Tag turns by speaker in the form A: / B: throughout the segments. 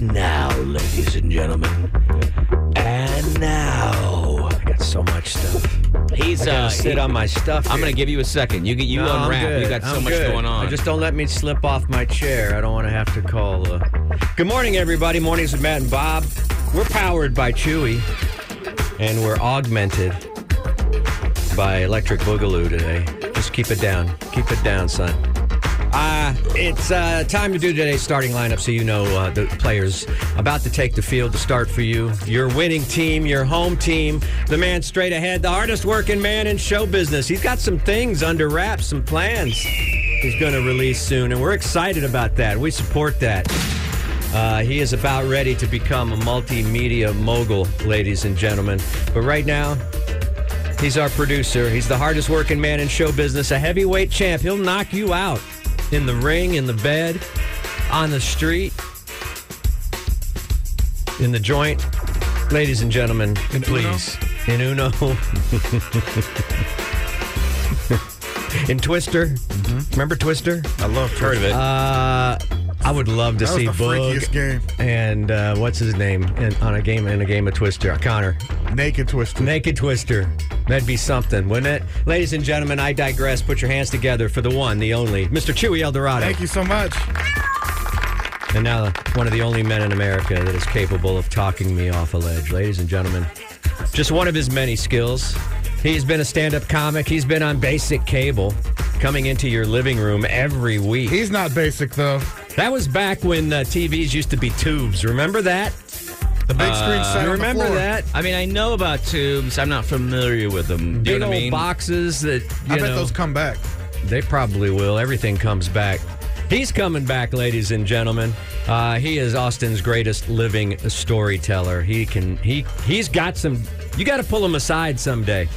A: now, ladies and gentlemen. And now, I got so much stuff.
B: He's
A: I
B: uh,
A: sit
B: he-
A: on my stuff.
B: I'm
A: here.
B: gonna give you a second. You get you
A: No, I'm
B: unwrap. You
A: good.
B: got so
A: I'm
B: much
A: good.
B: going on.
A: Uh, Just don't let me slip off my chair. I don't want to have to call. Uh... Good morning, everybody. Mornings with Matt and Bob. We're powered by Chewy, and we're augmented by Electric Boogaloo today. Just keep it down. Keep it down, son. Uh, it's uh, time to do today's starting lineup so you know uh, the players about to take the field to start for you. Your winning team, your home team, the man straight ahead, the hardest working man in show business. He's got some things under wraps, some plans he's going to release soon, and we're excited about that. We support that. Uh, he is about ready to become a multimedia mogul, ladies and gentlemen. But right now, He's our producer. He's the hardest working man in show business, a heavyweight champ. He'll knock you out in the ring, in the bed, on the street, in the joint. Ladies and gentlemen,
C: In
A: please. In Uno. in Twister.
C: Mm-hmm.
A: Remember Twister?
C: I love
B: heard of it.
A: I would love to
C: That was
A: see
C: the
A: Boog
C: freakiest game.
A: and uh, what's his name in, on a game in a game of Twister, Connor.
C: Naked twisted.
A: Naked Twister. That'd be something, wouldn't it? Ladies and gentlemen, I digress. Put your hands together for the one, the only, Mr. Chewy Eldorado.
C: Thank you so much.
A: And now, one of the only men in America that is capable of talking me off a ledge. Ladies and gentlemen, just one of his many skills. He's been a stand up comic, he's been on basic cable, coming into your living room every week.
C: He's not basic though.
A: That was back when uh, TVs used to be tubes. Remember that?
C: The big screen sat on
A: You
C: the
A: remember
C: floor.
A: that?
B: I mean, I know about tubes. I'm not familiar with them. Do you
A: Big
B: know
A: old
B: what I mean?
A: boxes that you
C: I bet
A: know,
C: those come back.
A: They probably will. Everything comes back. He's coming back, ladies and gentlemen. Uh, he is Austin's greatest living storyteller. He can he he's got some. You got to pull him aside someday,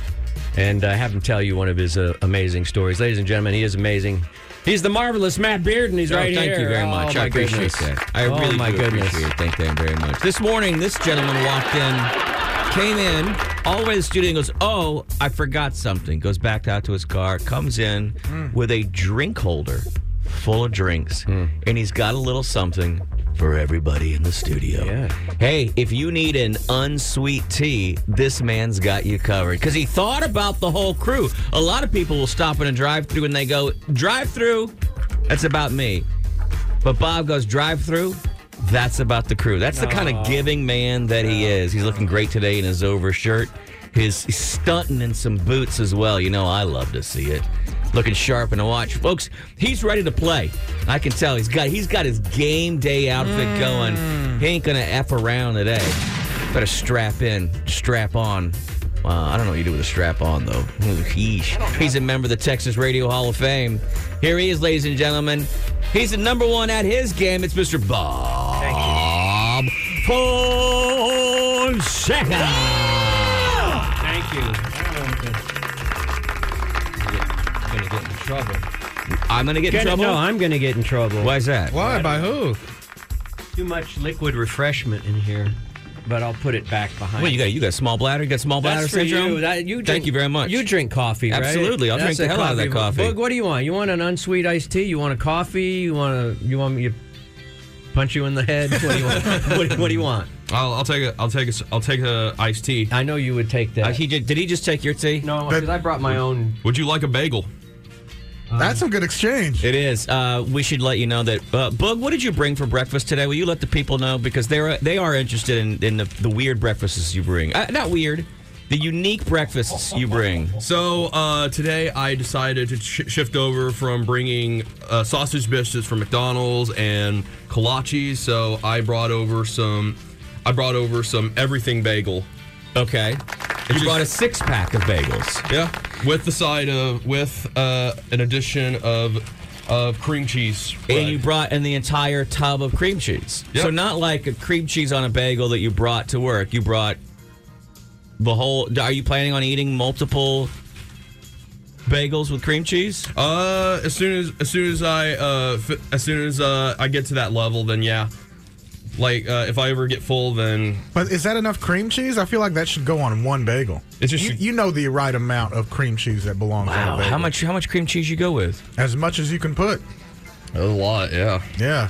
A: and uh, have him tell you one of his uh, amazing stories, ladies and gentlemen. He is amazing. He's the marvelous Matt Bearden. He's
B: Oh,
A: right
B: thank
A: here.
B: you very
A: Oh,
B: much. I
A: my
B: appreciate
A: goodness.
B: that. I
A: Oh,
B: really
A: my
B: do
A: goodness.
B: appreciate it. Thank them very much. This morning, this gentleman walked in, came in, all the way to the studio and goes, Oh, I forgot something. Goes back out to his car, comes in with a drink holder full of drinks, and he's got a little something for everybody in the studio.
A: Yeah.
B: Hey, if you need an unsweet tea, this man's got you covered. Because he thought about the whole crew. A lot of people will stop in a drive through and they go, drive through, that's about me. But Bob goes, drive through, that's about the crew. That's the kind of giving man that he is. He's looking great today in his over shirt. His he's stunting in some boots as well. You know, I love to see it. Looking sharp in a watch. Folks, he's ready to play. I can tell he's got he's got his game day outfit going. He ain't gonna F around today. Better strap in, strap on. Uh, I don't know what you do with a strap on, though. Heesh. He's a member of the Texas Radio Hall of Fame. Here he is, ladies and gentlemen. He's the number one at his game. It's Mr. Bob Fonseca.
D: Thank you. I'm gonna get in trouble.
B: I'm going to get in trouble.
A: No, I'm going to get in trouble.
B: Why is that?
C: Why? By who?
A: Too much liquid refreshment in here, but I'll put it back behind.
B: Well, you got you got small bladder. You got small bladder
A: That's for
B: syndrome.
A: you. That- you drink,
B: Thank you very much.
A: You drink coffee, right?
B: Absolutely. I'll drink the
A: a
B: hell out of that coffee.
A: Boog, what do you want? You want an unsweet iced tea? You want a coffee? You want a, You want me to punch you in the head? What do you want? what, what do you want?
D: I'll, I'll take a. I'll take a. I'll take a iced tea.
A: I know you would take that.
B: Uh, he did, did he just take your tea?
A: no,
C: That-
A: because I brought my own.
D: Would you like a bagel?
C: That's a good exchange.
B: It is. Uh, we should let you know that. Uh, Boog, what did you bring for breakfast today? Will you let the people know because they're uh, they are interested in, in the, the weird breakfasts you bring. Uh, not weird, the unique breakfasts you bring.
D: So uh, today I decided to sh- shift over from bringing uh, sausage biscuits from McDonald's and kolaches. So I brought over some. I brought over some everything bagel.
B: Okay, you
D: just-
B: brought a six pack of bagels.
D: Yeah, with the side of with uh, an addition of of cream cheese.
B: And
D: bread.
B: you brought in the entire tub of cream cheese.
D: Yep.
B: So not like a cream cheese on a bagel that you brought to work. You brought the whole. Are you planning on eating multiple bagels with cream cheese?
D: Uh, as soon as as soon as I uh fi- as soon as uh I get to that level, then yeah. Like uh, if I ever get full, then
C: But is that enough cream cheese? I feel like that should go on one bagel.
D: It's just-
C: you, you know the right amount of cream cheese that belongs
D: Oh,
C: on a bagel.
B: How much? How much cream cheese you go with?
C: As much as you can put.
D: a lot, yeah.
C: Yeah.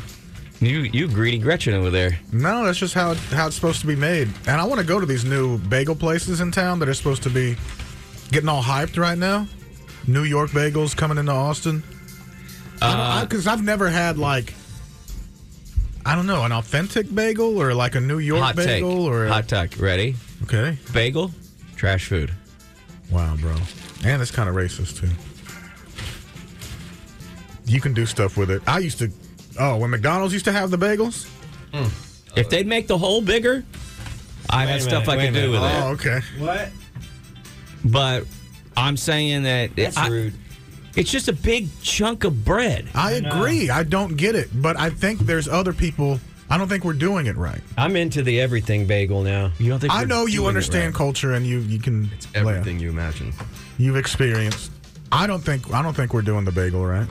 B: You you greedy Gretchen over there.
C: No, that's just how it, how it's supposed to be made. And I want to go to these new bagel places in town that are supposed to be getting all hyped right now. New York bagels coming into Austin.
B: Uh,
C: Because I've never had like. I don't know, an authentic bagel or like a New York
B: Hot take.
C: bagel or a-
B: Hot take. Ready?
C: okay,
B: Bagel, trash food.
C: wow, bro, and it's kind of racist too. You can do stuff with it. I used to, oh, when McDonald's used to have the bagels.
B: If they'd make the hole bigger, I have
A: a
B: stuff
A: minute,
B: I
A: wait a
B: could do
A: minute.
B: with
C: Oh,
B: it.
C: okay.
A: What?
B: But I'm saying that
A: That's
B: I-
A: rude.
B: it's just a big chunk of bread.
C: I agree. I don't get it, but I think there's other people. I don't think we're doing it right.
A: I'm into the everything bagel now.
B: You don't think
C: I
B: we're
C: know
B: doing
C: you
B: it
C: understand
B: right.
C: culture and you you can
D: It's everything you imagine.
C: laugh. you've experienced. I don't think I don't think we're doing the bagel right.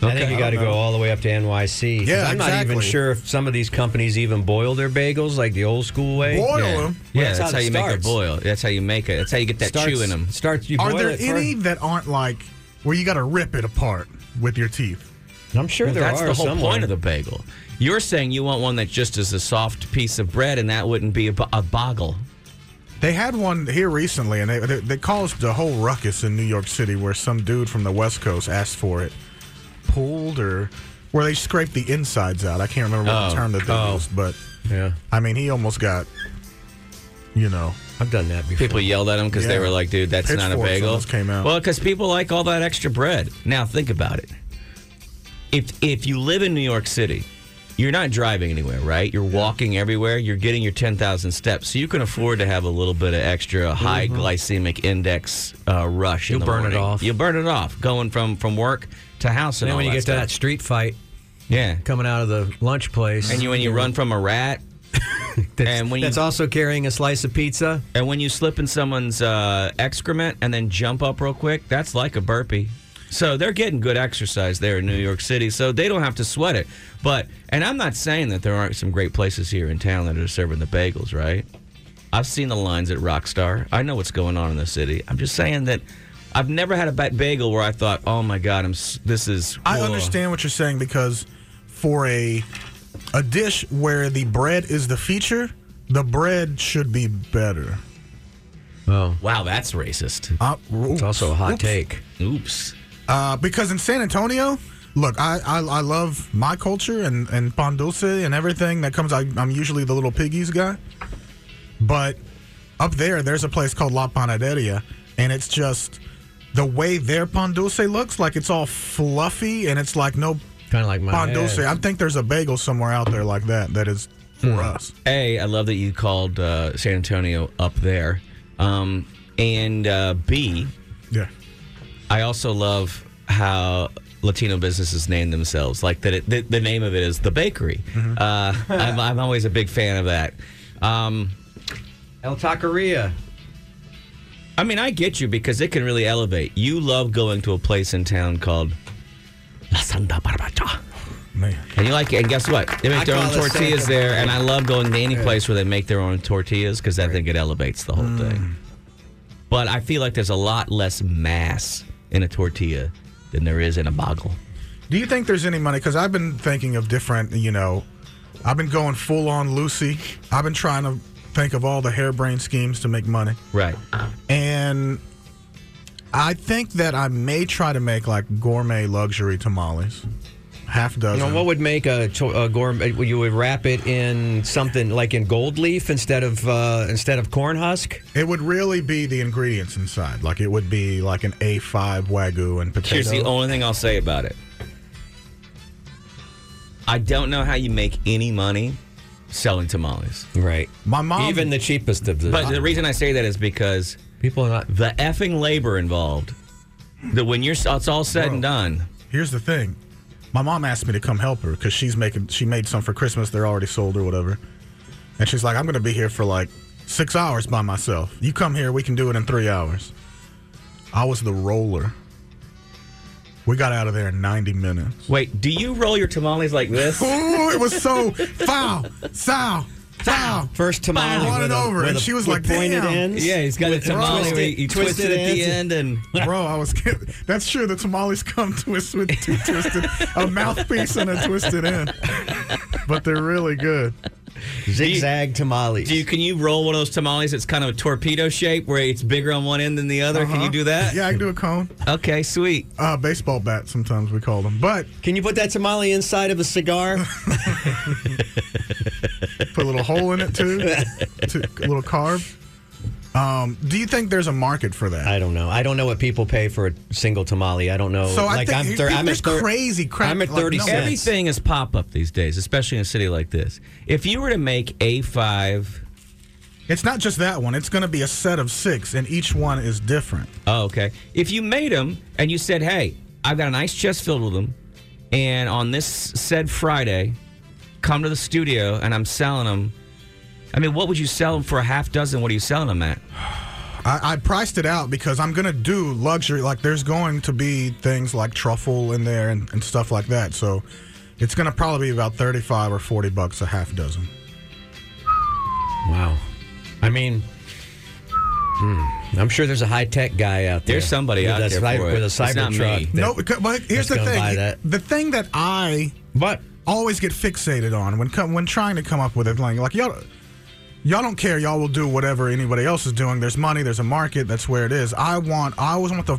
A: I think
B: Okay.
A: you got to go all the way up to NYC. 'cause
C: Yeah,
A: I'm not even
C: exactly.
A: sure if some of these companies even boil their bagels like the old school way.
C: Boil
B: Yeah,
C: them.
B: yeah
A: that's
B: that's,
A: how
B: how,
A: it
B: you make a
A: starts.
B: boil. That's how you make it. That's how you get that
A: Starts-
B: chew in them.
A: Starts you.
C: Are
A: boil
C: there
A: it
C: any
A: first.
C: that aren't like where you got to rip it apart with your teeth?
A: I'm sure there
B: that's
A: are
B: the whole
A: somewhere.
B: point of the bagel. You're saying you want one that just is a soft piece of bread, and that wouldn't be a, bo- a boggle.
C: They had one here recently, and they, they they caused a whole ruckus in New York City where some dude from the West Coast asked for it pulled or where they scraped the insides out. I can't remember what
B: Oh.
C: the term that they
B: Oh.
C: used, but
A: Yeah,
C: I mean he almost got you know
A: I've done that before.
B: People yelled at him because they
C: Yeah.
B: were like, "Dude, that's not a
C: Pitchforks
B: bagel."
C: almost came out.
B: Well, because people like all that extra bread. Now think about it. If if you live in New York City, you're not driving anywhere, right? You're walking everywhere. You're getting your ten thousand steps, so you can afford to have a little bit of extra high glycemic index uh, rush.
A: Mm-hmm.
B: in
A: You'll
B: the
A: burn it
B: morning.
A: off.
B: You'll burn it off going from from work to house and
A: Then
B: all
A: when you
B: that
A: get to that
B: stuff.
A: street fight
B: yeah.
A: coming out of the lunch place,
B: And you when you run from a rat,
A: that's,
B: and when you-
A: that's also carrying a slice of pizza.
B: and when you slip in someone's uh, excrement and then jump up real quick, that's like a burpee. So they're getting good exercise there in New York City, so they don't have to sweat it. But and I'm not saying that there aren't some great places here in town that are serving the bagels, right? I've seen the lines at Rockstar. I know what's going on in the city. I'm just saying that I've never had a ba- bagel where I thought, "Oh my God, I'm s- this is."
C: I
B: ugh."
C: understand what you're saying because for a a dish where the bread is the feature, the bread should be better.
A: Oh,
B: Wow, that's racist.
C: Uh, oops.
A: it's also a hot
C: Oops.
A: take.
B: Oops.
C: Uh, because in San Antonio, look, I, I I love my culture and and pan dulce and everything that comes. I, I'm usually the little piggies guy, but up there, there's a place called La Panaderia, and it's just the way their pan dulce looks like it's all fluffy and it's like no
A: Kind of like my
C: pan
A: head. Hmm.
C: dulce. I think there's a bagel somewhere out there like that that is for us.
B: A, I love that you called uh, San Antonio up there. Um, and uh, B,
C: Yeah.
B: I also love how Latino businesses name themselves. Like that, it, the, the name of it is the bakery. Uh, I'm, I'm always a big fan of that. Um,
A: El Taqueria.
B: I mean, I get you because it can really elevate. You love going to a place in town called La Santa Barbacha.
C: Man.
B: And you like it, and guess what? They make
A: I
B: their
A: call
B: own
A: it Santa
B: tortillas there, and I love going to any place where they make their own tortillas because I think it elevates the whole
A: Mm.
B: thing. But I feel like there's a lot less mass in a tortilla than there is in a boggle.
C: Do you think there's any money? Because I've been thinking of different, you know, I've been going full on Lucy. I've been trying to think of all the harebrained schemes to make money.
B: Right.
C: And I think that I may try to make like gourmet luxury tamales, half
A: You
C: dozen.
A: know, what would make a, to- a gourmet? You would wrap it in something like in gold leaf instead of uh, instead of corn husk.
C: it would really be the ingredients inside. Like it would be like an A5 Wagyu and potato.
B: Here's the only thing I'll say about it. I don't know how you make any money selling tamales.
A: Right.
C: My mom.
A: Even the cheapest of the.
B: But the reason I say that is because
A: people are not.
B: the effing labor involved. That when you're it's all said and
C: Bro.
B: done,
C: Here's the thing. My mom asked me to come help her because she's making she made some for Christmas. They're already sold or whatever. And she's like, I'm gonna be here for like six hours by myself. You come here, we can do it in three hours. I was the roller. We got out of there in 90 minutes.
B: Wait, do you roll your tamales like this?
C: Ooh, it was so foul, sow, fow.
A: First tamale.
C: Wow.
A: with
C: Wanted
A: a-
C: over,
A: with
C: and
A: a-
C: she was
A: with
C: like,
A: pointed
C: "Damn."
A: ends.
B: he's got a
A: tamale where you twist it at the
B: end, and
C: Bro, I was kidding. That's true. The tamales come twist with two twisted, a mouthpiece and a twisted end. but they're really good.
A: Zigzag tamales.
B: Do you, can you roll one of those tamales that's kind of a torpedo shape where it's bigger on one end than the other? Can you do that?
C: Uh-huh. Yeah, I can do a cone.
B: Okay, sweet.
C: Uh, baseball bat, sometimes we call them. But
A: Can you put that tamale inside of a cigar?
C: put a little hole in it too, to, a little carve. Um, do you think there's a market for that?
A: I don't know. I don't know what people pay for a single tamale. I don't know.
C: So I
A: like
C: think
A: I'm,
C: you
A: thir-
C: think
A: I'm
C: there's
A: at thir-
C: crazy crap,
A: I'm at
C: like,
A: thirty
C: no-
A: cents.
B: Everything is pop up these days, especially in a city like this. If you were to make A5,
C: It's not just that one. It's going to be a set of six, and each one is different.
B: oh, okay. If you made them and you said, hey, I've got an ice chest filled with them, and on this said Friday, come to the studio and I'm selling them. I mean, what would you sell them for a half dozen? What are you selling them at?
C: I, I priced it out because I'm going to do luxury. Like, there's going to be things like truffle in there and, and stuff like that. So it's going to probably be about 35 or 40 bucks a half dozen.
A: Wow. I mean, hmm, I'm sure there's a high tech guy out there.
B: There's somebody
A: with
B: out
A: a,
B: there
A: cy-
B: for it.
A: with a
B: It's not
A: cyber
B: me.
A: truck.
C: no, because- but
A: that's
C: here's the
A: gonna buy
C: thing.
A: that.
C: The thing that I
A: but
C: always get fixated on when co- when trying to come up with a thing like y'all y'all don't care y'all will do whatever anybody else is doing there's money there's a market that's where it is i want i always want to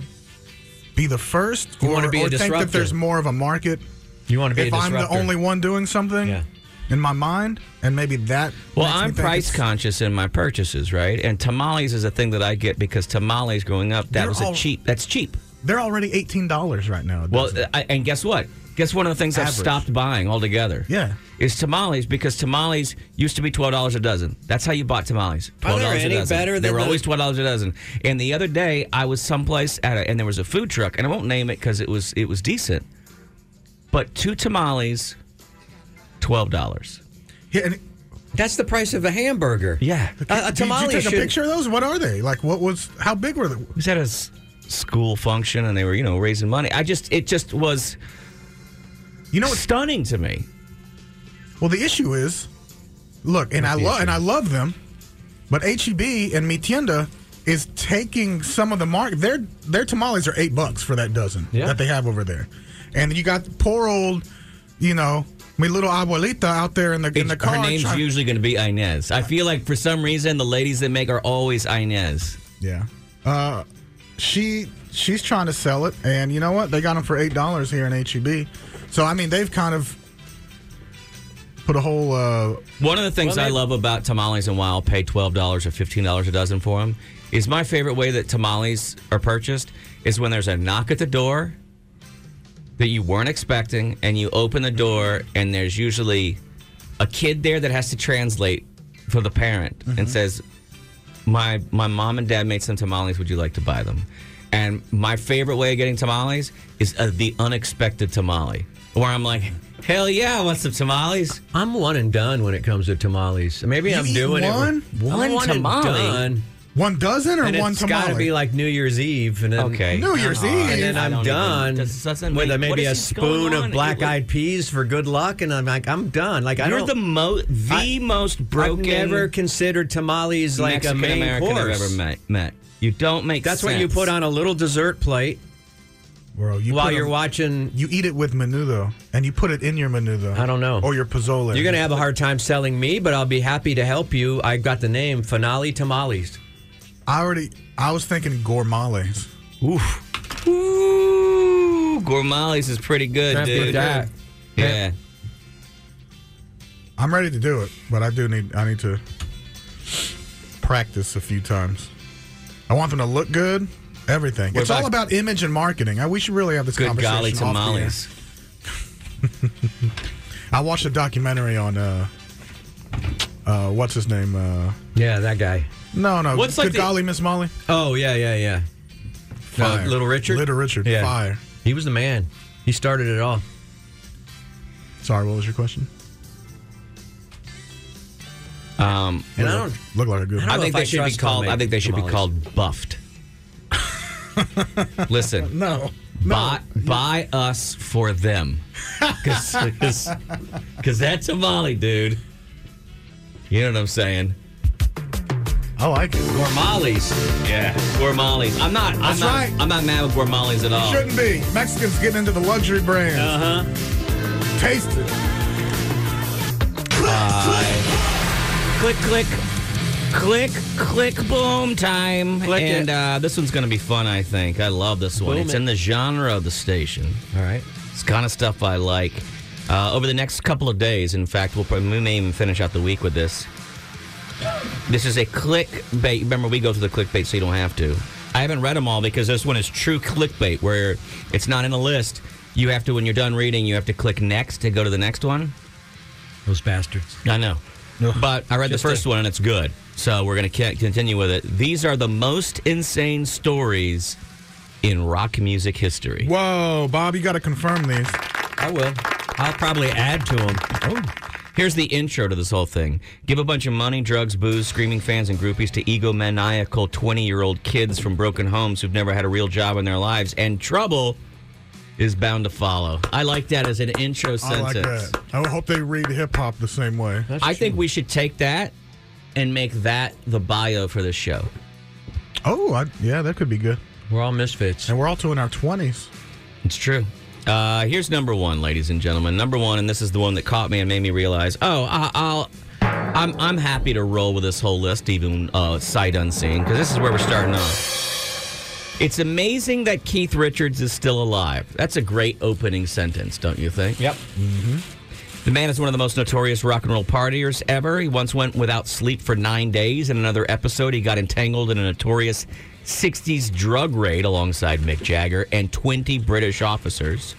C: be the first
A: You
C: or,
A: wanna be a
C: or think that
A: disruptor.
C: there's more of a market
A: you want to be
C: if
A: a
C: i'm the
A: disruptor.
C: only one doing something
A: Yeah.
C: in my mind and maybe that
B: Well,
C: makes me
B: I'm
C: think
B: price
C: it's-
B: conscious in my purchases, right? And tamales is a thing that I get because tamales growing up, that
C: They're
B: was a
C: all-
B: cheap. That's cheap.
C: they're already $18 right now
B: Well,
A: uh,
B: I, and guess what? Guess one of the things I've
C: Average.
B: stopped buying altogether.
C: Yeah.
B: Is tamales because tamales used to be twelve dollars a dozen. That's how you bought tamales.
A: Are
B: Twelve
A: there
B: dollars a
A: any
B: dozen.
A: better
B: they
A: than
B: were
A: the-
B: always twelve dollars a dozen. And the other day, I was someplace at a, and there was a food truck, and I won't name it because it was it was decent, but two tamales, twelve dollars.
A: uh,
C: yeah, and,
A: That's the price of a hamburger.
B: Yeah.
A: A- a,
C: did-
A: tamale
C: did you take
A: should-
C: a picture of those what are they like what was how big were they
B: was at a s- school function and they were you know raising money i just it just was
C: you know what's
B: stunning to me
C: Well, the issue is, look, and I love and I love them, but HEB and Mi Tienda is taking some of the market. Their their tamales are eight bucks for that dozen
A: Yeah.
C: that they have over there, and you got poor old, you know, my little abuelita out there in the in the
B: It's-
C: car.
B: her name's
C: trying-
B: usually going to be inez i feel like for some reason the ladies that make are always inez
C: yeah, uh, she she's trying to sell it, and you know what? They got them for eight dollars here in HEB, so I mean they've kind of put a whole. Uh,
B: one of the things
A: Well,
B: i
A: they-
B: love about tamales and why i'll pay $12 or $15 a dozen for them is my favorite way that tamales are purchased is when there's a knock at the door that you weren't expecting and you open the door and there's usually a kid there that has to translate for the parent
A: Mm-hmm.
B: and says my my mom and dad made some tamales would you like to buy them and my favorite way of getting tamales is uh, the unexpected tamale where i'm like hell yeah i want some tamales
A: I'm one and done when it comes to tamales. Maybe
C: You
A: I'm
C: eat
A: doing
C: one?
A: it.
B: One
A: I'm and
B: tamale?
A: done,
C: one dozen or
A: and
C: one
A: it's
C: tamale?
A: got to be like New Year's Eve, and then
B: okay
C: New Year's Eve.
A: and then
B: I
A: I'm
B: don't even-
A: done
B: does- doesn't
A: with a,
B: make- what
A: maybe a
B: is going
A: spoon
B: on?
A: of
B: It-
A: black-eyed peas for good luck, and I'm like, I'm done. Like I
B: you're
A: don't.
B: the mo- the
A: I-
B: most broken
A: I've never considered tamales like a main
B: Mexican-American I've
A: course.
B: ever met, met. You don't make
A: That's what you
B: sense.
A: put on a little dessert plate
C: Bro, you
A: while
C: put
A: you're
C: a-
A: watching.
C: You eat it with menudo, and you put it in your menudo.
A: I don't know.
C: Or your pozole.
A: You're gonna have a hard time selling me, but I'll be happy to help you. I got the name Finale Tamales.
C: I already. I was thinking gourmales.
B: Ooh, gourmales is pretty good,
E: After
B: dude.
E: that.
B: Yeah.
C: I'm ready to do it, but I do need. I need to practice a few times. I want them to look good. Everything. it's
B: about-
C: all about image and marketing. I, we should really have this
B: Good
C: conversation.
B: golly,
C: off the air.
B: tamales.
C: I watched a documentary on. uh uh, what's his name? Uh,
A: Yeah, that guy.
C: no, no.
B: What's
C: Good
B: like the-
C: golly, Miss Molly.
A: Oh yeah, yeah, yeah. Uh,
C: Fire.
A: Little Richard.
C: Little Richard.
A: Yeah.
C: Fire.
A: He was the man. He started it all.
C: Sorry, what was your question?
B: Um,
A: And I don't.
C: Look like a good.
A: I don't
C: one.
B: I
A: know
B: think
A: if
B: they
A: I
B: should be
A: trust
B: called. I
A: homemade
B: think they should be
A: tamales.
B: called buffed. Listen,
C: No. No.
B: buy, buy us for them, because that tamale, dude. You know what I'm saying?
C: I like it.
B: Gourmales. Yeah, gourmales. I'm not. I'm
C: That's
B: not.
C: right.
B: I'm not mad with gourmales at all.
C: Shouldn't be.
A: Uh-huh.
C: Mexicans getting into the luxury brands. Uh huh. Taste it.
B: click, click, click, click, boom time.
A: Click it.
B: and uh, this one's going to be fun, I think. I love this one.
A: Boom
B: it's
A: it.
B: in the genre of the station.
A: All right.
B: It's kind of stuff I like. Uh, over the next couple of days, in fact, we'll probably, we may even finish out the week with this. This is a clickbait. Remember, we go through the clickbait so you don't have to. I haven't read them all because this one is true clickbait, where it's not in a list. You have to, when you're done reading, you have to click next to go to the next one.
A: Those bastards.
B: I know. But I read the
A: Just
B: first
A: a-
B: one and it's good. So we're going to continue with it. These are the most insane stories in rock music history.
C: Whoa, Bob, you got to confirm these.
A: I will. I'll probably add to them.
B: Oh. Here's the intro to this whole thing. Give a bunch of money, drugs, booze, screaming fans, and groupies to egomaniacal 20 year old kids from broken homes who've never had a real job in their lives, and trouble is bound to follow. I like that as an intro
C: I like
B: sentence.
C: that. I hope they read hip hop the same way.
B: I think we should take that and make that the bio for this show.
C: Oh, I, yeah, that could be good.
A: We're all misfits.
C: And we're all two in our 20s.
B: It's true. Uh, here's number one, ladies and gentlemen. Number one, and this is the one that caught me and made me realize, oh, I, I'll, I'm, I'm happy to roll with this whole list, even uh, sight unseen, because this is where we're starting off. It's amazing that Keith Richards is still alive. That's a great opening sentence, don't you think?
A: Yep.
B: The man is one of the most notorious rock and roll partiers ever. He once went without sleep for nine days. In another episode, he got entangled in a notorious 60s drug raid alongside Mick Jagger and 20 British officers.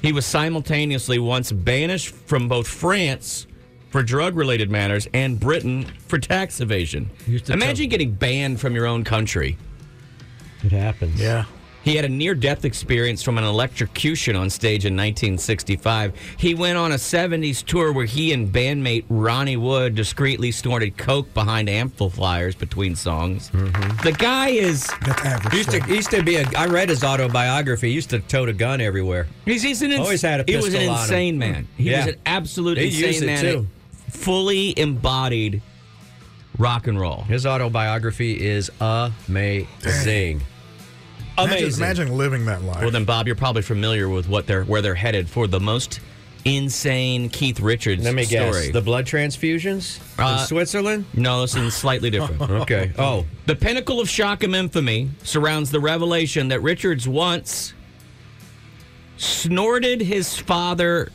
B: He was simultaneously once banished from both France for drug related matters and Britain for tax evasion.
A: Used to
B: Imagine
A: tell-
B: getting banned from your own country.
A: It happens.
C: Yeah.
B: He had a near death experience from an electrocution on stage in 1965. He went on a 70s tour where he and bandmate Ronnie Wood discreetly snorted coke behind amplifiers between songs.
A: Mm-hmm.
B: The guy is.
C: That's average.
A: Used to,
C: though.
A: used to be a. I read his autobiography. He used to tote a gun everywhere.
B: He's, he's an ins-
A: Always had a
B: He was an
A: pistol on him.
B: insane man. He
A: Yeah.
B: was an absolute
A: He used
B: insane man.
A: it, too.
B: Fully embodied rock and roll.
A: His autobiography is amazing.
C: imagine,
A: Amazing.
C: imagine living that life.
B: Well, then, Bob, you're probably familiar with what they're where they're headed for the most insane Keith Richards
A: Let me
B: story.
A: guess. The blood transfusions
B: Uh,
A: in Switzerland.
B: no, this is slightly different.
A: Okay. Oh,
B: The pinnacle of shock and infamy surrounds the revelation that Richards once snorted his father's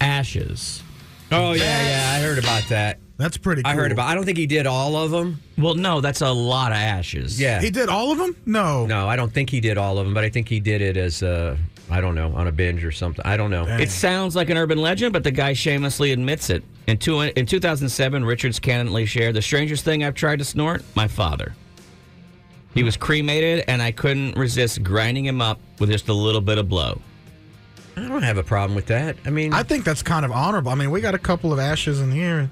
B: ashes.
A: oh yeah, yeah. I heard about that.
C: That's pretty cool.
A: I heard about. I don't think he did all of them.
B: Well, no, that's a lot of ashes.
A: Yeah.
C: He did all of them? No.
A: No, I don't think he did all of them, but I think he did it as uh, I don't know on a binge or something. I don't know.
B: It sounds like an urban legend, but the guy shamelessly admits it. In, two, in 2007, Richards candidly shared the strangest thing I've tried to snort my father. He was cremated, and I couldn't resist grinding him up with just a little bit of blow.
A: I don't have a problem with that. I mean,
C: I think that's kind of honorable. I mean, we got a couple of ashes in here,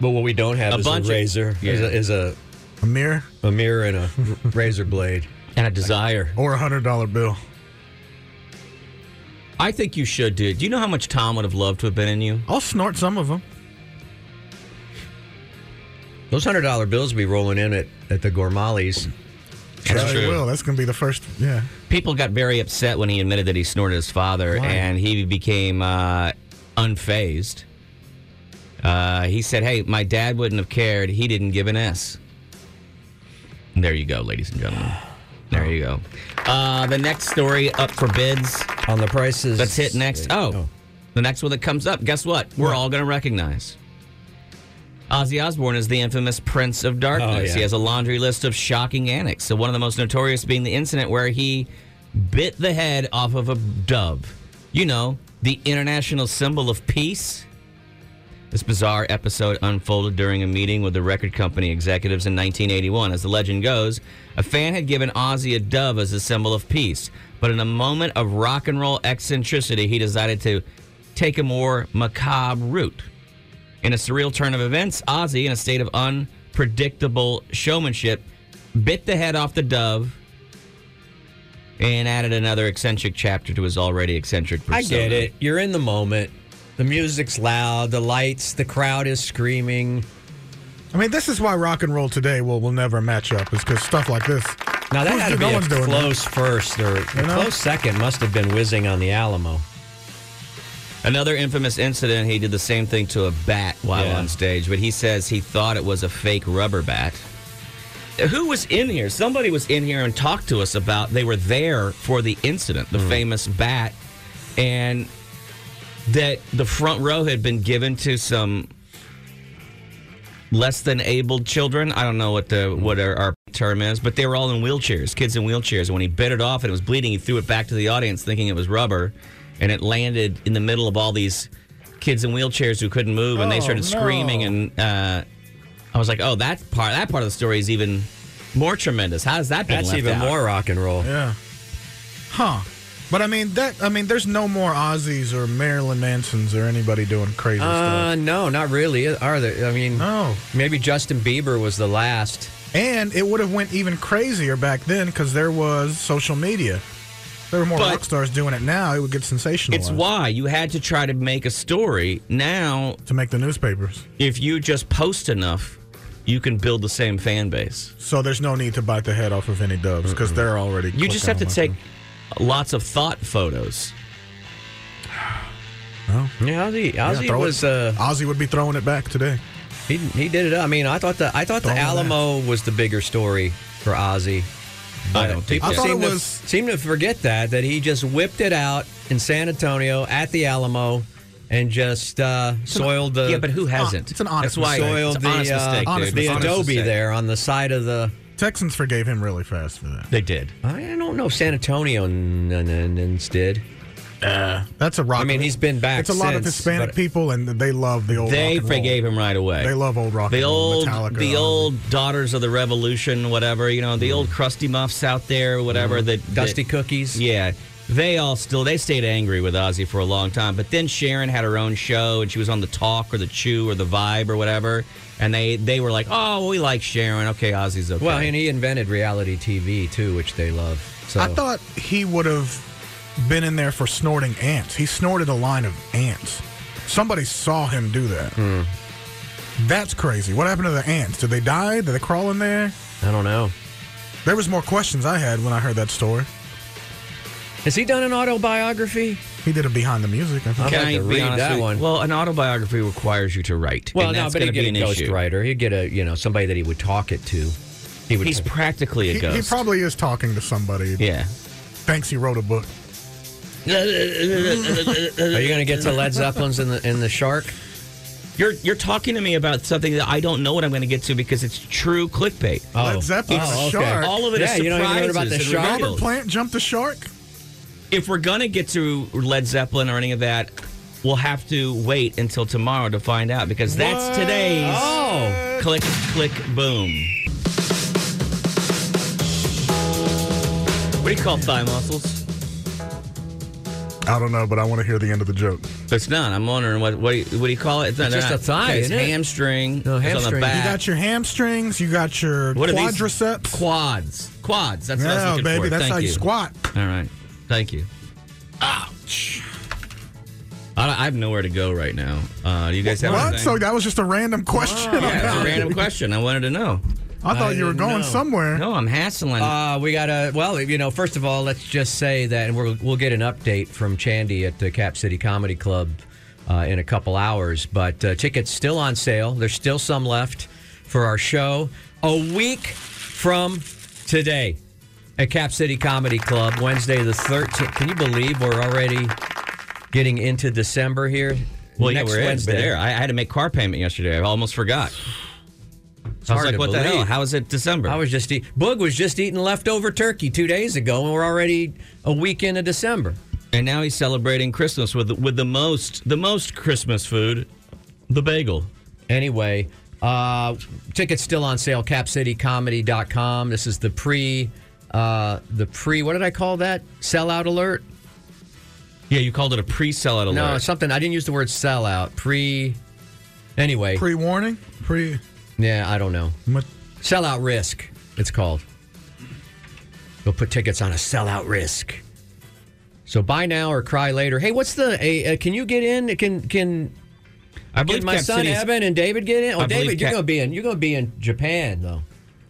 A: but what we don't have
B: A
A: is
B: bunch
A: a
B: of-
A: razor,
B: Yeah.
A: is, a, is a
C: a mirror,
A: a mirror and a razor blade.
B: And a desire.
C: or a hundred dollar bill.
B: I think you should, dude. Do you know how much Tom would have loved to have been in you?
C: I'll snort some of them.
A: Those hundred dollar bills be rolling in at at the Gormali's.
B: That's
C: I
B: true.
C: will. That's gonna be the first. Yeah.
B: People got very upset when he admitted that he snorted his father, and he became uh, unfazed. Uh, he said, "Hey, my dad wouldn't have cared. He didn't give an S." And there you go, ladies and gentlemen. There you go. Uh, the next story up for bids.
A: on the prices.
B: Let's hit next. Oh, the next one that comes up. Guess what? We're all going to recognize. Ozzy Osbourne is the infamous Prince of Darkness.
A: yeah.
B: He has a laundry list of shocking antics. So one of the most notorious being the incident where he bit the head off of a dove. You know, the international symbol of peace. This bizarre episode unfolded during a meeting with the record company executives in 1981. As the legend goes, a fan had given Ozzy a dove as a symbol of peace, but in a moment of rock and roll eccentricity, he decided to take a more macabre route. In a surreal turn of events, Ozzy, in a state of unpredictable showmanship, bit the head off the dove and added another eccentric chapter to his already eccentric persona.
A: I get it. You're in the moment. The music's loud. The lights. The crowd is screaming.
C: I mean, this is why rock and roll today will will never match up. Is because stuff like this.
A: Now that
C: Who's
A: had to
C: do-
A: be
C: no
A: a
C: one's doing that.
A: close first or a
C: You know?
A: close second. Must have been whizzing on the Alamo.
B: Another infamous incident, he did the same thing to a bat while
A: Yeah.
B: on stage, but he says he thought it was a fake rubber bat. Who was in here? Somebody was in here and talked to us about they were there for the incident, the
C: Mm.
B: famous bat, and that the front row had been given to some less than abled children. I don't know what the what our, our term is, but they were all in wheelchairs, kids in wheelchairs. And when he bit it off and it was bleeding, he threw it back to the audience, thinking it was rubber, and it landed in the middle of all these kids in wheelchairs who couldn't move, and they
C: Oh,
B: started screaming.
C: no.
B: And uh, I was like, oh, that part that part of the story is even more tremendous. How's that been
A: That's
B: left
A: even
B: out?
A: more rock and roll.
C: Yeah. Huh. But I mean that. I mean, there's no more Aussies or Marilyn Mansons or anybody doing crazy stuff.
A: Uh, no, not really. Are there? I mean,
C: No.
A: maybe Justin Bieber was the last.
C: And it would have went even crazier back then because there was social media. There were more
B: But-
C: rock stars doing it now. It would get sensationalized
B: It's why you had to try to make a story. Now,
C: to make the newspapers.
B: if you just post enough, you can build the same fan base.
C: So there's no need to bite the head off of any doves because they're already.
B: You just have to
C: clicking
B: take
C: on
B: lots of thought photos.
A: Yeah, Ozzy,
C: my
A: Ozzy
C: phone. Yeah, throw it.
A: was. Uh,
C: Ozzy would be throwing it back today.
A: he, he did it. up. I mean, I thought the I thought the
C: Throwing it out.
A: Alamo was the bigger story for Ozzy.
B: I don't think
A: people
C: so. I thought
A: seem
C: it
A: to,
C: was-
A: seem to forget that that he just whipped it out in San Antonio at the Alamo and just uh, soiled the
B: yeah, but who hasn't?
C: it's an honest
B: That's why
A: soiled
B: it's
A: the
B: an honest
A: uh,
B: mistake, dude.
C: honest
A: the
C: mistake.
B: Honest
A: adobe
B: mistake.
A: there on the side of the.
C: Texans forgave him really fast for that.
B: They did.
A: I don't know if San Antonio n- n- n- n- did.
C: That's a rock.
A: I mean, he's been back
C: It's a lot of
A: since,
C: Hispanic
A: but-
C: people, and they love the old.
B: They
C: rock and roll.
B: forgave him right away.
C: They love old rock.
B: the
C: and roll,
B: old,
C: Metallica,
B: the
C: Ozzy.
B: old daughters of the revolution, whatever you know, the old crusty muffs out there, whatever the
A: Dusty cookies.
B: Yeah, they all still they stayed angry with Ozzy for a long time. But then Sharon had her own show, and she was on the Talk or the Chew or the Vibe or whatever, and they they were like, "Oh, we like Sharon. Okay, Ozzy's okay."
A: Well, and he invented reality TV too, which they love. So
C: I thought he would have been in there for snorting ants. He snorted a line of ants. Somebody saw him do that.
B: Hmm.
C: That's crazy. What happened to the ants? Did they die? Did they crawl in there?
A: I don't know.
C: There was more questions I had when I heard that story.
A: Has he done an autobiography?
C: He did a behind the music. I think.
A: Okay. I'd like to read that
B: with you?
A: one.
B: Well, an autobiography requires you to write.
A: Well,
B: and
A: no,
B: that's
A: but
B: going
A: he'd
B: to
A: get
B: be
A: a
B: an issue.
A: ghostwriter. He'd get a you know somebody that he would talk it to. He would.
B: He's practically a
C: He,
B: ghost.
C: he probably is talking to somebody.
B: yeah.
C: Thinks he wrote a book.
A: Are you going to get to Led Zeppelin's in the in the Shark?
B: You're you're talking to me about something that I don't know what I'm going to get to because it's true clickbait.
A: Oh.
C: Led Zeppelin's
A: Oh,
C: a
A: okay.
C: shark.
B: All of it is
A: Yeah, you don't even know about
B: surprises
A: the
B: and
A: shark?
B: reveals.
A: Albert
C: Plant jumped the shark.
B: if we're gonna get to Led Zeppelin or any of that, we'll have to wait until tomorrow to find out because that's today's
A: Oh.
B: click click boom. What do you call thigh muscles?
C: I don't know, but I want to hear the end of the joke.
B: It's not. I'm wondering what what do you, what do you call it? It's, not,
A: It's just
B: they're
A: a
B: not-
A: thigh,
B: It's
A: isn't it?
B: hamstring.
A: No,
B: it's on
A: hamstring.
B: the
A: You
B: back.
C: You got your hamstrings. You got your
B: What are these?
C: quadriceps.
B: quads. Quads. That's what I
C: yeah,
B: was looking
C: baby,
B: for.
C: that's
B: Thank
C: how you, squat.
B: All right. Thank you. Ouch. I, don't- I have nowhere to go right now. Uh, do you guys have
C: What?
B: anything? Oh,
C: So that was just a random question.
B: Yeah, it's a random question. I wanted to know.
C: I thought
A: I
C: you were
A: didn't
C: going
A: know.
C: somewhere.
B: No, I'm hassling.
A: Uh, we got to well, you know, first of all, let's just say that and we'll we'll get an update from Chandy at the Cap City Comedy Club uh, in a couple hours. But uh, tickets still on sale. There's still some left for our show a week from today at Cap City Comedy Club, Wednesday the 13th. Can you believe we're already getting into December here?
B: well, yeah,
A: Next
B: we're in,
A: Wednesday.
B: but there. I, I had to make car payment yesterday. I almost forgot.
A: It's
B: I was
A: hard
B: like,
A: to
B: what the hell?
A: believe.
B: How is it December?
A: I was just eat- Boog was just eating leftover turkey two days ago, and we're already a week into December.
B: and now he's celebrating Christmas with with the most the most Christmas food, the bagel.
A: Anyway, uh, tickets still on sale. CapCityComedy.com. This is the pre, uh, the pre. What did I call that? Sellout alert?
B: Yeah, you called it a pre-sellout alert.
A: No, something. I didn't use the word sellout. Pre. Anyway,
C: Pre warning? Pre.
A: yeah, I don't know.
C: ma-
A: Sellout risk. It's called. They'll put tickets on a sellout risk. So buy now or cry later. Hey, what's the? A, uh, can you get in? Can can
B: I believe
A: Did my
B: Cap
A: son
B: City's-
A: Evan and David get in? Oh,
B: I believe
A: David, you're
B: Cap-
A: gonna be in. You're gonna be in Japan though.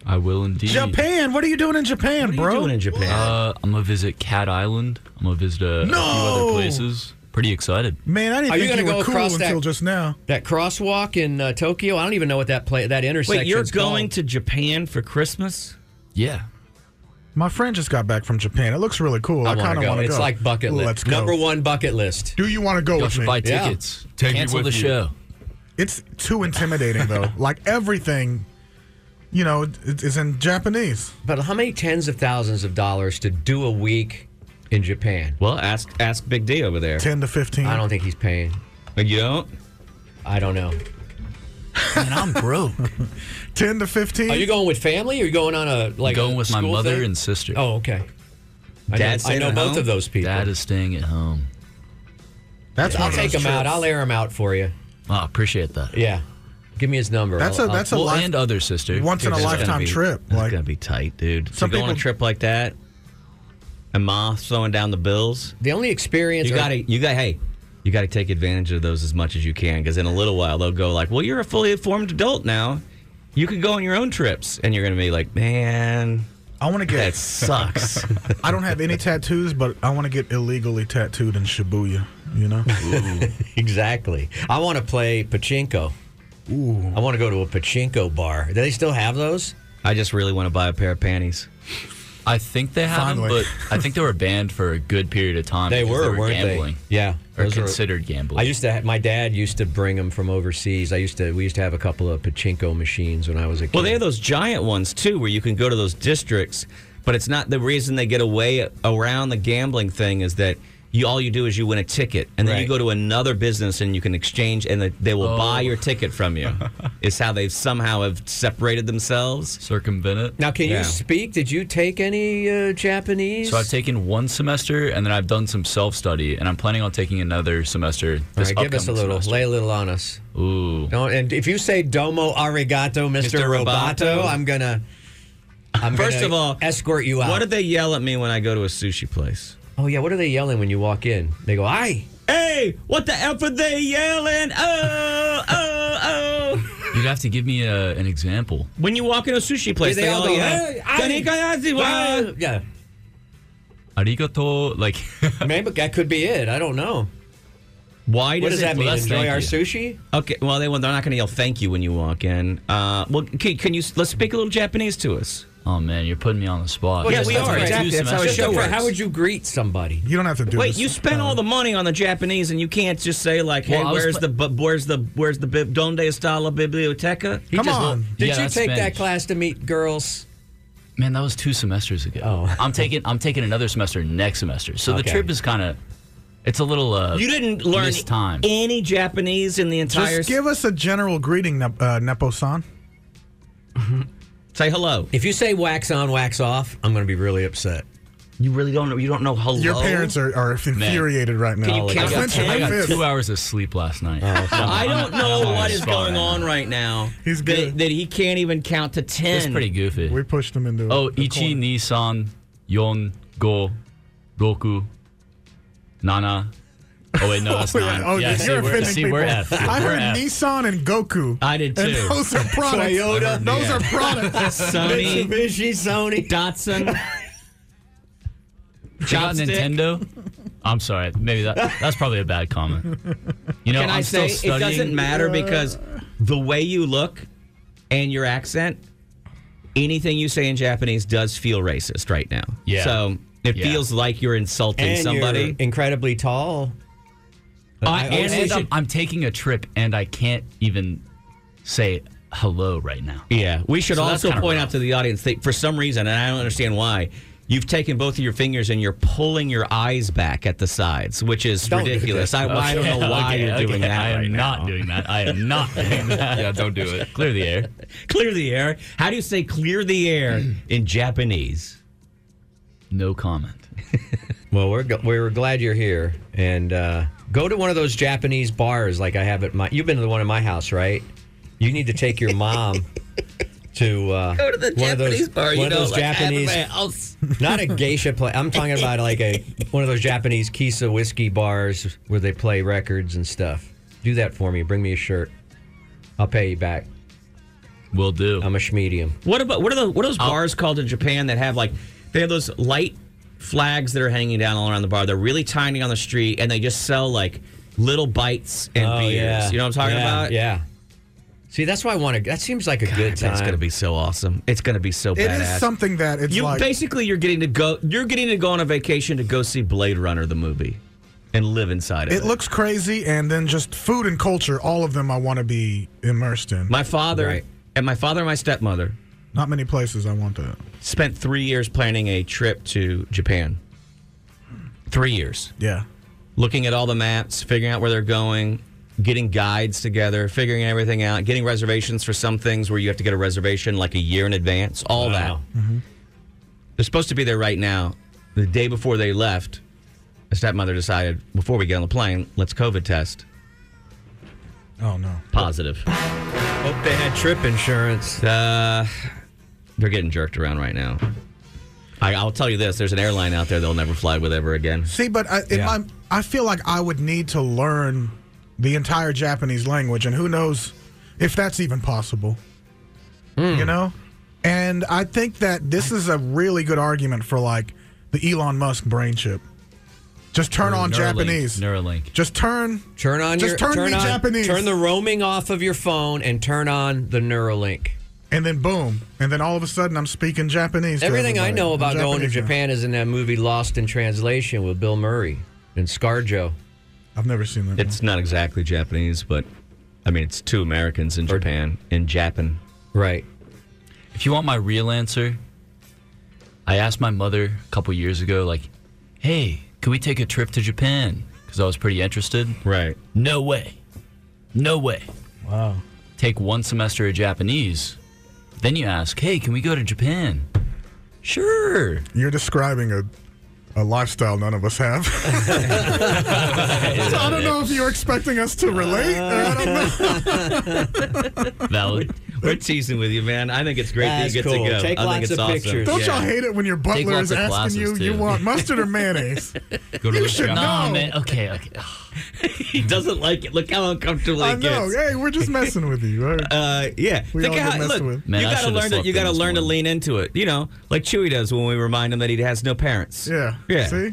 E: I will indeed.
C: Japan? What are you doing in Japan,
B: What are you
C: bro?
B: doing in Japan?
E: Uh, I'm gonna visit Cat Island. I'm gonna visit a, a few
C: No!
E: other places. Pretty excited.
C: Man, I didn't
A: Are you
C: think
A: gonna
C: you,
A: go
C: were cool
A: across
C: until
A: that-
C: just now.
A: That crosswalk in uh, Tokyo, I don't even know what that play that intersection.
B: Wait, you're going to Japan for Christmas?
E: Yeah.
C: My friend just got back from Japan. It looks really cool. I,
A: I
C: kind of want to go.
A: It's like bucket list.
C: Let's go.
A: Number one bucket list.
C: Do you want to go
E: Y'all
C: with
E: should
C: me?
E: buy
A: Yeah.
E: tickets.
D: Take me
E: Cancel
D: with
E: the
D: you.
E: show.
C: It's too intimidating though. like everything, you know, it- it's in Japanese.
A: But how many tens of thousands of dollars to do a week in Japan?
B: Well, ask ask Big D over there.
C: Ten to fifteen.
A: I don't think he's paying.
B: You don't?
A: I don't know.
E: Man, I'm broke.
C: Ten to fifteen.
A: Are you going with family? Or are you going on a like
E: Going
A: a
E: with my
A: school
E: mother
A: thing?
E: and sister.
A: Oh, okay. I know,
B: Dad's
A: I
B: staying
A: know
B: at
A: both
B: home?
A: of those people.
E: Dad is staying at home.
C: That's one
A: I'll
C: of
A: take
C: those
A: him out.
C: trips.
A: I'll air him out for you.
E: Oh, I appreciate that. Uh,
A: Yeah. Give me his number.
C: That's a
A: I'll- I'll-
C: that's a
E: well,
C: life.
E: and other sister.
C: once in a
E: Dude, that's
C: lifetime
E: gonna be-
C: trip.
B: That's
C: Like
B: gonna be tight, dude.
C: Some
B: to go on a
C: people-
B: trip like that, and ma throwing down the bills.
A: the only experience.
B: You
A: or-
B: gotta, you got, hey, you gotta take advantage of those as much as you can, because in a little while they'll go like, well, you're a fully formed adult now. You can go on your own trips, and you're gonna be like, man,
C: I want to get.
B: that sucks.
C: I don't have any tattoos, but I want to get illegally tattooed in Shibuya. You know,
A: exactly. I want to play pachinko. Ooh. I want to go to a pachinko bar. Do they still have those?
B: I just really want to buy a pair of panties.
E: I think they have them,
C: Finally.
E: but I think they were banned for a good period of time.
A: They
E: because
A: were,
E: they
A: weren't
E: gambling
A: they? Yeah.
E: Or
A: those were-
E: considered gambling.
A: I used to. Have, my dad used to bring them from overseas. I used to. We used to have a couple of pachinko machines when I was a kid.
B: Well, they have those giant ones too, where you can go to those districts. But it's not the reason they get away around the gambling thing is that you all you do is you win a ticket, and then
A: Right.
B: you go to another business and you can exchange, and they- they will buy
E: Oh.
B: your ticket from you. it's how they've somehow have separated themselves.
E: circumvent it.
A: Now, can
B: Yeah.
A: you speak? Did you take any uh, Japanese?
E: So I've taken one semester, and then I've done some self study, and I'm planning on taking another semester.
A: All
E: This
A: right, give us a
E: upcoming
A: little.
E: semester.
A: Lay a little on us.
E: Ooh.
A: No, and if you say "domo arigato, Mister
B: Mr.
A: Roboto,
B: Roboto.
A: I'm gonna. I'm
B: First
A: gonna
B: of all,
A: escort you out.
B: What do they yell at me when I go to a sushi place?
A: oh yeah, what are they yelling when you walk in? They go, "Aye."
B: Hey, what the f are they yelling? Oh, oh, oh!
E: You'd have to give me a, an example.
B: when you walk in a sushi place,
A: Yeah,
B: they, all, yell. "Konnichiwa."
A: "Aye." Yeah,
E: Arigato, like
A: maybe that could be it. I don't know.
B: Why
A: What
B: does,
A: does
B: it
A: that mean?
E: well, that's
A: Enjoy
E: thank
A: our
E: you.
A: sushi.
B: Okay, well, they, well, they're not going to yell thank you when you walk in. Uh, well, can, can you let's speak a little Japanese to us?
E: oh man, you're putting me on the spot.
A: Well,
B: yeah,
E: That's
B: we
E: been
B: are,
E: two
B: exactly. That's how it
E: semesters.
A: Just up
B: show
A: front,
B: works.
A: how would you greet somebody?
C: you don't have to do.
B: Wait,
C: this.
B: you spent all the money on the Japanese, and you can't just say like, "Hey,
E: Well, I was
B: where's
E: pla-
B: the bu- where's the where's the bib- donde está la biblioteca?"
A: He
C: Come
A: just-
C: on.
A: Did
E: Yeah,
A: you
E: that's
A: take that
E: Spanish.
A: class to meet girls?
E: Man, that was two semesters ago.
A: Oh.
E: I'm taking I'm taking another semester next semester. So
A: Okay.
E: the trip is kind of it's a little uh
B: You didn't learn
E: missed time.
B: any Japanese in the entire.
C: just give us a general greeting, Nep- uh, Nepo-san.
B: say hello.
A: If you say wax on, wax off, I'm going to be really upset.
B: You really don't know. You don't know hello.
C: Your parents are, are infuriated right now.
B: you count
C: I
B: to
C: went to
B: ten?
C: my
E: I got
C: fifth.
E: two hours of sleep last night.
A: Oh,
B: I don't know what is going on right now.
C: He's
B: that-
C: good.
B: That, he can't even count to ten.
E: It's pretty goofy.
C: We pushed him into.
E: oh,
C: the
E: ichi,
C: corner.
E: ni, san, yon, go, roku, nana. Oh wait, no, that's
C: Oh,
E: not.
C: yeah. Oh,
E: yeah,
C: you're
E: see, we're,
C: offending
E: see,
C: people.
E: we're F.
C: I
E: we're
C: heard
E: F.
C: Nissan and Goku.
E: I did
C: and
E: too.
C: those are products.
A: Toyota.
C: Those are products.
B: Sony.
A: Mitsubishi, Sony.
B: Dotson.
E: They got
B: Chopstick.
E: Nintendo. I'm sorry. Maybe that that's probably a bad comment. You know,
B: Can
E: I'm
B: i say
E: still studying.
B: it doesn't matter because the way you look and your accent, anything you say in Japanese does feel racist right now.
E: Yeah.
B: So it
E: Yeah.
B: feels like you're insulting
A: And
B: somebody.
A: you're incredibly tall.
E: I,
A: I always
E: and
A: say-
E: I'm, I'm taking a trip and I can't even say hello right now.
B: Yeah, we should
E: So that's
B: also
E: kinda
B: point
E: rough.
B: out to the audience that for some reason, and I don't understand why, you've taken both of your fingers and you're pulling your eyes back at the sides, which is
A: Don't do
B: ridiculous. I, I don't know why
E: Okay,
B: you're
E: okay,
B: doing that.
E: I am
B: right
E: not
B: now.
E: doing that. I am not doing that.
D: Yeah, don't do it.
E: Clear the air.
B: Clear the air. How do you say clear the air in Japanese?
E: No comment.
A: Well, we're go- we were glad you're here, and uh, go to one of those Japanese bars like I have at my. You've been to the one at my house, right? You need to take your mom to uh,
B: Go to the
A: one of
B: Japanese
A: those,
B: bar.
A: One
B: you
A: of
B: know,
A: those
B: like
A: Japanese,
B: everywhere else.
A: not a geisha play. I'm talking about like a one of those Japanese kisa whiskey bars where they play records and stuff. Do that for me. Bring me a shirt. I'll pay you back.
E: Will do.
A: I'm a schmedium.
B: What about what are the what are those bars called in Japan that have like they have those light flags that are hanging down all around the bar. They're really tiny on the street, and they just sell like little bites and beers. You know what I'm talking
A: Yeah,
B: about?
A: Yeah. See, that's why I want to. That seems like a good time.
B: It's gonna be so awesome. It's gonna be so
C: It
B: badass.
C: is something that it's
B: you
C: like
B: basically you're getting to go. You're getting to go on a vacation to go see Blade Runner the movie, and live inside of it.
C: it looks crazy, and then just food and culture. All of them I want to be immersed in.
B: my father
A: Right.
B: and my father and my stepmother
C: Not many places I want that.
B: spent three years planning a trip to Japan. Three years.
C: Yeah.
B: looking at all the maps, figuring out where they're going, getting guides together, figuring everything out, getting reservations for some things where you have to get a reservation like a year in advance, all
A: Wow.
B: that. They're supposed to be there right now. The day before they left, a stepmother decided, before we get on the plane, let's COVID test
C: Oh no.
B: positive.
A: Hope they had trip insurance.
B: Uh, they're getting jerked around right now. I, I'll tell you this: there's an airline out there they'll never fly with ever again.
C: See, but I, in
A: Yeah.
C: my, I feel like I would need to learn the entire Japanese language, and who knows if that's even possible. You know, and I think that this is a really good argument for like the Elon Musk brain chip. Just turn on
E: Neuralink,
C: Japanese.
E: Neuralink.
C: Just turn.
A: Turn on
C: Just
A: your
C: turn me
A: on,
C: Japanese.
A: Turn the roaming off of your phone and turn on the Neuralink.
C: And then boom, and then all of a sudden I'm speaking Japanese. to
A: Everything I
C: everybody.
A: know
C: I'm
A: about going to
C: Japanese now.
A: Japan is in that movie Lost in Translation with Bill Murray and ScarJo.
C: I've never seen that.
B: It's not exactly Japanese, but I mean, it's two Americans in Japan in Japan.
A: Right.
E: If you want my real answer, I asked my mother a couple years ago, like, hey, can we take a trip to Japan? Because I was pretty interested.
B: Right.
E: No way. No way. Wow. Take one semester of Japanese. Then you ask, hey, can we go to Japan? Sure.
C: You're describing a a lifestyle none of us have. so I don't know if you're expecting us to relate. or I don't know.
B: Valid. We're teasing with you, man. I think it's great that
A: That's
B: you get
A: cool.
B: to go.
A: Take
B: I think
A: lots
B: it's
A: of
B: awesome.
A: pictures.
C: Don't
A: Yeah.
C: y'all hate it when your butler
E: lots
C: is
E: of
C: asking
E: classes,
C: you you
E: too.
C: want mustard or mayonnaise?
D: Go to
C: you
D: the-
C: should
E: Nah,
C: know.
E: man. Okay, okay.
B: He doesn't like it. Look how uncomfortable
C: I
B: he gets.
C: know. Hey, we're just messing with you. all right?
B: Uh, yeah.
C: We
B: Think
C: all
B: of
C: get
B: how,
C: messed
B: look,
C: with.
E: Man,
B: you
E: I
B: got to
E: should've
B: lean that.
E: slept
B: You
E: in
B: got to
E: this
B: learn to
E: morning.
B: lean into it. You know, like Chewy does when we remind him that he has no parents.
C: yeah.
B: Yeah.
C: See,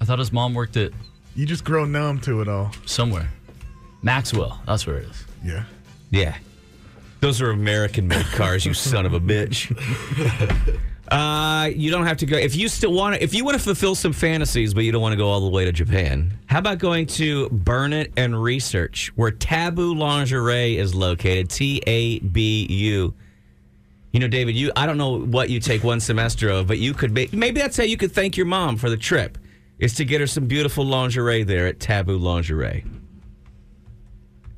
E: I thought his mom worked at
C: you just grow numb to it all.
E: somewhere. Maxwell. That's where it is.
C: Yeah.
B: Yeah. Those are American made cars, you son of a bitch. Uh, you don't have to go if you still want to if you want to fulfill some fantasies but you don't want to go all the way to Japan. How about going to Burn It and Research where Taboo Lingerie is located, T A B U. You know, David, you I don't know what you take one semester of, but you could be, maybe that's how you could thank your mom for the trip is to get her some beautiful lingerie there at Taboo Lingerie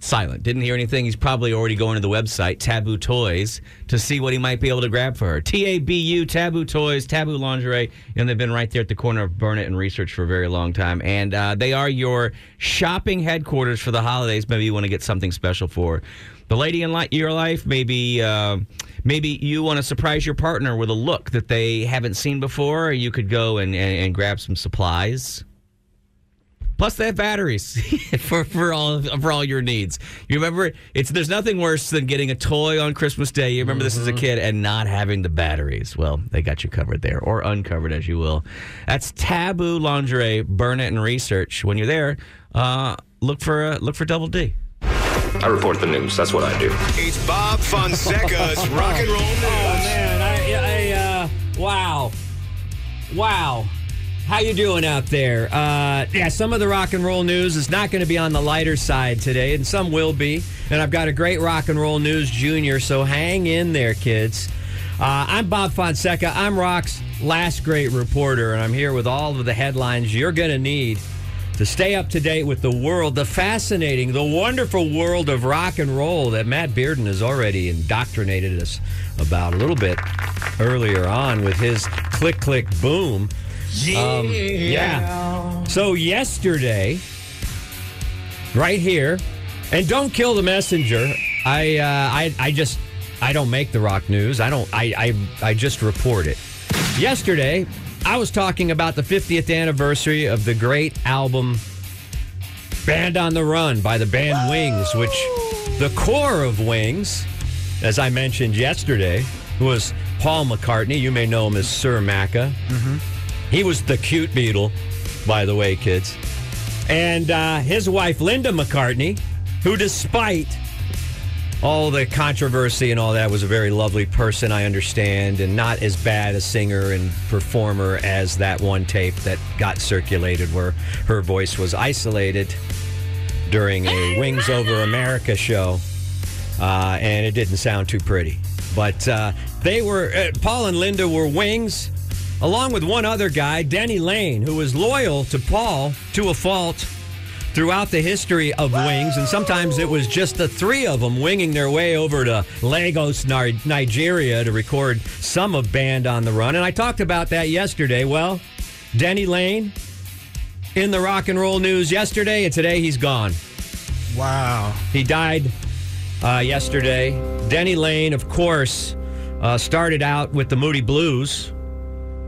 B: silent. Didn't hear anything. He's probably already going to the website, Taboo Toys, to see what he might be able to grab for her. T A B U, Taboo Toys, Taboo Lingerie. And they've been right there at the corner of Burn It and Research for a very long time. And uh, they are your shopping headquarters for the holidays. Maybe you want to get something special for the lady in li- your life. Maybe, uh, maybe you want to surprise your partner with a look that they haven't seen before. Or you could go and, and, and grab some supplies. Plus, they have batteries for, for all for all your needs. You remember, it's there's nothing worse than getting a toy on Christmas Day. You remember this as a
C: Mm-hmm.
B: kid and not having the batteries. Well, they got you covered there, or uncovered as you will. That's Taboo Lingerie. Burn it and research. When you're there, uh, look for uh, look for Double D.
F: I report the news. That's what I do.
G: It's Bob Fonseca's Rock and Roll News.
A: Man, I, I uh, wow, wow. How you doing out there? Uh, yeah, some of the rock and roll news is not going to be on the lighter side today, and some will be. And I've got a great rock and roll news junior, so hang in there, kids. Uh, I'm Bob Fonseca. I'm Rock's last great reporter, and I'm here with all of the headlines you're going to need to stay up to date with the world, the fascinating, the wonderful world of rock and roll that Matt Bearden has already indoctrinated us about a little bit earlier on with his click click boom. Um, yeah. So yesterday, right here, and don't kill the messenger. I uh, I I just I don't make the rock news. I don't. I I, I just report it. Yesterday, I was talking about the 50th anniversary of the great album Band on the Run by the band Wings, which the core of Wings, as I mentioned yesterday, was Paul McCartney. You may know him as Sir Macca. He was the cute beetle, by the way, kids. And uh, his wife, Linda McCartney, who, despite all the controversy and all that, was a very lovely person, I understand, and not as bad a singer and performer as that one tape that got circulated where her voice was isolated during a Wings Over America show, uh, and it didn't sound too pretty. But uh, they were, uh, Paul and Linda were Wings, along with one other guy, Denny Lane, who was loyal to Paul to a fault throughout the history of Wings. And sometimes it was just the three of them winging their way over to Lagos, Ni- Nigeria to record some of Band on the Run. And I talked about that yesterday. Well, Denny Lane in the rock and roll news yesterday, and today he's gone.
C: Wow.
A: He died uh, yesterday. Denny Lane, of course, uh, started out with the Moody Blues,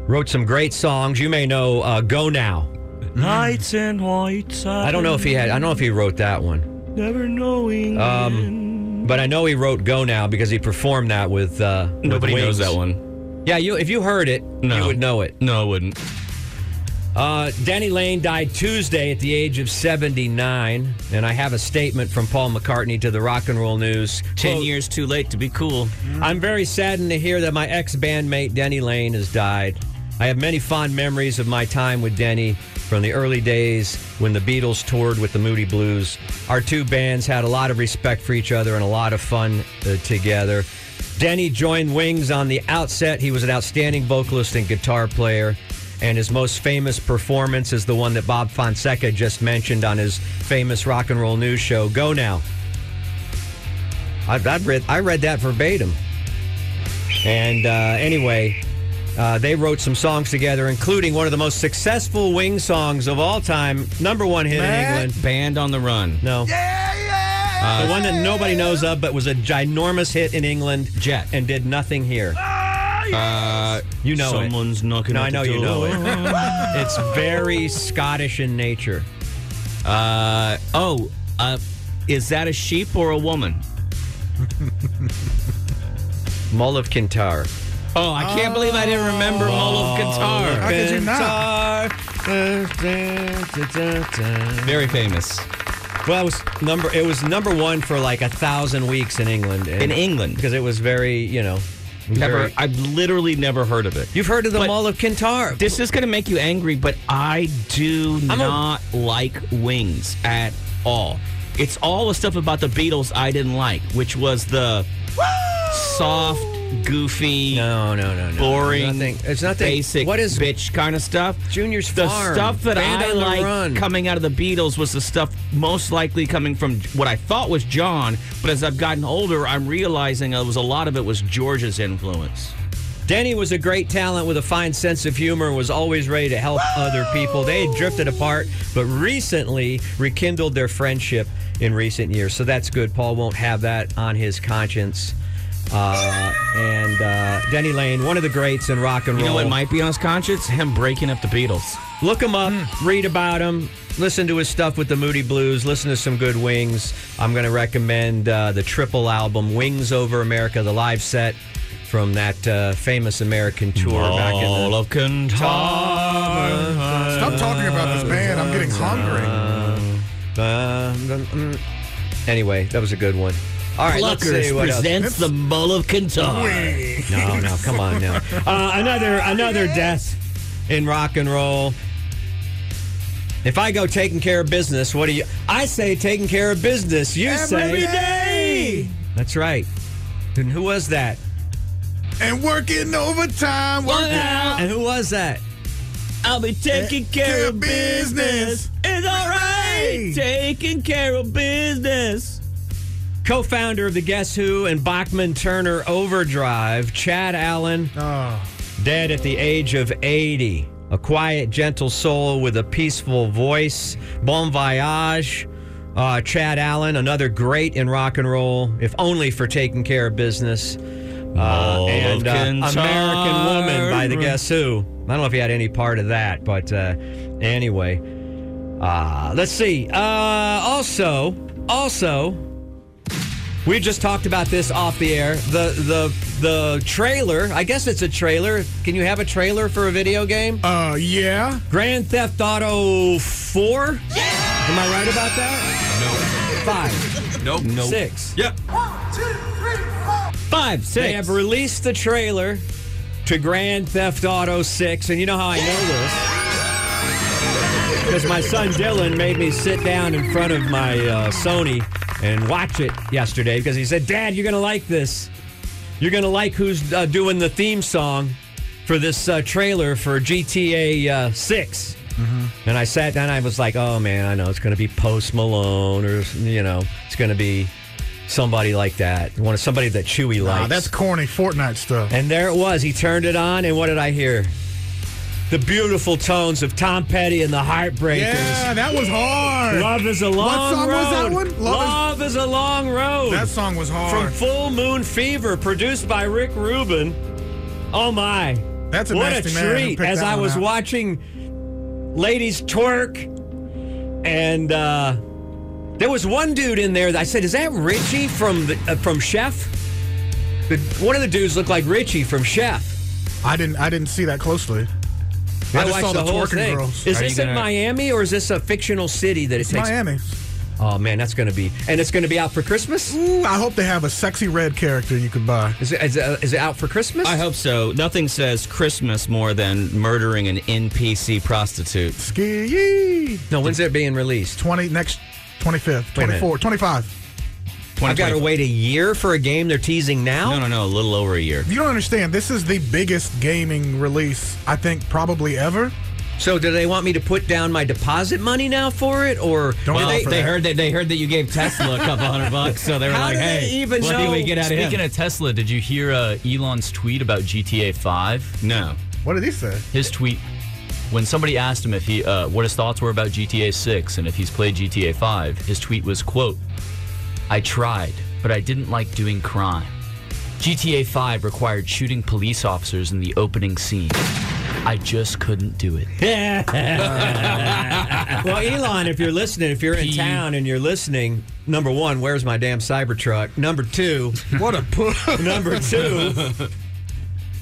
A: wrote some great songs. You may know uh, "Go Now."
B: Nights and whites.
A: I don't know if he had. I don't know if he wrote that one, Um,
B: Never knowing.
A: but I know he wrote "Go Now" because he performed that with. Uh, with
E: Nobody
A: Wings.
E: knows that one.
A: Yeah, you. If you heard it,
E: No.
A: you would know it.
E: No, I wouldn't.
A: Uh, Danny Lane died Tuesday at the age of 79, and I have a statement from Paul McCartney to the Rock and Roll News.
B: Ten
A: Quote,
B: years too late to be cool.
A: I'm very saddened to hear that my ex bandmate Denny Lane has died. I have many fond memories of my time with Denny from the early days when the Beatles toured with the Moody Blues. Our two bands had a lot of respect for each other and a lot of fun uh, together. Denny joined Wings on the outset. He was an outstanding vocalist and guitar player. And his most famous performance is the one that Bob Fonseca just mentioned on his famous rock and roll news show, Go Now. I, I read I read that verbatim. And uh, anyway, uh, they wrote some songs together, including one of the most successful Wing songs of all time, number one hit in England.
B: Band on the run.
A: No, the one that nobody knows of, but was a ginormous hit in England.
B: Jet. Uh,
A: and did nothing here. you know it.
B: Someone's knocking.
A: No,
B: at
A: I know
B: the
A: you know
B: door.
A: it. it's very Scottish in nature.
B: Uh, oh, uh, is that a sheep or a woman?
A: Mull of Kintar.
B: Oh, I can't believe I didn't remember oh, of
C: How
B: Qatar.
C: could you not?
B: Very famous
A: Well, it was number. It was number one for like a thousand weeks in England. and-
B: in England.
A: because it was very, you know,
B: Never,
A: very-
B: I've literally never heard of it.
A: You've heard of the
B: But-
A: Mall of Kintar.
B: This is going to make you angry, but I do
A: I'm a-
B: not like wings at all. It's all the stuff about the Beatles I didn't like, which was the soft, goofy,
A: no, no, no, no.
B: boring,
A: Nothing. It's nothing.
B: basic,
A: What is
B: bitch kind of stuff.
A: Junior's
B: the
A: Farm,
B: stuff that
A: Band
B: I
A: on the
B: like
A: Run.
B: coming out of the Beatles was the stuff most likely coming from what I thought was John, but as I've gotten older, I'm realizing it was a lot of it was George's influence.
A: Denny was a great talent with a fine sense of humor and was always ready to help other people. They had drifted apart, but recently rekindled their friendship in recent years. So that's good. Paul won't have that on his conscience. Uh, and uh, Denny Lane, one of the greats in rock and
B: You know
A: roll.
B: what might be on his conscience? Him breaking up the Beatles.
A: Look him up, read about him, listen to his stuff with the Moody Blues, listen to some good Wings. I'm going to recommend uh, the triple album, Wings Over America, the live set from that uh, famous American tour back in the.
B: of Kintyre.
C: Stop talking about this band. I'm getting hungry.
A: Um, Anyway, that was a good one. All right, let's see what else.
B: presents the Mull of Kintyre.
A: No, no, come on now. Uh, another another death in rock and roll. If I go taking care of business, what do you? I say taking care of business. You say
C: Every day.
A: That's right. And who was that?
C: And working overtime. Working
A: And who was that?
B: I'll be taking care of business. It's all right. Taking care of business.
A: Co-founder of the Guess Who and Bachman Turner Overdrive, Chad Allen,
C: Oh.
A: dead at the age of 80. A quiet, gentle soul with a peaceful voice. Bon voyage. Uh, Chad Allen, another great in rock and roll, if only for taking care of business. Uh, and uh, American Woman by the Guess Who. I don't know if he had any part of that, but uh, anyway. Uh, let's see. Uh, also, also, We just talked about this off the air. The the the trailer. I guess it's a trailer. Can you have a trailer for a video game?
C: Uh, yeah.
A: Grand Theft Auto Four. Am I right about that?
D: No.
A: Five,
D: Nope. Nope.
A: six,
D: Yep.
A: five, six. They have released the trailer to Grand Theft Auto Six, and you know how I know this. Because my son Dylan made me sit down in front of my uh, Sony and watch it yesterday because he said, Dad, you're going to like this. You're going to like who's uh, doing the theme song for this uh, trailer for GTA uh, 6.
C: Mm-hmm.
A: And I sat down. I was like, "Oh man, I know it's going to be Post Malone, or you know, it's going to be somebody like that. One of somebody that Chewy likes."
C: Nah, that's corny Fortnite stuff.
A: and there it was. He turned it on, and what did I hear? The beautiful tones of Tom Petty and the Heartbreakers.
C: Yeah, that was hard.
A: Love is a long
C: song
A: road.
C: was that one? Love
A: Love
C: is-
A: is a long road.
C: That song was
A: from
C: hard.
A: Full Moon Fever, produced by Rick Rubin. Oh my!
C: That's a
A: what
C: nasty
A: a
C: man who
A: treat!
C: picked
A: As
C: that
A: I
C: one
A: was
C: out.
A: watching ladies twerk, and uh, there was one dude in there. That I said, "Is that Richie from the, uh, from Chef?" The, one of the dudes looked like Richie from Chef.
C: I didn't. I didn't see that closely. I, just
A: watched
C: saw the,
A: whole
C: twerking
A: thing.
C: girls.
A: Is
E: Are
A: this
E: you
A: in
E: gonna-
A: Miami or is this a fictional city that it takes?
C: Miami.
A: Oh man, that's going to be and it's going to be out for Christmas.
C: Ooh, I hope they have a sexy red character you could buy.
A: Is it, is it, is it out for Christmas?
B: I hope so. Nothing says Christmas more than murdering an NPC prostitute.
C: Ski
A: No, when's it being released?
C: twenty next twenty fifth,
A: Wait a
C: twenty
A: minute.
C: four, twenty five.
A: I've got to wait a year for a game they're teasing now.
B: No, no, no. A little over a year.
C: You don't understand. This is the biggest gaming release I think probably ever.
A: So do they want me to put down my deposit money now for it, or
C: Don't
A: Did
C: offer
A: they,
B: They
C: that.
B: heard that they heard that you gave Tesla a couple hundred bucks, so they were
A: How
B: like,
A: do they
B: "Hey,
A: even
B: what
A: know-
B: do we get out of him?"
E: Speaking of Tesla, did you hear uh, Elon's tweet about GTA 5?
B: no,
C: What did he say?
E: His tweet when somebody asked him if he uh, what his thoughts were about GTA 6 and if he's played GTA 5, his tweet was quote, "I tried, but I didn't like doing crime. GTA 5 required shooting police officers in the opening scene. I just couldn't do it."
A: well, Elon, if you're listening, if you're in
E: P-
A: town and you're listening, number one, where's my damn Cybertruck? Number two,
C: What a put.
A: number two,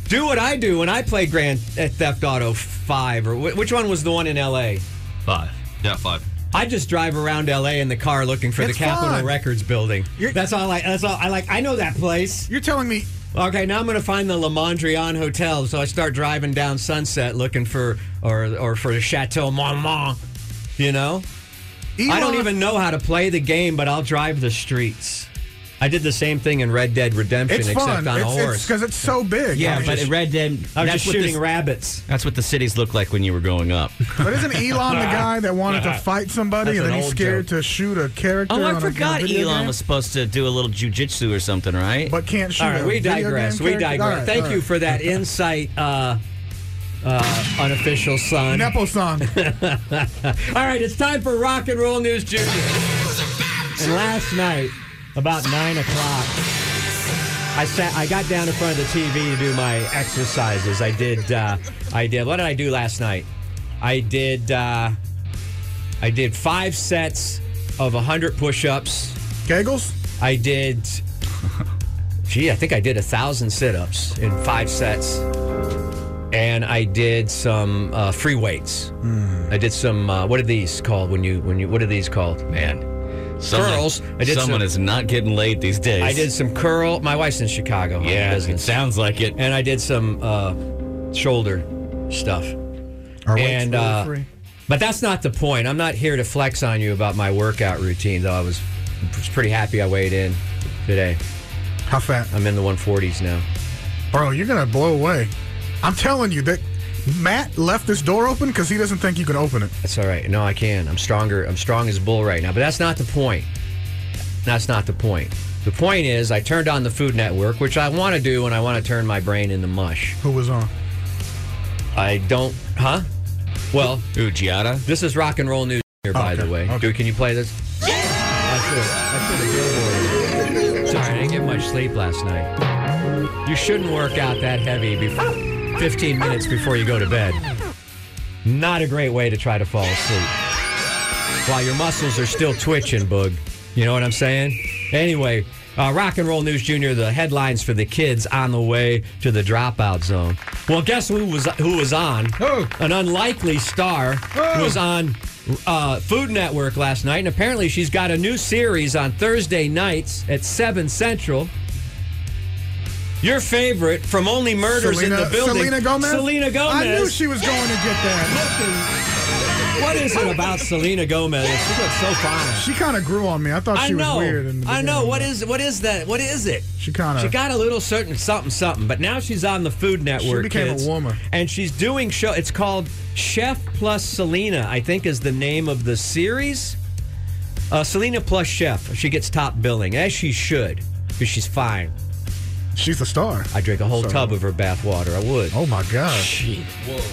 A: do what I do when I play Grand Theft Auto Five, or wh- which one was the one in L.A.
E: 5.
D: Yeah, five.
A: I just drive around L.A. in the car looking for
C: It's
A: the Capitol
C: fun.
A: Records building.
C: You're-
A: that's all I. That's all I like. I know that place.
C: You're telling me
A: Okay, now I'm going to find the Le Mondrian Hotel. So I start driving down Sunset looking for or or for the Chateau Marmont. You know,
C: Elon,
A: I don't even know how to play the game, but I'll drive the streets. I did the same thing in Red Dead Redemption,
C: It's
A: except
C: fun.
A: on a
C: It's
A: horse.
C: because it's, so big. I
B: yeah,
C: mean,
B: but
C: just-
B: Red Dead.
A: I was
B: that's
A: just
B: what
A: shooting
B: this-
A: rabbits.
B: That's what the cities looked like when you were growing up.
C: but isn't Elon the guy that wanted to fight somebody
A: That's
C: and
A: an
C: then he's
A: old
C: scared to shoot a character?
B: oh,
C: on a-
B: I
C: on a
B: forgot
C: video
B: Elon
C: game?
B: was supposed to do a little jujitsu or something, right?
C: But can't shoot.
A: All right,
C: a
A: we
C: video game
A: digress. We
C: character?
A: digress.
C: All right,
A: Thank
C: all
A: you
C: right.
A: for that insight, uh, uh, unofficial son.
C: Nepo song.
A: All right, it's time for rock and roll news, Junior. And last night, about nine o'clock, I sat. I got down in front of the TV to do my exercises. I did. Uh, I did. What did I do last night? I did. Uh, I did five sets of hundred push-ups.
C: Kegels?
A: I did. Gee, I think I did a thousand sit-ups in five sets, and I did some uh, free weights.
B: Hmm.
A: I did some. Uh, what are these called? When you when you what are these called?
B: Man, someone,
A: Girls, I did
B: someone
A: some-
B: is not getting laid these days.
A: I did some curl. My wife's in Chicago. on
B: Yeah, it
A: business.
B: sounds like it.
A: And I did some uh, shoulder stuff.
C: Or wait,
A: and
C: it's really
A: uh,
C: free.
A: but that's not the point. I'm not here to flex on you about my workout routine, though. I was, was pretty happy I weighed in today.
C: How fat?
A: I'm in the 140s now.
C: Bro, you're gonna blow away. I'm telling you that Matt left this door open because he doesn't think you can open it.
A: That's all right. No, I can. I'm stronger. I'm strong as a bull right now. But that's not the point. That's not the point. The point is, I turned on the Food Network, which I want to do when I want to turn my brain into mush.
C: Who was on?
A: I don't, huh? Well,
B: Ooh, Giada.
A: This is rock and roll news here, by
C: Okay,
A: the way.
C: okay.
A: Dude, can you play this? I should have. I should have billboarded it. Sorry, I didn't get much sleep last night. You shouldn't work out that heavy before 15 minutes before you go to bed. Not a great way to try to fall asleep. While your muscles are still twitching, Boog. You know what I'm saying? Anyway, Uh, Rock and Roll News Junior, the headlines for the kids on the way to the dropout zone. Well, guess who was who was on?
H: Who?
A: An unlikely star
H: Who?
A: was on uh, Food Network last night, and apparently she's got a new series on Thursday nights at seven central. Your favorite from Only Murders in the Building,
C: Selena Gomez?
A: Selena Gomez.
C: I knew she was going to get that.
A: What is it about Selena Gomez? She looks so fine.
C: She kind of grew on me. I thought
A: I
C: she
A: know.
C: was weird. In the
A: I know.
C: beginning.
A: What is what is that? What is it?
C: She kinda-
A: she got a little certain something something, but now she's on the Food Network.
C: became a
A: kids,
C: woman.
A: and she's doing show. It's called Chef Plus Selena. I think is the name of the series. Uh, Selena plus Chef. She gets top billing as she should because she's fine.
C: She's a star.
A: I drink a whole
C: So-
A: tub of her bath water. I would.
C: Oh my gosh,
A: Jeez.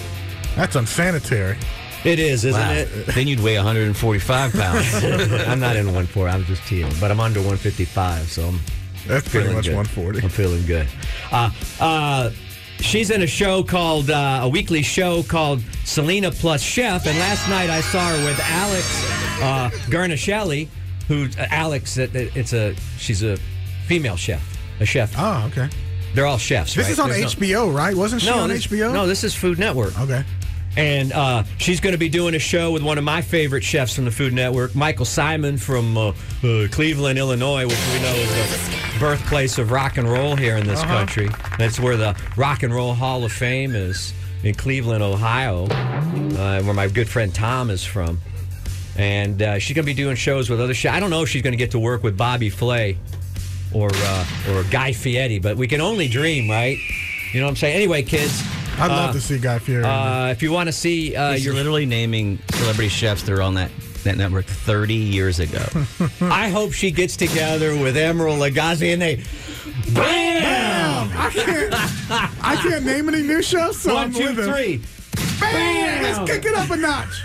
C: that's unsanitary.
A: It is, isn't
B: Wow.
A: it?
B: Then you'd weigh 145 pounds.
A: I'm not in 140. I'm just teasing, but I'm under 155, so I'm
C: That's pretty
A: feeling
C: much
A: good.
C: 140.
A: I'm feeling good. Uh, uh, she's in a show called uh, a weekly show called Selena Plus Chef, and last night I saw her with Alex uh, Garnishelli, who uh, Alex it- it- it's a she's a female chef, a chef.
C: Oh, okay.
A: They're all chefs.
C: This
A: right?
C: is on
A: There's no-
C: HBO, right? Wasn't she
A: No,
C: on
A: this-
C: HBO?
A: No, this is Food Network.
C: Okay.
A: And uh, she's going to be doing a show with one of my favorite chefs from the Food Network, Michael Simon from uh, uh, Cleveland, Illinois, which we know is the birthplace of rock and roll here in this country. That's where the Rock and Roll Hall of Fame is in Cleveland, Ohio, uh, where my good friend Tom is from. And uh, she's going to be doing shows with other chefs. I don't know if she's going to get to work with Bobby Flay or uh, or Guy Fieri, but we can only dream, right? You know what I'm saying? Anyway, kids.
C: I'd
A: uh,
C: love to see Guy Fieri.
A: uh, if you want to see uh,
B: You're
A: your,
B: literally naming celebrity chefs that are on that, that network 30 years ago.
A: I hope she gets together with Emeril Lagasse and they, bam,
C: I can't. I can't name any new shows, so
A: one,
C: I'm
A: two,
C: with him.
A: three.
C: Bam! Let's kick it up a notch.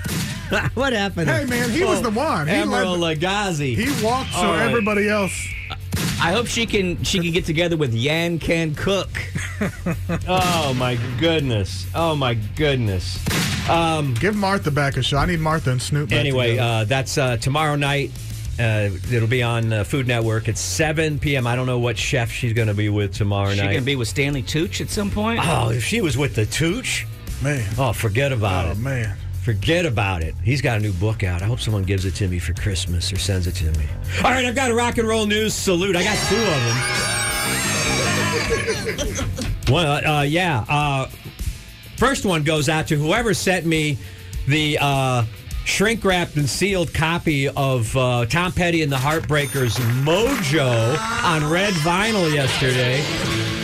A: what happened?
C: Hey, man, he was the one. He
A: Emeril Lagasse.
C: He walked so
A: All right.
C: everybody else.
B: I hope she can she can get together with Yan Can Cook.
A: oh my goodness. Oh my goodness.
C: Give Martha back a shot. I need Martha and Snoop. Back
A: Anyway,
C: together.
A: uh, that's uh, tomorrow night. Uh, it'll be on uh, Food Network at 7 p.m. I don't know what chef she's going to be with tomorrow
B: She
A: night.
B: gonna be with Stanley Tooch at some point.
A: oh, if she was with the Tooch,
C: man.
A: oh, forget about
C: Oh
A: it.
C: man.
A: Forget about it. He's got a new book out. I hope someone gives it to me for Christmas or sends it to me. All right, I've got a rock and roll news salute. I got two of them. well, uh, yeah. Uh, first one goes out to whoever sent me the uh, shrink wrapped and sealed copy of uh, Tom Petty and the Heartbreakers Mojo on red vinyl yesterday.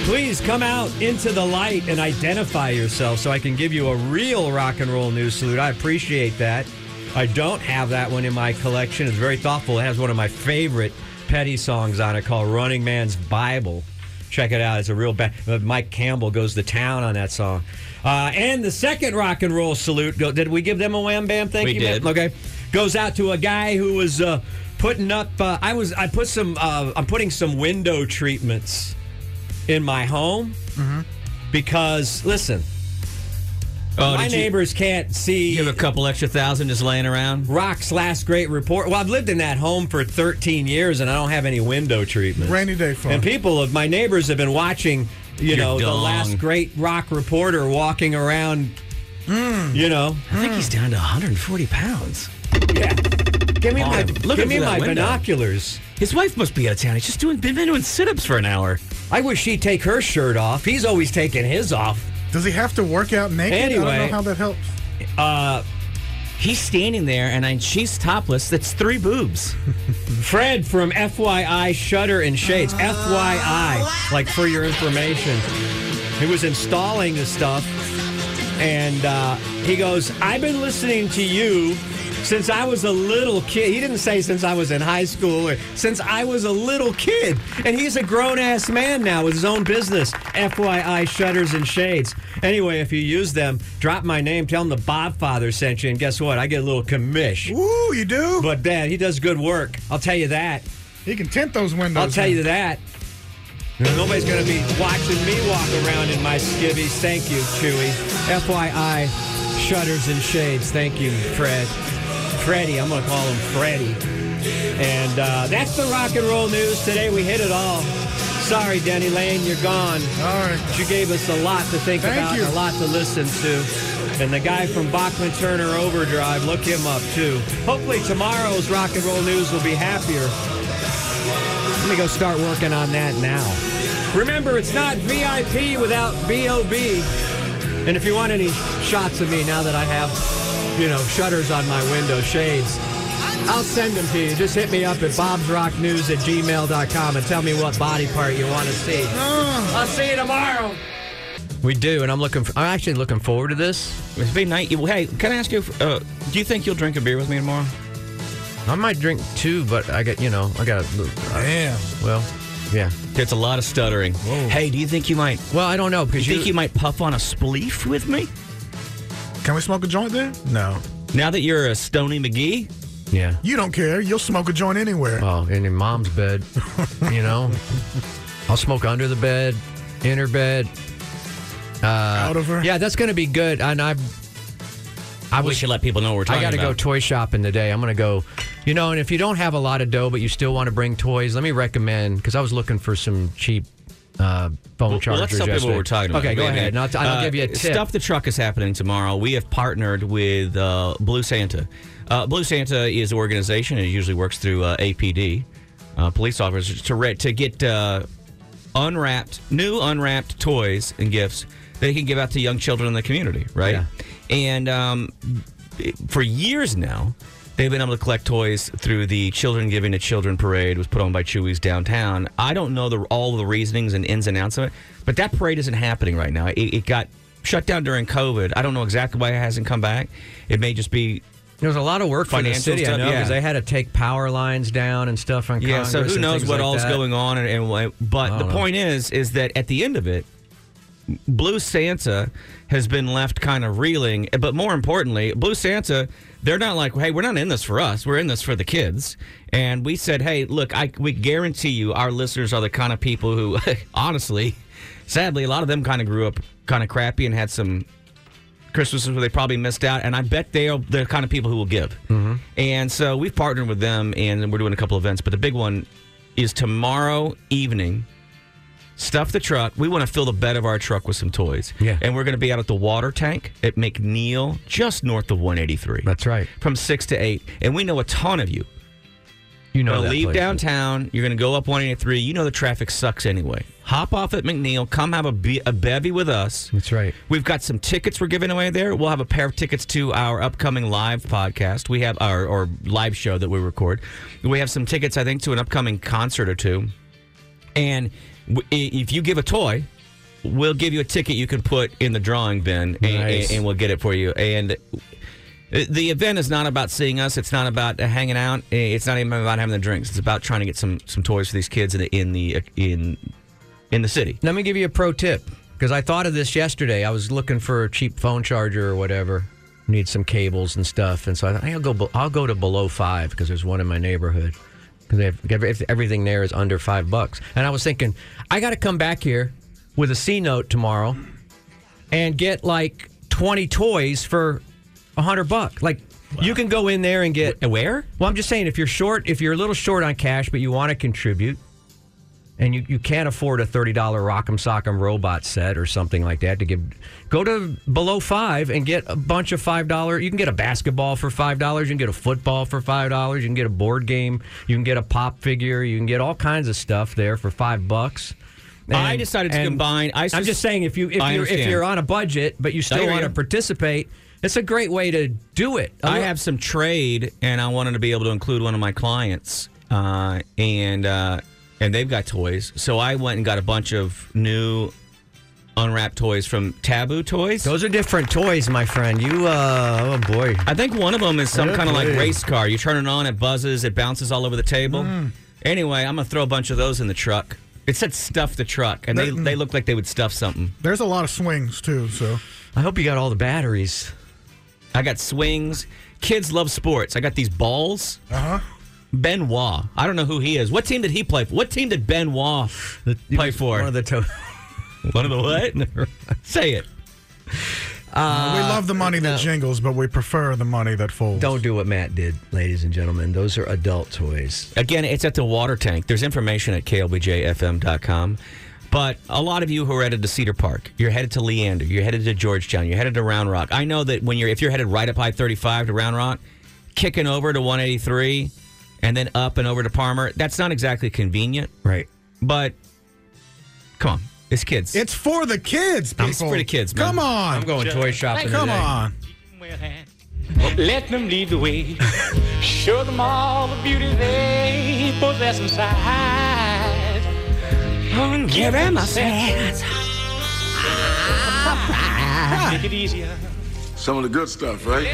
A: Please come out into the light and identify yourself so I can give you a real rock and roll news salute. I appreciate that. I don't have that one in my collection. It's very thoughtful. It has one of my favorite Petty songs on it called Running Man's Bible. Check it out. It's a real bad. Mike Campbell goes to town on that song. Uh, and the second rock and roll salute. Go, did we give them a wham bam? Thank
B: We
A: you. ma'am.
B: did.
A: Okay, goes out to a guy who was uh, putting up. Uh, I was. I put some. Uh, I'm putting some window treatments in my home
B: Mm-hmm.
A: because listen,
B: oh,
A: my
B: did you
A: neighbors can't see
B: give a couple extra thousand just laying around?
A: Rock's last great report. Well, I've lived in that home for 13 years, and I don't have any window treatment.
C: Rainy day fun.
A: And people, my neighbors have been watching. You
B: Your
A: know, the
B: dong.
A: last great rock reporter walking around.
C: Hmm.
A: You know,
B: I think he's down to 140 pounds.
A: give me
B: Long.
A: my
B: Look
A: give
B: out
A: me
B: for that
A: my
B: window.
A: binoculars.
B: His wife must be out of town. He's just doing been doing sit-ups for an hour.
A: I wish she'd take her shirt off. He's always taking his off.
C: Does he have to work out naked? I
A: Anyway.
C: don't know how that helps.
B: He's standing there, and I, she's topless. That's three boobs.
A: Fred from FYI Shutter and Shades. FYI, like for your information. He was installing the stuff, and uh, he goes, I've been listening to you since I was a little kid. He didn't say since I was in high school or since I was a little kid. And he's a grown ass man now with his own business. FYI Shutters and Shades. Anyway, if you use them, drop my name, tell him the Bobfather sent you, and guess what? I get a little commish.
C: Woo, you do?
A: But man, he does good work. I'll tell you that.
C: he can tint those windows.
A: I'll tell you that. Nobody's going to be watching me walk around in my skivvies. Thank you, Chewy. FYI, shutters and shades. Thank you, Fred. Freddy, I'm going to call him Freddy. And uh, that's the rock and roll news today. We hit it all. Sorry, Denny Lane, you're gone.
C: All right.
A: You gave us a lot to think
C: Thank
A: about,
C: you.
A: and a lot to listen to. And the guy from Bachman Turner Overdrive, look him up too. Hopefully tomorrow's rock and roll news will be happier. Let me go start working on that now. Remember, it's not VIP without BOB. And if you want any shots of me now that I have, you know, shutters on my window, shades, I'll send them to you. Just hit me up at bobsrocknews at gmail.com and tell me what body part you want to see. I'll see you tomorrow. We do, and I'm looking. For, I'm actually looking forward to this.
B: It's been night. Well, Hey, can I ask you? Uh, do you think you'll drink a beer with me tomorrow?
A: I might drink two, but I got you know, I got
C: Damn.
A: well, yeah.
B: It's a lot of stuttering. Hey, do you think you might?
A: Well, I don't know
B: Do
A: because
B: you think you might puff on a spleef with me?
C: Can we smoke a joint there? No.
B: Now that you're a Stony McGee,
A: yeah.
C: You don't care. You'll smoke a joint anywhere.
A: Oh, in your mom's bed, you know. I'll smoke under the bed, in her bed.
C: Out of her.
A: Yeah, that's going to be good. And I, I
B: we
A: was,
B: should let people know what we're talking
A: I got to go
B: about.
A: toy shopping today. I'm going to go, you know. And if you don't have a lot of dough, but you still want to bring toys, let me recommend because I was looking for some cheap uh,
B: Well,
A: phone
B: well,
A: chargers.
B: let's tell people
A: yesterday.
B: what we're talking about.
A: Okay, go
B: Wait a
A: ahead.
B: minute.
A: And I'll, t- and I'll
B: Uh,
A: give you a tip.
B: Stuff the truck is happening tomorrow. We have partnered with uh, Blue Santa. Uh, Blue Santa is an organization. It usually works through uh, APD, uh, police officers, to re- to get uh, unwrapped, new unwrapped toys and gifts they can give out to young children in the community, right?
A: Yeah.
B: And um, for years now, they've been able to collect toys through the Children Giving to Children parade. It was put on by Chewy's downtown. I don't know the, all the reasonings and ins and outs of it, but that parade isn't happening right now. It, it got shut down during COVID. I don't know exactly why it hasn't come back. It may just be
A: There was a lot of work for the
B: Financial
A: city, I
B: stuff,
A: know, because
B: yeah.
A: they had to take power lines down and stuff on
B: Yeah,
A: Congress.
B: so who
A: and
B: knows
A: things
B: what
A: like
B: all's
A: that.
B: going on and, and why- but the
A: don't know.
B: point is is that at the end of it Blue Santa has been left kind of reeling, but more importantly, Blue Santa, they're not like, "Hey, we're not in this for us. We're in this for the kids." And we said, "Hey, look, I we guarantee you our listeners are the kind of people who honestly, sadly, a lot of them kind of grew up kind of crappy and had some Christmases where they probably missed out, and I bet they're the kind of people who will give. And so we've partnered with them, and we're doing a couple events, but the big one is tomorrow evening. Stuff the truck. We want to fill the bed of our truck with some toys.
A: Yeah.
B: And we're going to be out at the water tank at McNeil, just north of 183.
A: That's right.
B: From 6 to 8. And we know a ton of you.
A: You
B: You're
A: know,
B: going to
A: that
B: leave
A: place.
B: downtown. You're going to go up 183. You know the traffic sucks anyway. Hop off at McNeil. Come have a, be- a bevy with us.
A: That's right.
B: We've got some tickets we're giving away there. We'll have a pair of tickets to our upcoming live podcast. We have our or live show that we record. We have some tickets, I think, to an upcoming concert or two. And w- i- if you give a toy, we'll give you a ticket you can put in the drawing bin, and,
A: Nice.
B: and we'll get it for you. And the event is not about seeing us. It's not about uh, hanging out. Uh, It's not even about having the drinks. It's about trying to get some some toys for these kids in the in the uh, in in the city.
A: Let me give you a pro tip because I thought of this yesterday. I was looking for a cheap phone charger or whatever. Need some cables and stuff, and so I thought hey, I'll go. be- I'll go to below five because there's one in my neighborhood. Because they have every- if everything there is under five bucks. And I was thinking I got to come back here with a C note tomorrow and get like 20 toys for a hundred buck. Like you can go in there and get
B: Where?
A: well, I'm just saying, if you're short, if you're a little short on cash, but you want to contribute, and you, you can't afford a thirty dollar Rock'em Sock'em robot set or something like that to give, go to below five and get a bunch of five dollar. You can get a basketball for five dollars. You can get a football for five dollars. You can get a board game. You can get a pop figure. You can get all kinds of stuff there for five bucks.
B: I decided to combine- I
A: am
B: sus-
A: just saying, if you if
B: I
A: you're, if
B: understand.
A: you're on a budget but you still
B: hear
A: want to
B: you.
A: participate, it's a great way to do it.
B: I have some trade, and I wanted to be able to include one of my clients, uh, and uh, and they've got toys. So I went and got a bunch of new unwrapped toys from Taboo Toys.
A: Those are different toys, my friend. You, uh, oh boy.
B: I think one of them is some
C: Yeah,
B: kind of like
C: please.
B: race car. You turn it on, it buzzes, it bounces all over the table. Anyway, I'm gonna throw a bunch of those in the truck. It said stuff the truck, and they they looked like they would stuff something.
C: There's a lot of swings too, so
A: I hope you got all the batteries.
B: I got swings. Kids love sports. I got these balls.
C: uh huh.
B: Benoit. I don't know who he is. What team did he play for? What team did Benoit play for?
A: One of the to-
B: One of the what? Say it.
C: we love the money that jingles, but we prefer the money that folds.
A: Don't do what Matt did, ladies and gentlemen. Those are adult toys.
B: Again, it's at the water tank. There's information at klbjfm.com. But a lot of you who are headed to Cedar Park, you're headed to Leander, you're headed to Georgetown, you're headed to Round Rock. I know that when you're if you're headed right up I 35 to Round Rock, kicking over to 183 and then up and over to Palmer, that's not exactly convenient,
A: Right.
B: but come on, it's kids.
C: It's for the kids, people.
B: I'm- it's for the kids, man.
C: Come on.
A: I'm going toy shopping.
C: Come
A: today.
C: on.
H: Let them lead the way. Show them all the beauty they possess inside. And give them a sense. Make it easier.
I: Some of the good stuff, right?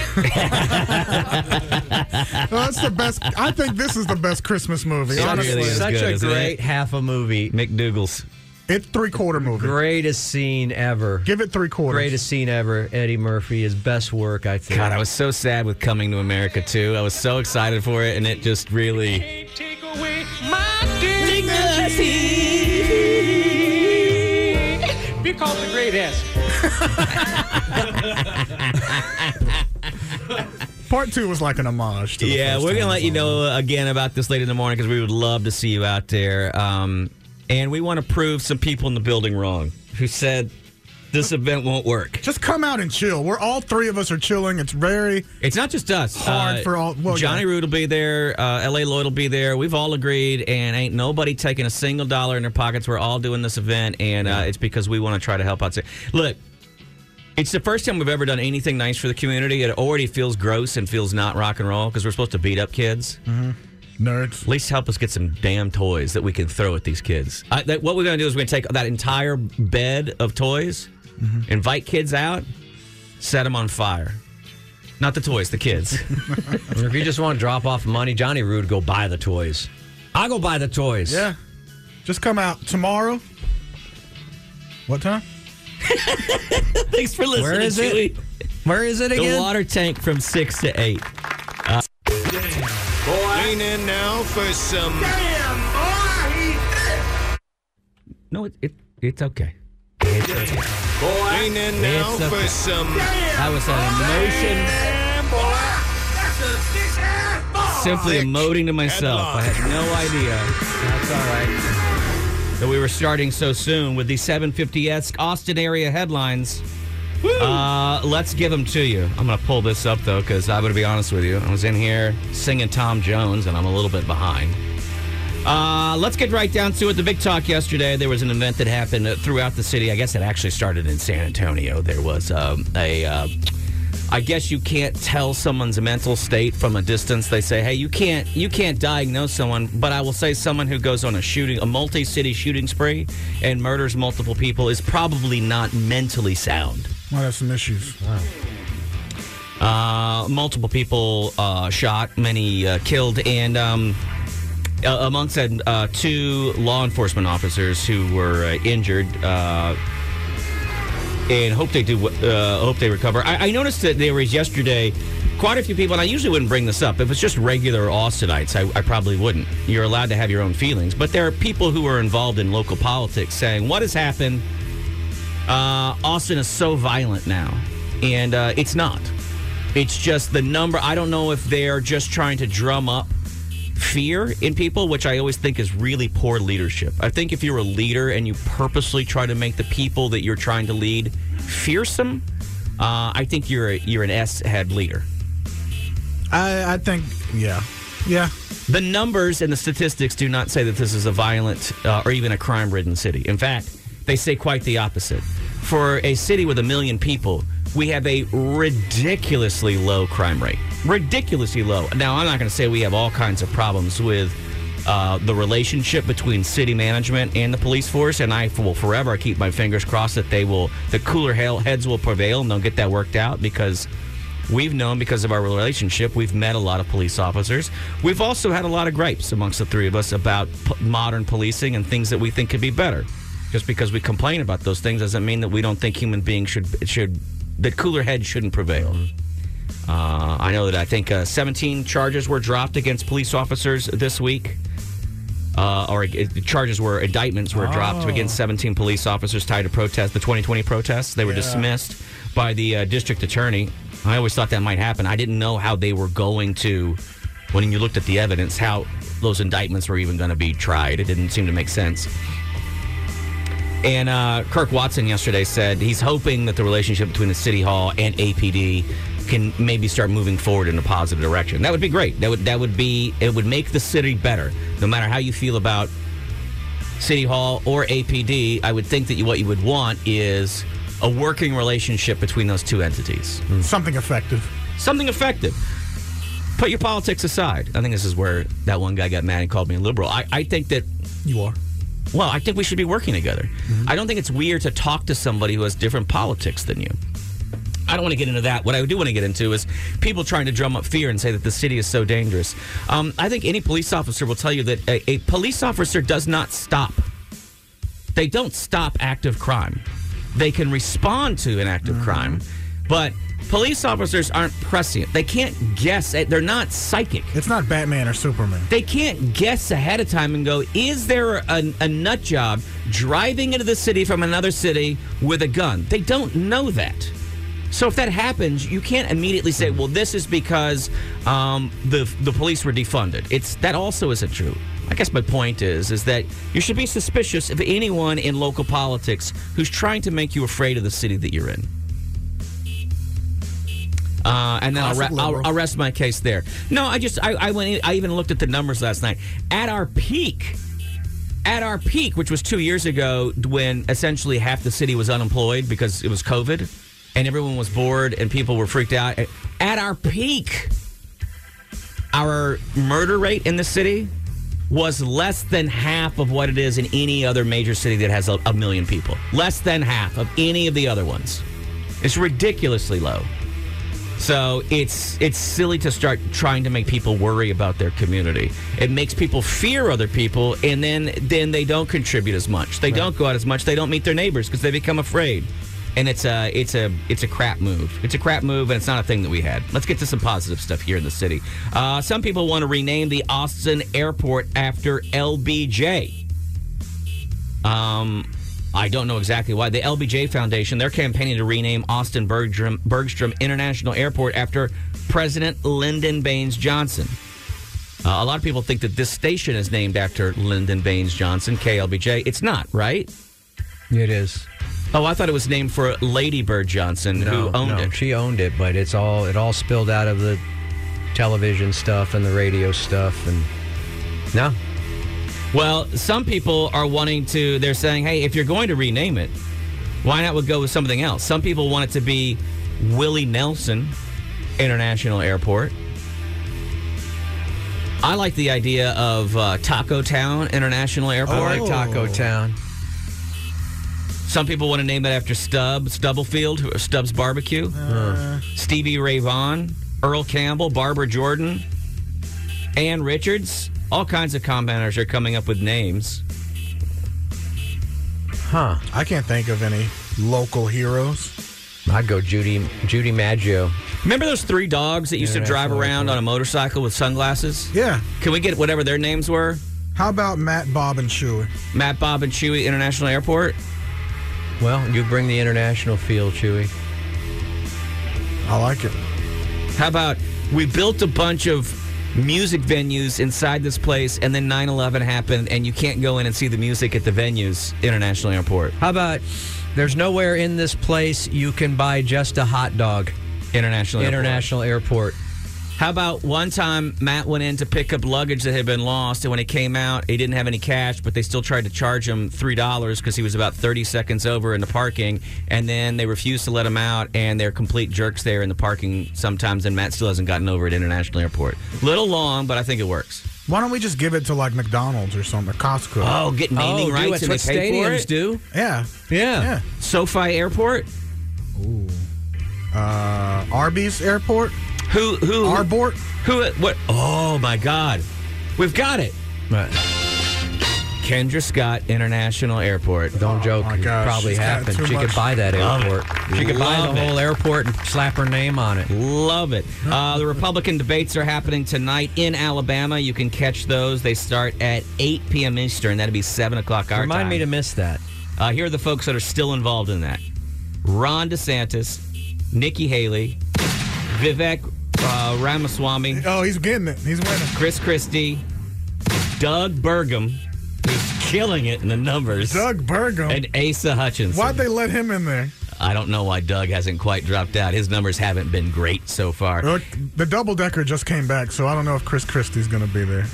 C: No, that's the best. I think this is the best Christmas movie.
B: It
C: Honestly,
B: really is
A: Such
B: good,
A: a
B: isn't
A: great
B: it?
A: half a movie.
B: McDougal's.
C: it's three quarter movie.
A: Greatest scene ever.
C: Give it three quarters.
A: Greatest scene ever. Eddie Murphy. His best work, I think.
B: God, I was so sad with Coming to America too. I was so excited for it, and it just really.
H: Can't take away my dignity. Because the greatest.
C: Part two was like an homage. To the
B: Yeah,
C: first
B: we're gonna
C: one.
B: let you know uh, again about this later in the morning because we would love to see you out there, um, and we want to prove some people in the building wrong who said this event won't work.
C: Just come out and chill. We're all three of us are chilling. It's very.
B: It's not just us. Uh,
C: Hard for all- well,
B: Johnny
C: yeah.
B: Root will be there. Uh, L.A. Lloyd will be there. We've all agreed, and ain't nobody taking a single dollar in their pockets. We're all doing this event, and uh, it's because we want to try to help out. So- Look, it's the first time we've ever done anything nice for the community. It already feels gross and feels not rock and roll because we're supposed to beat up kids.
C: Nerds.
B: At least help us get some damn toys that we can throw at these kids. I, that, what we're going to do is we're going to take that entire bed of toys, invite kids out, set them on fire. Not the toys, the kids.
A: Or if you just want to drop off money, Johnny Rude, go buy the toys. I'll go buy the toys.
C: Yeah. Just come out tomorrow. What time?
B: Thanks for listening.
A: Where is it?
B: Chewy.
A: Where is it
B: The
A: again?
B: water tank from six to eight.
G: Lean in now for some.
B: No, it, it it's okay.
G: Lean in now
A: It's okay.
G: for some.
B: That was an emotion. Simply emoting to myself. I had no idea. That's all right. That we were starting so soon with the 750 esque Austin area headlines. Uh, let's give them to you. I'm going to pull this up, though, because I'm going to be honest with you. I was in here singing Tom Jones, and I'm a little bit behind. Uh, let's get right down to it. The big talk yesterday. There was an event that happened uh, throughout the city. I guess it actually started in San Antonio. There was um, a. Uh, I guess you can't tell someone's mental state from a distance. They say, "Hey, you can't you can't diagnose someone," but I will say someone who goes on a shooting, a multi-city shooting spree, and murders multiple people is probably not mentally sound.
C: Might have some issues.
B: Uh, multiple people uh, shot, many uh, killed, and um, uh, amongst them, uh, two law enforcement officers who were uh, injured. Uh, and hope they do. Uh, hope they recover. I, I noticed that there was yesterday quite a few people, and I usually wouldn't bring this up. If it's just regular Austinites, I, I probably wouldn't. You're allowed to have your own feelings, but there are people who are involved in local politics saying what has happened. Uh, Austin is so violent now, and uh, it's not. It's just the number. I don't know if they're just trying to drum up fear in people, which I always think is really poor leadership. I think if you're a leader and you purposely try to make the people that you're trying to lead fearsome, uh, I think you're a, you're an S head leader.
C: I, I think. Yeah. Yeah.
B: The numbers and the statistics do not say that this is a violent uh, or even a crime ridden city. In fact, they say quite the opposite. For a city with a million people, we have a ridiculously low crime rate. Ridiculously low. Now, I'm not going to say we have all kinds of problems with uh, the relationship between city management and the police force, and I will forever keep my fingers crossed that they will, the cooler he- heads will prevail and they'll get that worked out because We've known because of our relationship, we've met a lot of police officers. We've also had a lot of gripes amongst the three of us about p- modern policing and things that we think could be better. Just because we complain about those things doesn't mean that we don't think human beings should should that cooler heads shouldn't prevail. Uh, I know that I think uh, 17 charges were dropped against police officers this week. uh, or uh, charges were indictments were dropped against 17 police officers tied to protests, the 2020 protests. They were dismissed by the uh, district attorney. I always thought that might happen. I didn't know how they were going to, when you looked at the evidence, how those indictments were even going to be tried. It didn't seem to make sense. And uh, Kirk Watson yesterday said he's hoping that the relationship between the city hall and APD can maybe start moving forward in a positive direction. That would be great. That would that would be it would make the city better. No matter how you feel about city hall or APD, I would think that you, what you would want is a working relationship between those two entities.
C: Something effective.
B: Something effective. Put your politics aside. I think this is where that one guy got mad and called me a liberal. I, I think that
C: You are. Mm-hmm.
B: well, I think we should be working together. I don't think it's weird to talk to somebody who has different politics than you. I don't want to get into that. What I do want to get into is people trying to drum up fear and say that the city is so dangerous. Um, I think any police officer will tell you that a, a police officer does not stop. They don't stop active crime. They can respond to an active crime, but police officers aren't prescient. They can't guess. They're not psychic
C: It's not Batman or Superman.
B: they can't guess ahead of time and go, is there a, a nut job driving into the city from another city with a gun? They don't know that. So if that happens, you can't immediately say, well, this is because um, the the police were defunded. It's that also isn't true. I guess my point is is that you should be suspicious of anyone in local politics who's trying to make you afraid of the city that you're in. Uh, and then I'll,
C: Classic
B: re- I'll,
C: liberal.
B: I'll rest my case there. No, I just I, I went in- I even looked at the numbers last night. At our peak, at our peak, which was two years ago, when essentially half the city was unemployed because it was COVID, and everyone was bored and people were freaked out. eh, At our peak, our murder rate in the city was less than half of what it is in any other major city that has a, a million people. Less than half of any of the other ones. It's ridiculously low. So it's it's silly to start trying to make people worry about their community. It makes people fear other people, and then then they don't contribute as much. They don't go out as much. They don't meet their neighbors because they become afraid. And it's a it's a it's a crap move. It's a crap move, and it's not a thing that we had. Let's get to some positive stuff here in the city. Uh, some people want to rename the Austin Airport after LBJ. Um, I don't know exactly why. The LBJ Foundation, they're campaigning to rename Austin Bergstrom, Bergstrom International Airport after President Lyndon Baines Johnson. Uh, a lot of people think that this station is named after Lyndon Baines Johnson, KLBJ. It's not, right?
A: It is.
B: Oh, I thought it was named for Lady Bird Johnson, who owned
A: no,
B: it.
A: She owned it, but it's all it all spilled out of the television stuff and the radio stuff and no.
B: Well, some people are wanting to, they're saying, hey, if you're going to rename it, why not we go with something else? Some people want it to be Willie Nelson International Airport. I like the idea of uh, Taco Town International Airport.
A: I like Taco Town.
B: Some people want to name it after Stubb, Stubblefield, who- Stubbs Barbecue,
A: Uh.
B: Stevie Ray Vaughan, Earl Campbell, Barbara Jordan, Ann Richards. All kinds of commenters are coming up with names.
A: Huh.
C: I can't think of any local heroes.
A: I'd go Judy Judy Maggio.
B: Remember those three dogs that used to drive
A: International
B: around on a motorcycle with sunglasses?
C: Yeah.
B: Can we get whatever their names were?
C: How about Matt, Bob, and Chewy?
B: Matt, Bob, and Chewy International Airport.
A: Well, you bring the international feel, Chewy.
C: I like it.
B: How about we built a bunch of music venues inside this place, and then 9 11 happened, and you can't go in and see the music at the venues, International Airport,
A: How about there's nowhere in this place you can buy just a hot dog.
B: International Airport.
A: International airport.
B: How about one time Matt went in to pick up luggage that had been lost, and when he came out, he didn't have any cash, but they still tried to charge him three dollars because he was about thirty seconds over in the parking, and then they refused to let him out, and they're complete jerks there in the parking sometimes, and Matt still hasn't gotten over at International Airport. Little long, but I think it works.
C: Why don't we just give it to like McDonald's or something, or Costco?
B: Oh, get naming
A: do
B: rights
A: it's
B: and
A: what
B: they pay for
A: stadiums
B: it.
A: do.
C: Yeah.
A: Yeah.
C: Yeah.
B: SoFi Airport.
C: Uh, Arby's Airport,
B: Who who
C: Arbort.
B: who what? Oh my God, we've got it.
A: Right.
B: Kendra Scott International Airport. Don't joke.
C: Oh, my
B: it
C: gosh,
B: probably
C: she's got
B: happened.
C: too
B: She could
C: much.
B: buy that
E: Love it.
B: airport. She could buy
E: Love
B: the
E: it.
B: whole airport and slap her name on it. Love it. Uh, the Republican debates are happening tonight in Alabama. You can catch those. They start at 8 p.m. Eastern. That'd be 7 o'clock our
A: Remind
B: time.
A: me to miss that.
B: Uh, here are the folks that are still involved in that Ron DeSantis, Nikki Haley, Vivek uh, Ramaswamy,
C: Oh, he's getting it. He's winning.
B: Chris Christie, Doug Burgum, who's killing it in the numbers,
C: Doug Burgum.
B: and Asa Hutchinson.
C: Why'd they let him in there?
B: I don't know why Doug hasn't quite dropped out. His numbers haven't been great so far.
C: Look, The double decker just came back, so I don't know if Chris Christie's going to be there.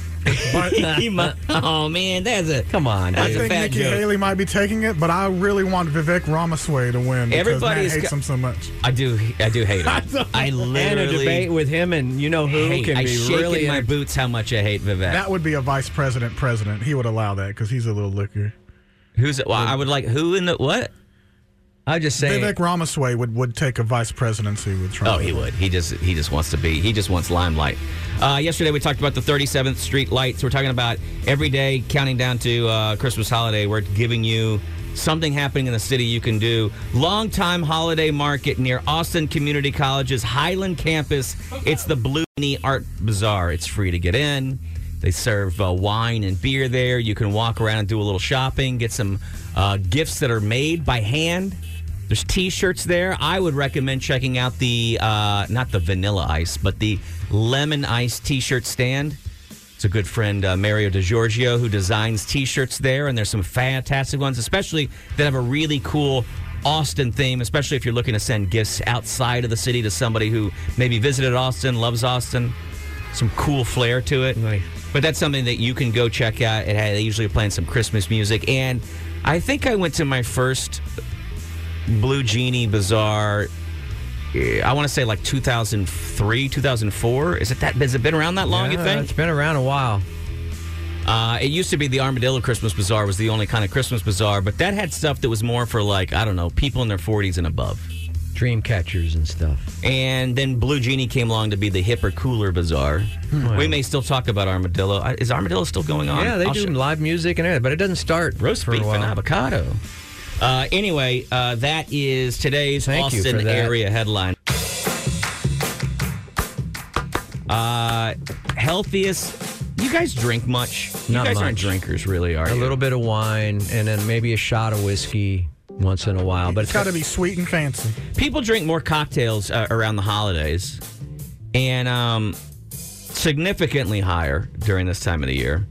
B: He mu- oh, man, that's a.
A: Come on,
C: I
B: It's a
A: dude.
C: think
B: fat
C: Nikki
B: joke.
C: Haley might be taking it, but I really want Vivek Ramaswamy to win because
B: Everybody's
C: Matt hates
B: got-
C: him so much.
B: I do, I do hate him. I
A: And a debate
B: literally.
A: with him and you know who
B: hate-
A: can
B: I
A: be
B: shake
A: really
B: in my
A: enter-
B: boots how much I hate Vivek.
C: That would be a vice president president. He would allow that because he's a little liquor.
B: Who's? Well, I would like who in the what?
A: I just say
C: Vivek Ramaswamy would, would take a vice presidency with Trump.
B: Oh, he would. He just he just wants to be. He just wants limelight. Uh, yesterday we talked about the 37th Street lights. We're talking about every day counting down to uh, Christmas holiday. We're giving you something happening in the city you can do. Longtime holiday market near Austin Community College's Highland campus. It's the Blue Knee Art Bazaar. It's free to get in. They serve uh, wine and beer there. You can walk around and do a little shopping, get some uh, gifts that are made by hand. There's T-shirts there. I would recommend checking out the uh, not the vanilla ice, but the lemon ice T-shirt stand. It's a good friend uh, Mario DiGiorgio who designs T-shirts there, and there's some fantastic ones, especially that have a really cool Austin theme. Especially if you're looking to send gifts outside of the city to somebody who maybe visited Austin, loves Austin, some cool flair to it.
A: Nice.
B: But that's something that you can go check out. It had, they usually are playing some Christmas music, and I think I went to my first Blue Genie Bazaar. eh, I want to say like 2003, 2004. Is it that? Has it been around that long?
A: Yeah,
B: you think?
A: it's been around a while.
B: Uh, it used to be the Armadillo Christmas Bazaar was the only kind of Christmas bazaar, but that had stuff that was more for like I don't know people in their 40s and above.
A: Dream catchers and stuff.
B: And then Blue Genie came along to be the hipper, cooler bazaar. We may still talk about Armadillo. I- Is Armadillo still going on?
A: Hmm. Yeah, they
B: I'll
A: do
B: show-
A: live music and everything, but it doesn't start
B: roast
A: for
B: beef
A: a while.
B: and avocado. Uh, anyway, uh, that is today's
A: Thank you
B: Austin
A: for that.
B: area headline. Uh, healthiest. You guys drink much? you
A: Not
B: guys aren't
A: much.
B: drinkers, really, are
A: A
B: you?
A: little bit of wine and then maybe a shot of whiskey once in a while. But
C: It's got to be sweet and fancy.
B: People drink more cocktails uh, around the holidays, and um, significantly higher during this time of the year.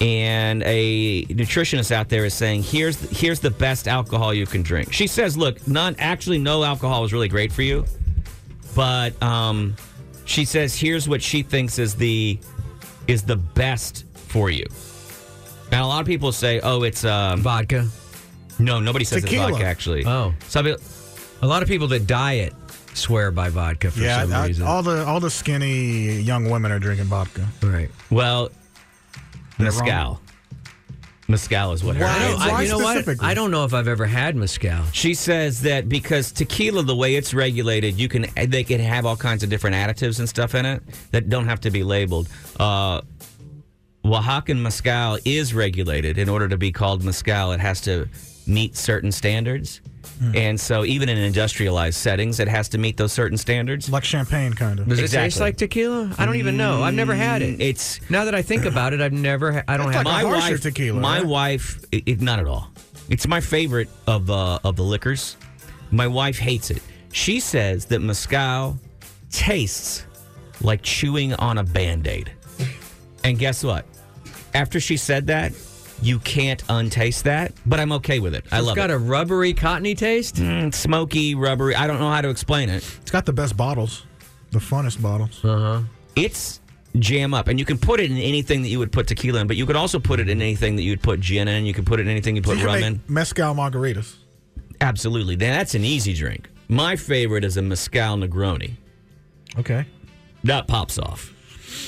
B: And a nutritionist out there is saying, "Here's here's the best alcohol you can drink." She says, "Look, none actually no alcohol is really great for you, but um, she says here's what she thinks is the is the best for you." Now a lot of people say, "Oh, it's um,
A: vodka.
B: no, nobody says
C: Tequila.
B: it's vodka actually."
A: Oh.
B: some people,
A: A lot of people that diet swear by vodka for
C: Yeah,
A: some
C: I-
A: reason.
C: all the all the skinny young women are drinking vodka.
A: right.
B: Well,
C: They're
B: mezcal.
C: wrong.
B: Mezcal is what her
C: Wow.
A: I
B: name is.
A: don't, I,
C: Why
A: you know what?
C: specifically?
A: I don't know if I've ever had mezcal.
B: She says that because tequila, the way it's regulated, you can they can have all kinds of different additives and stuff in it that don't have to be labeled. Uh, Oaxacan mezcal is regulated. In order to be called mezcal, it has to meet certain standards.
A: Hmm.
B: And so, even in industrialized settings, it has to meet those certain standards.
C: Like champagne, kind of.
A: Does it taste
B: Exactly.
A: like tequila? I don't even know. I've never had it.
B: It's
A: Now that I think about it, I've never. Ha- I don't
C: It's
A: have.
C: like
B: my
C: a harsher
B: wife,
C: tequila,
B: My
C: right?
B: wife, it, it- not at all. It's my favorite of uh, of the liquors. My wife hates it. She says that mezcal tastes like chewing on a band-aid. And guess what? After she said that, you can't untaste that, but I'm okay with it. I
A: it's
B: love
A: got
B: it.
A: a rubbery, cottony taste.
B: Mm, smoky, rubbery. I don't know how to explain it.
C: It's got the best bottles, the funnest bottles.
A: Uh,
B: it's jam up and you can put it in anything that you would put tequila in but you could also put it in anything that you'd put gin in you could put it in anything you
C: So
B: put
C: you can
B: rum
C: make
B: in
C: mezcal margaritas.
B: Absolutely. Then that's an easy drink. My favorite is a mezcal Negroni.
C: Okay.
B: That pops off.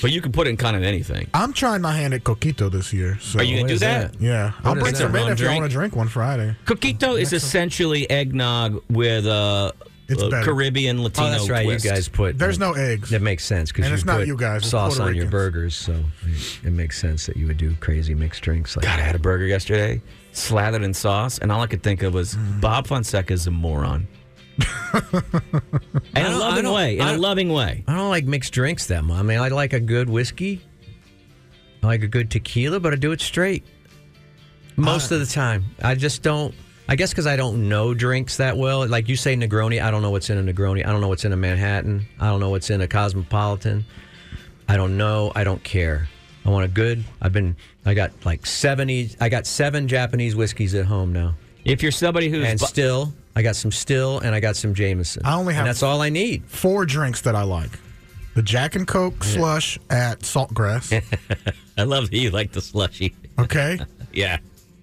B: But you can put in kind of anything.
C: I'm trying my hand at coquito this year. So
B: Are you going to
A: what
B: do
A: is
B: that?
A: that?
C: Yeah, I'll
A: is
C: bring
A: that?
C: some
B: Rum
C: in if you
B: drink?
C: want to drink one Friday.
B: Coquito is essentially eggnog with uh,
C: It's
B: uh,
C: better.
B: Caribbean Latino
A: Oh, that's right.
B: twist.
A: You guys put
C: There's no eggs.
A: That makes sense because
C: And
A: you
C: it's not
A: put
C: you guys, it's
A: sauce
C: Puerto
A: on your
C: Ricans.
A: burgers, so it, it makes sense that you would do crazy mixed drinks. Like
B: God, I had a burger yesterday, slathered in sauce, and all I could think of was Bob Fonseca is a moron. in a
A: Mm. don't- I
B: loving
A: don't-
B: way. In
A: I
B: a
A: don't-
B: loving way.
A: I don't like mixed drinks that much. I mean, I like a good whiskey, I like a good tequila, but I do it straight most of the time. I just don't. I guess because I don't know drinks that well. Like you say, Negroni. I don't know what's in a Negroni. I don't know what's in a Manhattan. I don't know what's in a Cosmopolitan. I don't know. I don't care. I want a good. I've been. I got like seventy. I got seven Japanese whiskeys at home now,
B: If you're somebody who's
A: and
B: bu-
A: still. I got some still, and I got some Jameson.
C: I only have-
A: And that's all I need.
C: Four drinks that I like. The Jack and Coke slush at Saltgrass.
B: I love that you like the slushy.
C: Okay.
B: Yeah.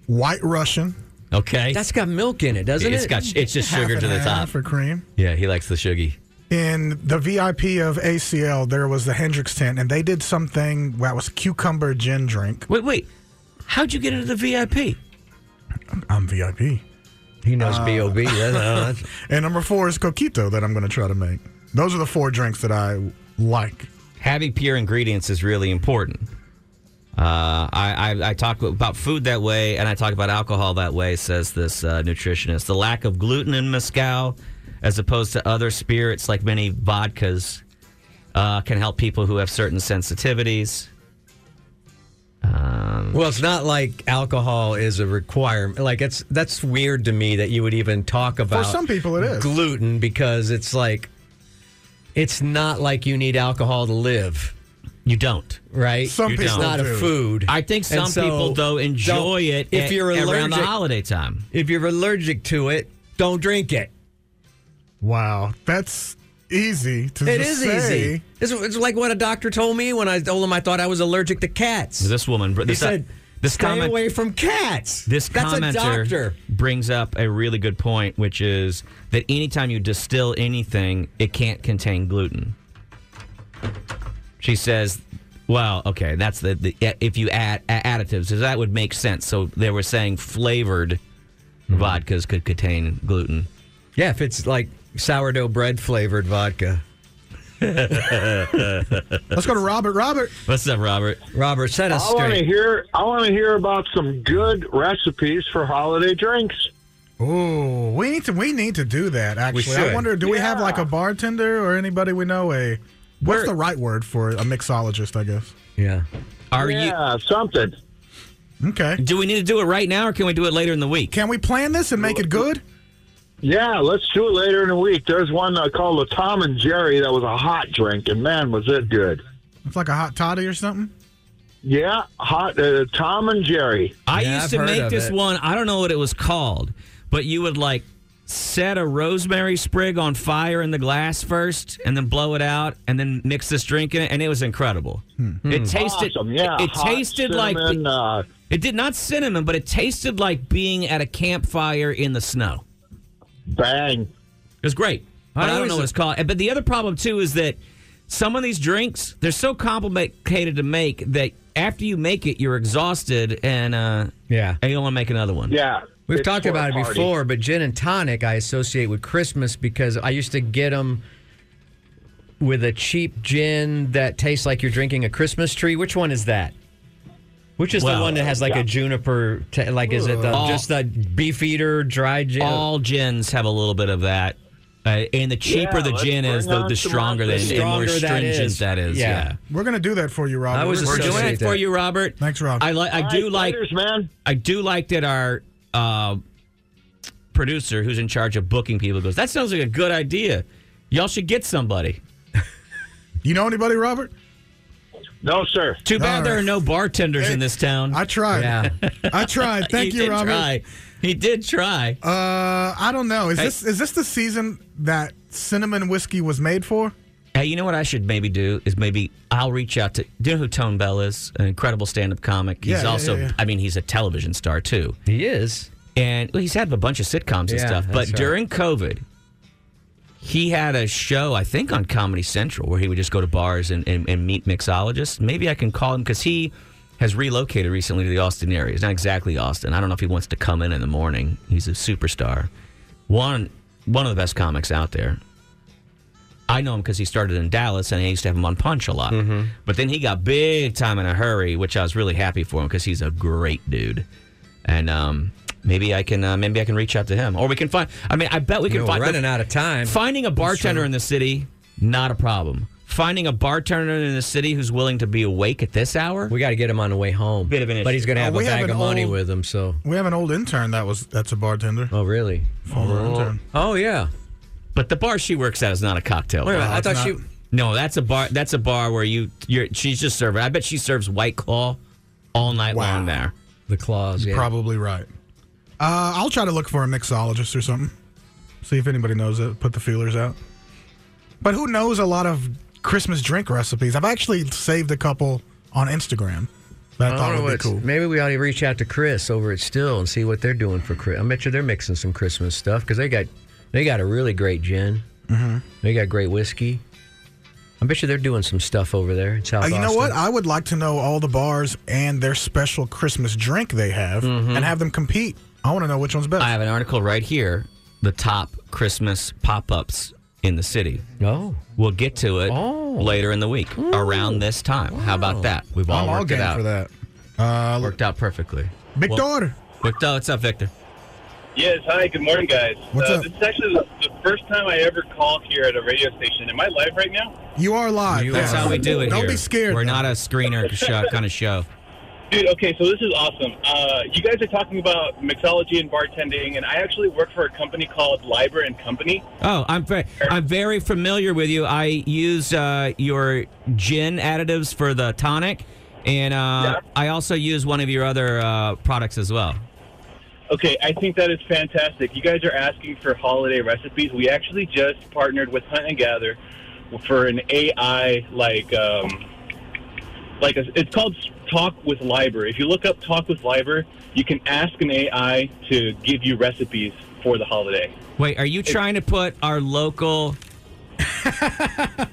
C: White Russian.
B: Okay.
A: That's got milk in it, doesn't
B: it's
A: it?
B: got it's just
C: half
B: sugar
C: and
B: to the top.
C: half For cream.
B: Yeah, he likes the sugar.
C: In the VIP of ACL, there was the Hendrix tent, and they did something that was cucumber gin drink.
B: Wait, wait. How'd you get into the VIP?
C: I'm VIP.
A: He knows B.O.B. That's- uh,
C: And number four is Coquito that I'm going to try to make. Those are the four drinks that I like.
B: Having pure ingredients is really important. Uh, I, I, I talk about food that way, and I talk about alcohol that way, says this uh, nutritionist. The lack of gluten in Moscow, as opposed to other spirits like many vodkas, uh, can help people who have certain sensitivities.
A: well, it's not like alcohol is a requirement. Like it's that's weird to me that you would even talk about
C: some people it is.
A: gluten because it's like it's not like you need alcohol to live,
B: You don't.
A: right?
C: Some
A: it's
C: people
A: not a
C: do.
A: food.
B: I think
A: And
B: some
A: so
B: people, though, enjoy
A: don't-
B: it
A: if
B: at-
A: you're
B: around the
A: allergic-
B: holiday time.
A: If you're allergic to it, don't drink it.
C: Wow, that's easy to
A: It
C: just
A: is
C: say.
A: easy. It's, it's like what a doctor told me when I told him I thought I was allergic to cats.
B: This woman,
A: he
B: this, uh,
A: said,
B: this
A: "Stay
B: comment,
A: away from cats."
B: This
A: That's
B: commenter
A: a doctor.
B: brings up a really good point, which is that anytime you distill anything, it can't contain gluten. She says, "Well, okay, that's the, the if you add a- additives, so that would make sense." So they were saying flavored
A: Mm-hmm.
B: vodkas could contain gluten.
A: Yeah, if it's like sourdough bread flavored vodka.
C: Let's go to Robert. Robert,
B: What's up, Robert?
A: Robert, set us
J: I want to
A: straight.
J: hear. I want to hear about some good recipes for holiday drinks.
C: Oh, we need to we need to do that. Actually, I
A: should.
C: wonder, do we have like a bartender or anybody we know a what's the right word for it? a mixologist? I guess.
A: Yeah.
B: Are you?
J: Yeah, Uh, something.
C: Okay.
B: Do we need to do it right now, or can we do it later in the week?
C: Can we plan this and make it good?
J: Yeah, let's do it later in the week. There's one uh, called the Tom and Jerry that was a hot drink, and man, was it good.
C: It's like a hot toddy or something.
J: Yeah, hot uh, Tom and Jerry.
B: I
A: Yeah,
B: used
A: I've
B: to
A: heard
B: make
A: of
B: this
A: it.
B: one. I don't know what it was called, but you would like set a rosemary sprig on fire in the glass first, and then blow it out, and then mix this drink in it, and it was incredible.
A: Hmm.
B: It tasted.
J: Awesome. Yeah,
B: it
J: hot
B: tasted like.
J: cinnamon, uh,
B: It did not cinnamon, but it tasted like being at a campfire in the snow.
J: bang.
B: It was great. But I, don't
A: always-
B: know what it's called. But the other problem too is that some of these drinks they're so complicated to make that after you make it, you're exhausted and uh,
A: Yeah.
B: and you don't want to make another one.
J: Yeah,
A: We've
J: it's
A: talked
J: for a
A: about it
J: party.
A: before, but gin and tonic I associate with Christmas because I used to get them with a cheap gin that tastes like you're drinking a Christmas tree. Which one is that? Which is
B: Well, Oh.
A: the one that has like a juniper, ta like is it the,
B: All-
A: just a beef eater dry gin?
B: all gins have a little bit of that. Uh, and the cheaper
J: Yeah,
B: the
J: let's
B: gin is,
J: bring
B: the,
J: on
B: the
J: some
B: stronger
J: more-
B: that
J: The
B: and more
A: stronger that
B: stringent
A: is.
B: that is.
A: Yeah.
B: Yeah.
C: We're gonna do that for you, Robert.
A: I was
C: We're
B: We're
A: associate
B: doing it
A: that.
B: for you, Robert.
C: Thanks, Rob.
B: I like. I
J: All
B: do
J: right,
B: like.
J: laters, man.
B: I do like that our uh, producer, who's in charge of booking people, goes. That sounds like a good idea. Y'all should get somebody.
C: you know anybody, Robert?
J: No, sir.
B: Too bad
C: All
B: there
C: right.
B: are no bartenders in this town.
C: I tried.
A: Yeah.
C: I tried. Thank
B: he
C: you,
B: did
C: Robert.
B: Try. He did try.
C: Uh, I don't know. Is this is this the season that cinnamon whiskey was made for?
B: Hey, you know what I should maybe do is maybe I'll reach out to. Do you know who Tone Bell is? An incredible stand-up comic. He's
C: Yeah, yeah,
B: also,
C: yeah, yeah.
B: I mean, he's a television star too,
A: He is.
B: and well, he's had a bunch of sitcoms and
A: Yeah,
B: stuff. But
A: that's right.
B: during COVID, he had a show, I think, on Comedy Central where he would just go to bars and, and, and meet mixologists. Maybe I can call him because he has relocated recently to the Austin area. He's not exactly Austin. I don't know if he wants to come in in the morning. He's a superstar. One, one of the best comics out there. I know him because he started in Dallas and I used to have him on Punch a lot.
A: Mhm.
B: But then he got big time in a hurry, which I was really happy for him because he's a great dude. And um, maybe I can uh, maybe I can reach out to him, or we can find. I mean, I bet we
A: You
B: can
A: know,
B: find.
A: we're running out of time.
B: Finding a bartender in the city, not a problem. Finding a bartender in the city who's willing to be awake at this hour, we
A: got to get him on the way home.
B: Bit of an issue.
A: But he's going to
C: Oh,
A: have a
C: we have
A: bag
C: an
A: of money
C: old-
A: with him, so.
C: We have an old intern that was that's a bartender.
A: Oh really?
C: Former intern.
A: Oh yeah.
B: But the bar she works at is not a cocktail.
A: Wait a
B: bar.
A: minute, I No, thought it's she- not.
B: No, that's a bar. That's a bar where you. You're, she's just serving. I bet she serves White Claw all night long there.
A: The claws.
C: You're Probably right. Uh, I'll try to look for a mixologist or something. See if anybody knows it. Put the feelers out. But who knows a lot of Christmas drink recipes? I've actually saved a couple on Instagram that I, thought would be
A: what's-
C: cool.
A: Maybe we ought to reach out to Chris over at Still and see what they're doing for Chris. I bet you they're mixing some Christmas stuff because they got they got a really great gin.
B: Mm-hmm.
C: Mhm.
A: They got great whiskey. I bet you they're doing some stuff over there in South.
C: Uh, you know what?
A: Austin.
C: I would like to know all the bars and their special Christmas drink they have and have them compete. I want to know which one's best.
B: Mm-hmm. I have an article right here. The top Christmas pop-ups in the city.
A: Oh.
B: We'll get to it later in the week around this time. How about that? Oh. We've all
C: I'm all
B: worked
C: game
B: it out.
C: for that. Uh,
B: worked out perfectly.
C: Victor.
B: Victor, what's up, Victor?
K: Yes, hi, good morning, guys.
C: What's
K: uh,
C: up?
K: This is actually the, the first time I ever called here at a radio station. Am I live right now?
C: you are live.
B: That's
C: Yeah.
B: how we do it
C: Don't
B: here.
C: be scared.
B: We're not a screener show, kind of show.
K: Dude, okay, so this is awesome. Uh, you guys are talking about mixology and bartending, and I actually work for a company called Liber and Company.
B: Oh, I'm very, I'm very familiar with you. I use uh, your gin additives for the tonic, and uh, I also use one of your other uh, products as well.
K: Okay, I think that is fantastic. You guys are asking for holiday recipes. We actually just partnered with Hunt and Gather for an AI like um, like a, it's called Talk with Liber. If you look up Talk with Liber, you can ask an AI to give you recipes for the holiday.
B: Wait, are you trying to put our local,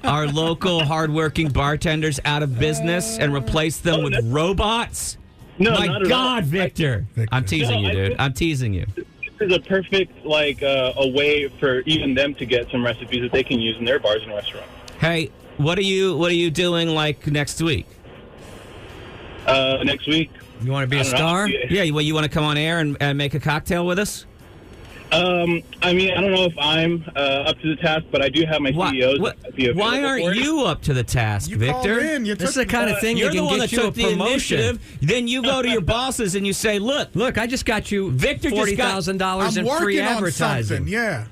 B: our local hardworking bartenders out of business and replace them with robots?
K: No,
B: my
K: not at
B: God,
K: all.
B: Victor. I'm teasing you,
K: No, I-
B: dude. I'm teasing you.
K: This is a perfect like uh, a way for even them to get some recipes that they can use in their bars and restaurants.
B: Hey, what are you, what are you doing like next week?
K: Uh, next week,
A: You want to
K: be a I don't know. star?
B: Uh, Yeah. Well, you want to come on air and, and make a cocktail with us?
K: um, I mean, I don't know if I'm uh, up to the task, but I do have my E CEOs.
B: what-
K: that'd be available
B: Why
K: for
B: aren't
K: it.
B: you up to the task, Victor?
C: called in. You This took- is
A: the kind of thing that
B: You're the
A: can
B: one that
A: get you a
B: took the
A: promotion.
B: initiative. Then you go to your bosses and you say, "Look,
A: Look, I just got you
B: Victor
A: forty
B: just got-
A: thousand dollars in free advertising.
C: Yeah.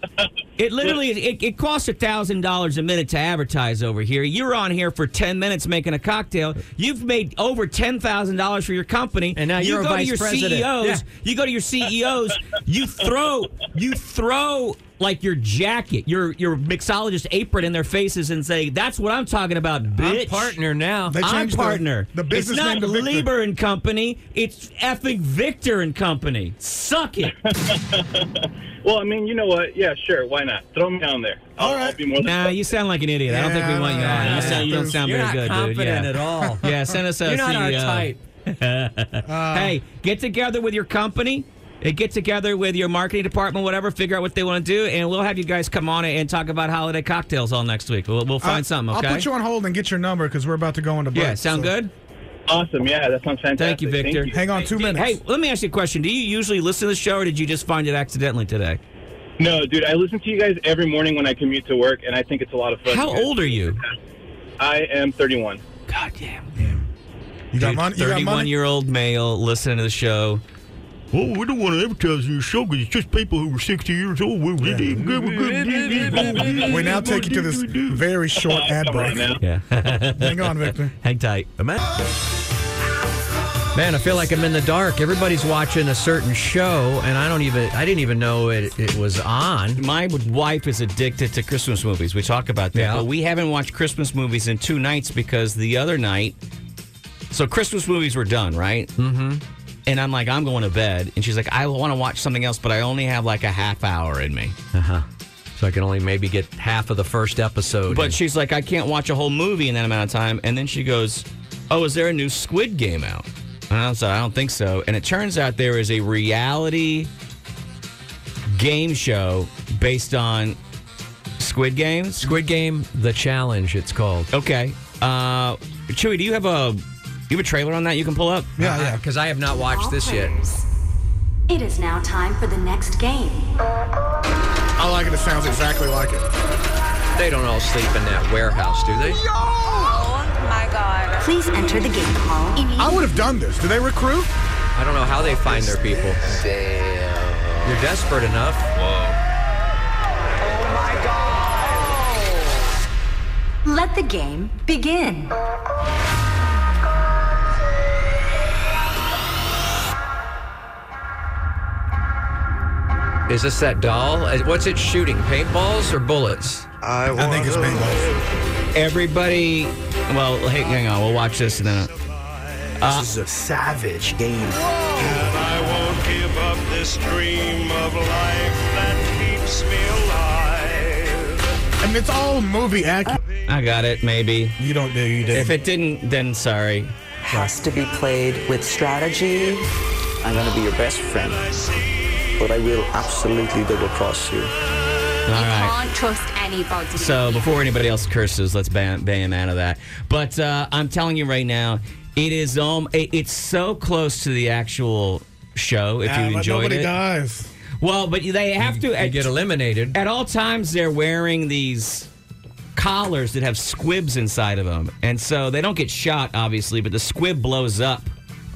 B: It literally it, it costs a thousand dollars a minute to advertise over here. You're on here for ten minutes making a cocktail. You've made over ten thousand dollars for your company, and
A: now
B: you
A: you're a
B: go to
A: vice
B: your
A: president.
B: CEOs.
A: Yeah.
B: You go to your CEOs. you throw you throw like your jacket, your your mixologist apron in their faces, and say, "That's what I'm talking about, bitch."
A: partner now.
C: They
B: I'm
C: changed the-
B: partner.
C: the business
B: it's not
C: name to Victor.
B: Lieber and Company. It's effing Victor and Company. Suck it.
K: Well, I mean, you know what? Yeah, sure. Why not? Throw me down there. I'll, I'll be more than
B: Nah, you sound like an idiot. I don't think we want you on. You, sound, you don't sound
A: You're
B: very
A: not
B: good, dude.
A: confident
B: Yeah.
A: at all.
B: Yeah, send us a
A: You're not our
B: CEO.
A: type.
B: hey, get together with your company. eh, Get together with your marketing department, whatever. Figure out what they want to do, and we'll have you guys come on and talk about holiday cocktails all next week. We'll, we'll find
C: I-
B: something. Okay.
C: Uh, I'll put you on hold and get your number because we're about to go into break.
B: yeah, sound
C: so-
B: good.
K: awesome. Yeah, that sounds fantastic.
B: Thank you, Victor.
C: Hang on two minutes.
B: Hey, let me ask you a question. Do you usually listen to the show, or did you just find it accidentally today?
K: No, dude, I listen to you guys every morning when I commute to work, and I think it's a lot of fun.
B: How old are you?
K: I am 31.
B: God damn.
C: you got money? You got money?
B: year old male listening to the show.
L: Well, we don't want to advertise your show because it's just people who are 60 years old. We're
C: We now take you to this very short ad
K: Uh, Come on
C: break.
K: now.
B: Yeah.
C: Hang on, Victor.
B: Hang tight.
A: Man, I feel like I'm in the dark. Everybody's watching a certain show, and I don't even I didn't even know it, it was on.
B: My wife is addicted to Christmas movies. We talk about that.
A: Yeah.
B: But we haven't watched Christmas movies in two nights because the other night, so Christmas movies were done, right? Mm-hmm. And I'm like, I'm going to bed. And she's like, I want to watch something else, but I only have like a half hour in me.
A: So I can only maybe get half of the first episode.
B: But she's like, I can't watch a whole movie in that amount of time. And then she goes, Oh, is there a new Squid Game out? And I was like, I don't think so. And it turns out there is a reality game show based on Squid Games? Squid Game The Challenge, it's called. Okay. Uh Chewy, do you have a you have a trailer on that you can pull up?
A: Yeah, yeah. Because Uh, I have not watched this yet.
M: It is now time for the next game.
C: I like it. It sounds exactly like it.
A: They don't all sleep in that warehouse, do they?
M: Oh my god. Please enter the game hall.
C: I would have done this. Do they recruit?
A: I don't know how they find their people. You're desperate enough. Whoa.
M: Let the game begin.
A: Is this that doll? Uh, What's it shooting? Paintballs or bullets?
C: I, think it's paintballs.
B: Everybody, well, hey, hang on. We'll watch this in a. Uh,
N: This is a savage game.
O: I won't give up this dream of life that keeps me alive.
C: And it's all movie act.
B: I got it. Maybe
C: you don't do. You
B: didn't. If it didn't, then sorry.
P: Has to be played with strategy.
N: I'm gonna be your best friend, but I will absolutely double cross you.
B: All right.
M: Can't trust anybody.
B: So before anybody else curses, let's ban, ban him out of that. But uh, I'm telling you right now, it is um, it, it's so close to the actual show. If
C: Ah,
B: you
C: but
B: enjoyed
C: nobody
B: it,
C: dies.
B: Well, but they have to
A: you get eliminated
B: at all times. They're wearing these collars that have squibs inside of them, and so they don't get shot, obviously. But the squib blows up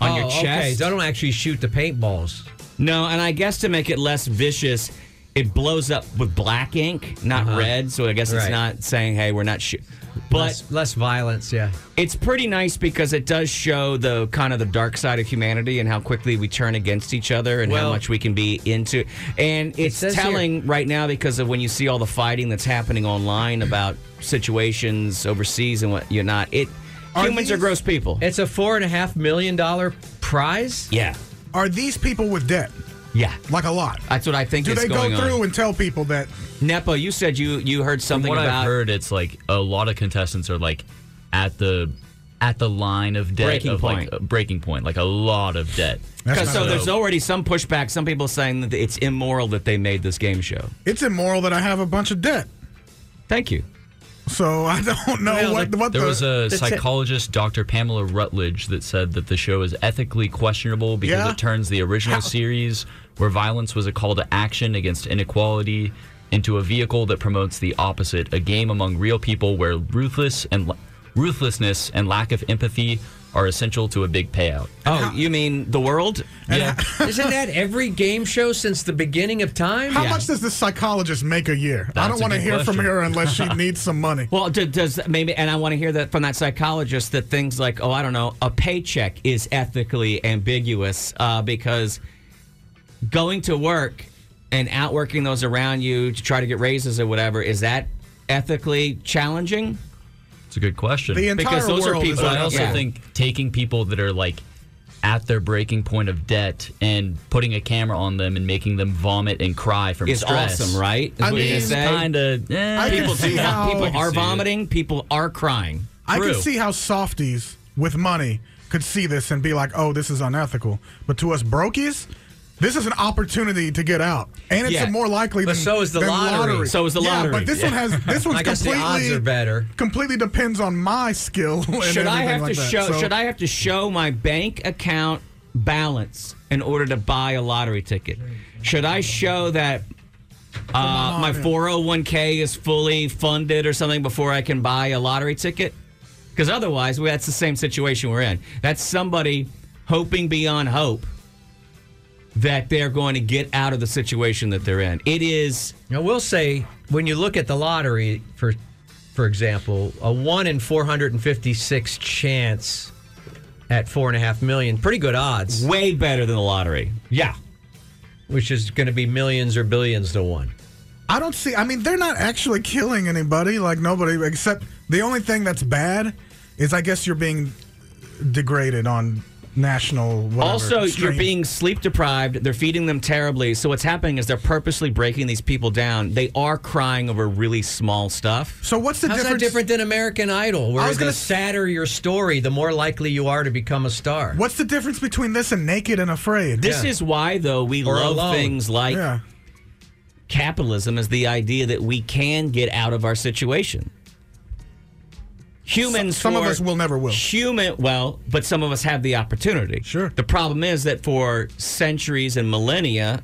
B: on
A: Oh,
B: your chest.
A: okay. They don't actually shoot the paintballs.
B: No, and I guess to make it less vicious, it blows up with black ink, not
A: Uh-huh.
B: red. So I guess it's
A: Right.
B: not saying, "Hey, we're not shooting." But
A: less, less violence, yeah.
B: it's pretty nice because it does show the kind of the dark side of humanity and how quickly we turn against each other and how
A: Well-
B: much we can be into. And it's
A: says here-
B: telling right now because of when you see all the fighting that's happening online about situations overseas and what you're not. It humans are gross people.
A: It's a four and a half million dollar prize.
B: Yeah,
C: Are these people with debt?
B: yeah.
C: Like a lot.
B: That's what I think
C: Do
B: is
C: they go
B: going on.
C: through and tell people that?
B: Nepo, you said you you heard
E: From
B: something
E: what
B: about
E: I've heard, it's like a lot of contestants are like at the at the line of debt,
B: Breaking
E: of
B: point.
E: like a breaking point, like a lot of debt.
B: Because so there's already some pushback. Some people saying that it's immoral that they made this game show.
C: It's immoral that I have a bunch of debt.
B: Thank you.
C: So I don't know
E: Well,
C: what.
E: the-
C: what
E: there
C: the,
E: was a
C: the-
E: psychologist, Dr. Pamela Rutledge, that said that the show is ethically questionable because
C: Yeah?
E: it turns the original series, where violence was a call to action against inequality, into a vehicle that promotes the opposite—a game among real people where ruthless and la- ruthlessness and lack of empathy are essential to a big payout.
B: Oh, you mean the world?
E: Yeah.
A: Isn't that every game show since the beginning of time?
C: How much does this psychologist make a year? I
B: That's
C: don't
B: a
C: want to
B: good
C: hear from
B: question.
C: her unless she needs some money.
B: Well, d- does maybe, and I want to hear that from that psychologist that things like, oh, I don't know, a paycheck is ethically ambiguous uh, because going to work and outworking those around you to try to get raises or whatever is that ethically challenging?
E: It's a good question.
C: The entire
E: because those
C: world
E: are
C: is
E: people. I also
B: unethical.
E: think taking people that are like at their breaking point of debt and putting a camera on them and making them vomit and cry from
B: Is
E: stress
B: awesome, right? Is
E: I
B: what you're gonna
E: mean,
B: say?
E: kind of.
C: I can
E: people
C: see
E: do that.
C: how-
E: People
B: People
C: I can
B: are
E: see it.
B: vomiting. People are crying.
C: I can
E: True.
C: see how softies with money could see this and be like, "Oh, this is unethical." But to us brokies, this is an opportunity to get out, and it's
A: Yeah.
C: more likely.
A: But
C: than,
A: so is the
C: than
A: lottery.
B: So is the
C: Yeah,
B: lottery.
C: but this one
B: Yeah.
C: has this one's
A: I guess the
C: completely
A: odds are better.
C: completely depends on my skill. and
B: should I
C: everything
B: have
C: like
B: to
C: that.
B: show?
C: So-
B: should I have to show my bank account balance in order to buy a lottery ticket? Should I show that uh, my 401k is fully funded or something before I can buy a lottery ticket? Because otherwise, well, that's the same situation we're in. That's somebody hoping beyond hope that they're going to get out of the situation that they're in. It is.
A: Now, we'll say when you look at the lottery, for for example, a one in four hundred and fifty six chance at four and a half million, pretty good odds.
B: Way better than the lottery.
A: Yeah, which is going to be millions or billions to one.
C: I don't see. I mean, they're not actually killing anybody. Like nobody, except the only thing that's bad is I guess you're being degraded on national. Whatever,
B: Also,
C: stream.
B: you're being sleep deprived. They're feeding them terribly. So what's happening is they're purposely breaking these people down. They are crying over really small stuff.
C: So what's the
A: How's
C: difference?
A: that different than American Idol? Where
C: I was
A: the
C: gonna s-
A: sadder your story, the more likely you are to become a star.
C: What's the difference between this and naked and afraid?
B: This is why, though, we
A: Or
B: love
A: alone.
B: things like
C: yeah.
B: capitalism is the idea that we can get out of our situation. Humans,
C: Some- some of
B: for-
C: us will never will.
B: Human, well, but some of us have the opportunity. Sure. The problem is that for centuries and millennia,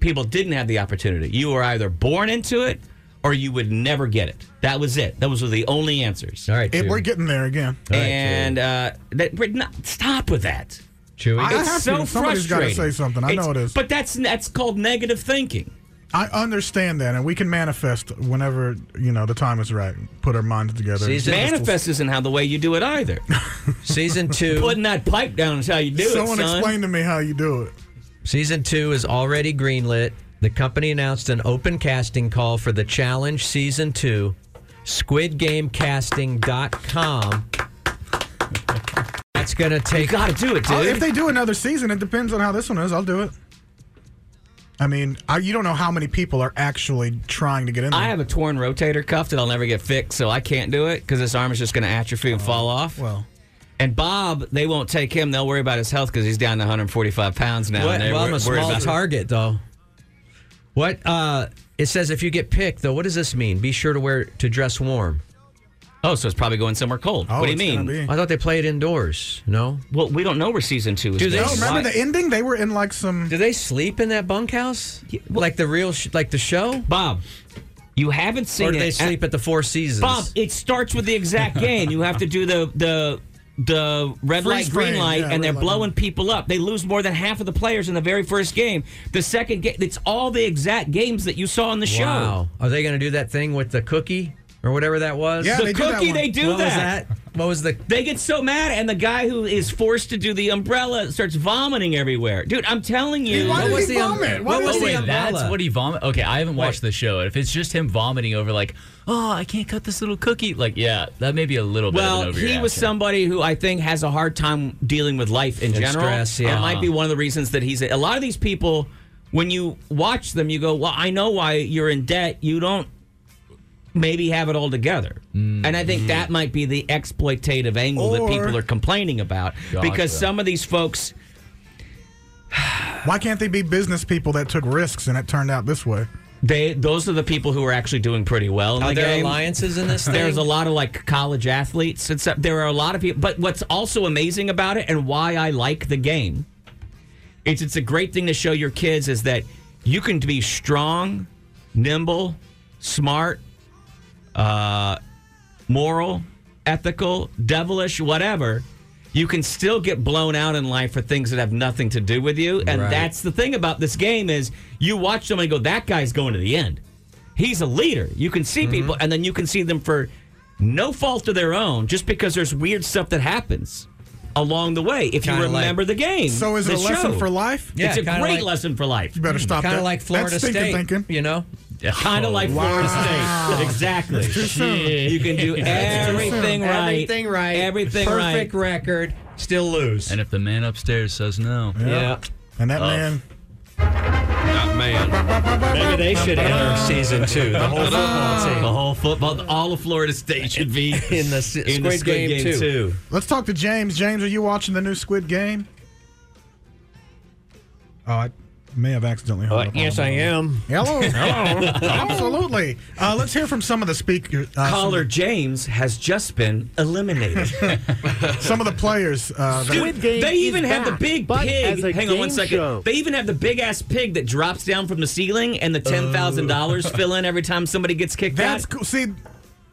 B: people didn't have the opportunity. You were either born into it or you would never get it. That was it. Those were the only answers. All right.
C: It, we're getting there again.
B: and uh, that we're not stop with that.
C: I
B: It's
C: have
B: so
C: to. Somebody's
B: frustrating.
C: got to say something. I
B: It's-
C: know it is.
B: But that's that's called negative thinking.
C: I understand that, and we can manifest whenever you know the time is right. Put our minds together.
B: Season manifest isn't how the way you do it either.
A: Season two.
B: Putting that pipe down is how you do
C: Someone
B: it, son.
C: explain to me how you do it.
A: Season two is already greenlit. The company announced an open casting call for the challenge season two, squidgamecasting.com. That's going to take. Oh,
B: got to do it,
C: I'll- Oh, if they do another season, it depends on how this one is. I'll do it. I mean, I, you don't know how many people are actually trying to get in there.
B: I have a torn rotator cuff that I'll never get fixed, so I can't do it because this arm is just going to atrophy and fall off. Well. And Bob, they won't take him. They'll worry about his health because he's down to 145 pounds now.
A: What-
B: and they
A: well, I'm
B: wor-
A: a
B: worry
A: small
B: about-
A: target, though. What? Uh, it says if you get picked, though, what does this mean? Be sure to wear to dress warm.
B: Oh, so it's probably going somewhere cold.
A: Oh,
B: what do you
A: it's gonna
B: mean?
A: I thought they played indoors. No.
B: Well, we don't know where season two is.
A: Do they
B: based.
A: No, remember
C: Remember the ending? They were in like some.
A: Do they sleep in that bunkhouse? like the real, sh- like the show?
B: Bob, you haven't seen
A: Or do
B: it
A: they
B: at-
A: sleep at the Four Seasons?
B: Bob, it starts with the exact game. You have to do the the the red
A: Freeze
B: light, green
A: frame,
B: light,
A: yeah,
B: and they're
A: red light.
B: blowing people up. They lose more than half of the players in the very first game. The second game, it's all the exact games that you saw on the show.
A: Wow. Are they going to do that thing with the cookie or whatever that was?
B: the cookie, they do
A: What was
B: that.
A: What was the?
B: They get so mad, and the guy who is forced to do the umbrella starts vomiting everywhere. Dude, I'm telling you.
A: um,
E: oh, wait, That's what he vomit. Okay, I haven't watched the show. If it's just him vomiting over, like, oh, I can't cut this little cookie. Like, yeah, that may be a little bit.
B: Well,
E: of an
B: he was
E: overreaction.
B: somebody who I think has a hard time dealing with life in
E: And
B: general.
E: stress, yeah.
B: It might be one of the reasons that he's. A lot of these people, when you watch them, you go, "Well, I know why you're in debt. You don't maybe have it all together."
A: Mm.
B: And I think that might be the exploitative angle that
C: Or-
B: people are complaining about
C: Gotcha.
B: because some of these folks.
C: Why can't they be business people that took risks and it turned out this way?
B: They those are the people who are actually doing pretty well. In
A: Are
B: the
A: there
B: game.
A: alliances in this thing?
B: There's a lot of like college athletes and stuff. There are a lot of people. But what's also amazing about it, and why I like the game, it's it's a great thing to show your kids is that you can be strong, nimble, smart, uh, moral, ethical, devilish, whatever. You can still get blown out in life for things that have nothing to do with you, and
A: Right.
B: that's the thing about this game is you watch someone and go, "That guy's going to the end. He's a leader." You can
A: Mm-hmm.
B: see people, and then you can see them for no fault of their own, just because there's weird stuff that happens along the way. If
A: Kinda
B: you
A: like-
B: remember the game,
A: So is it
B: the
A: a lesson
B: show.
A: for life? Yeah,
B: it's a
A: kinda
B: great
A: like-
B: lesson for life.
C: You better stop
A: Kind
C: that.
A: of like
C: That's
A: Florida
C: stinking
A: State.
C: thinking. Ah,
A: You know.
B: Kind of like Florida State. Exactly. You can do everything right.
A: Everything right.
B: Everything right.
A: Perfect record. Still lose.
E: And if the man upstairs says no,
A: Yeah.
C: And that
E: Oh.
C: man.
D: That man.
A: Maybe they should enter season two. The whole football team.
B: The whole football, all of Florida State should be
A: in the s- Squid Game two.
C: Let's talk to James. James, are you watching the new Squid Game? Oh, I may have accidentally hung up.
A: yes, I am.
C: Hello. Hello. Absolutely. Uh, let's hear from some of the speakers. Uh, some-
B: Caller James has just been eliminated.
C: some of the players. Uh, that-
B: Dude, they even have the big
Q: but
B: pig.
Q: as a
B: Hang on one
Q: game
B: second.
Q: show.
B: They even have the big ass pig that drops down from the ceiling and the ten thousand dollars fill in every time somebody gets kicked
C: That's
B: out.
C: cool. See,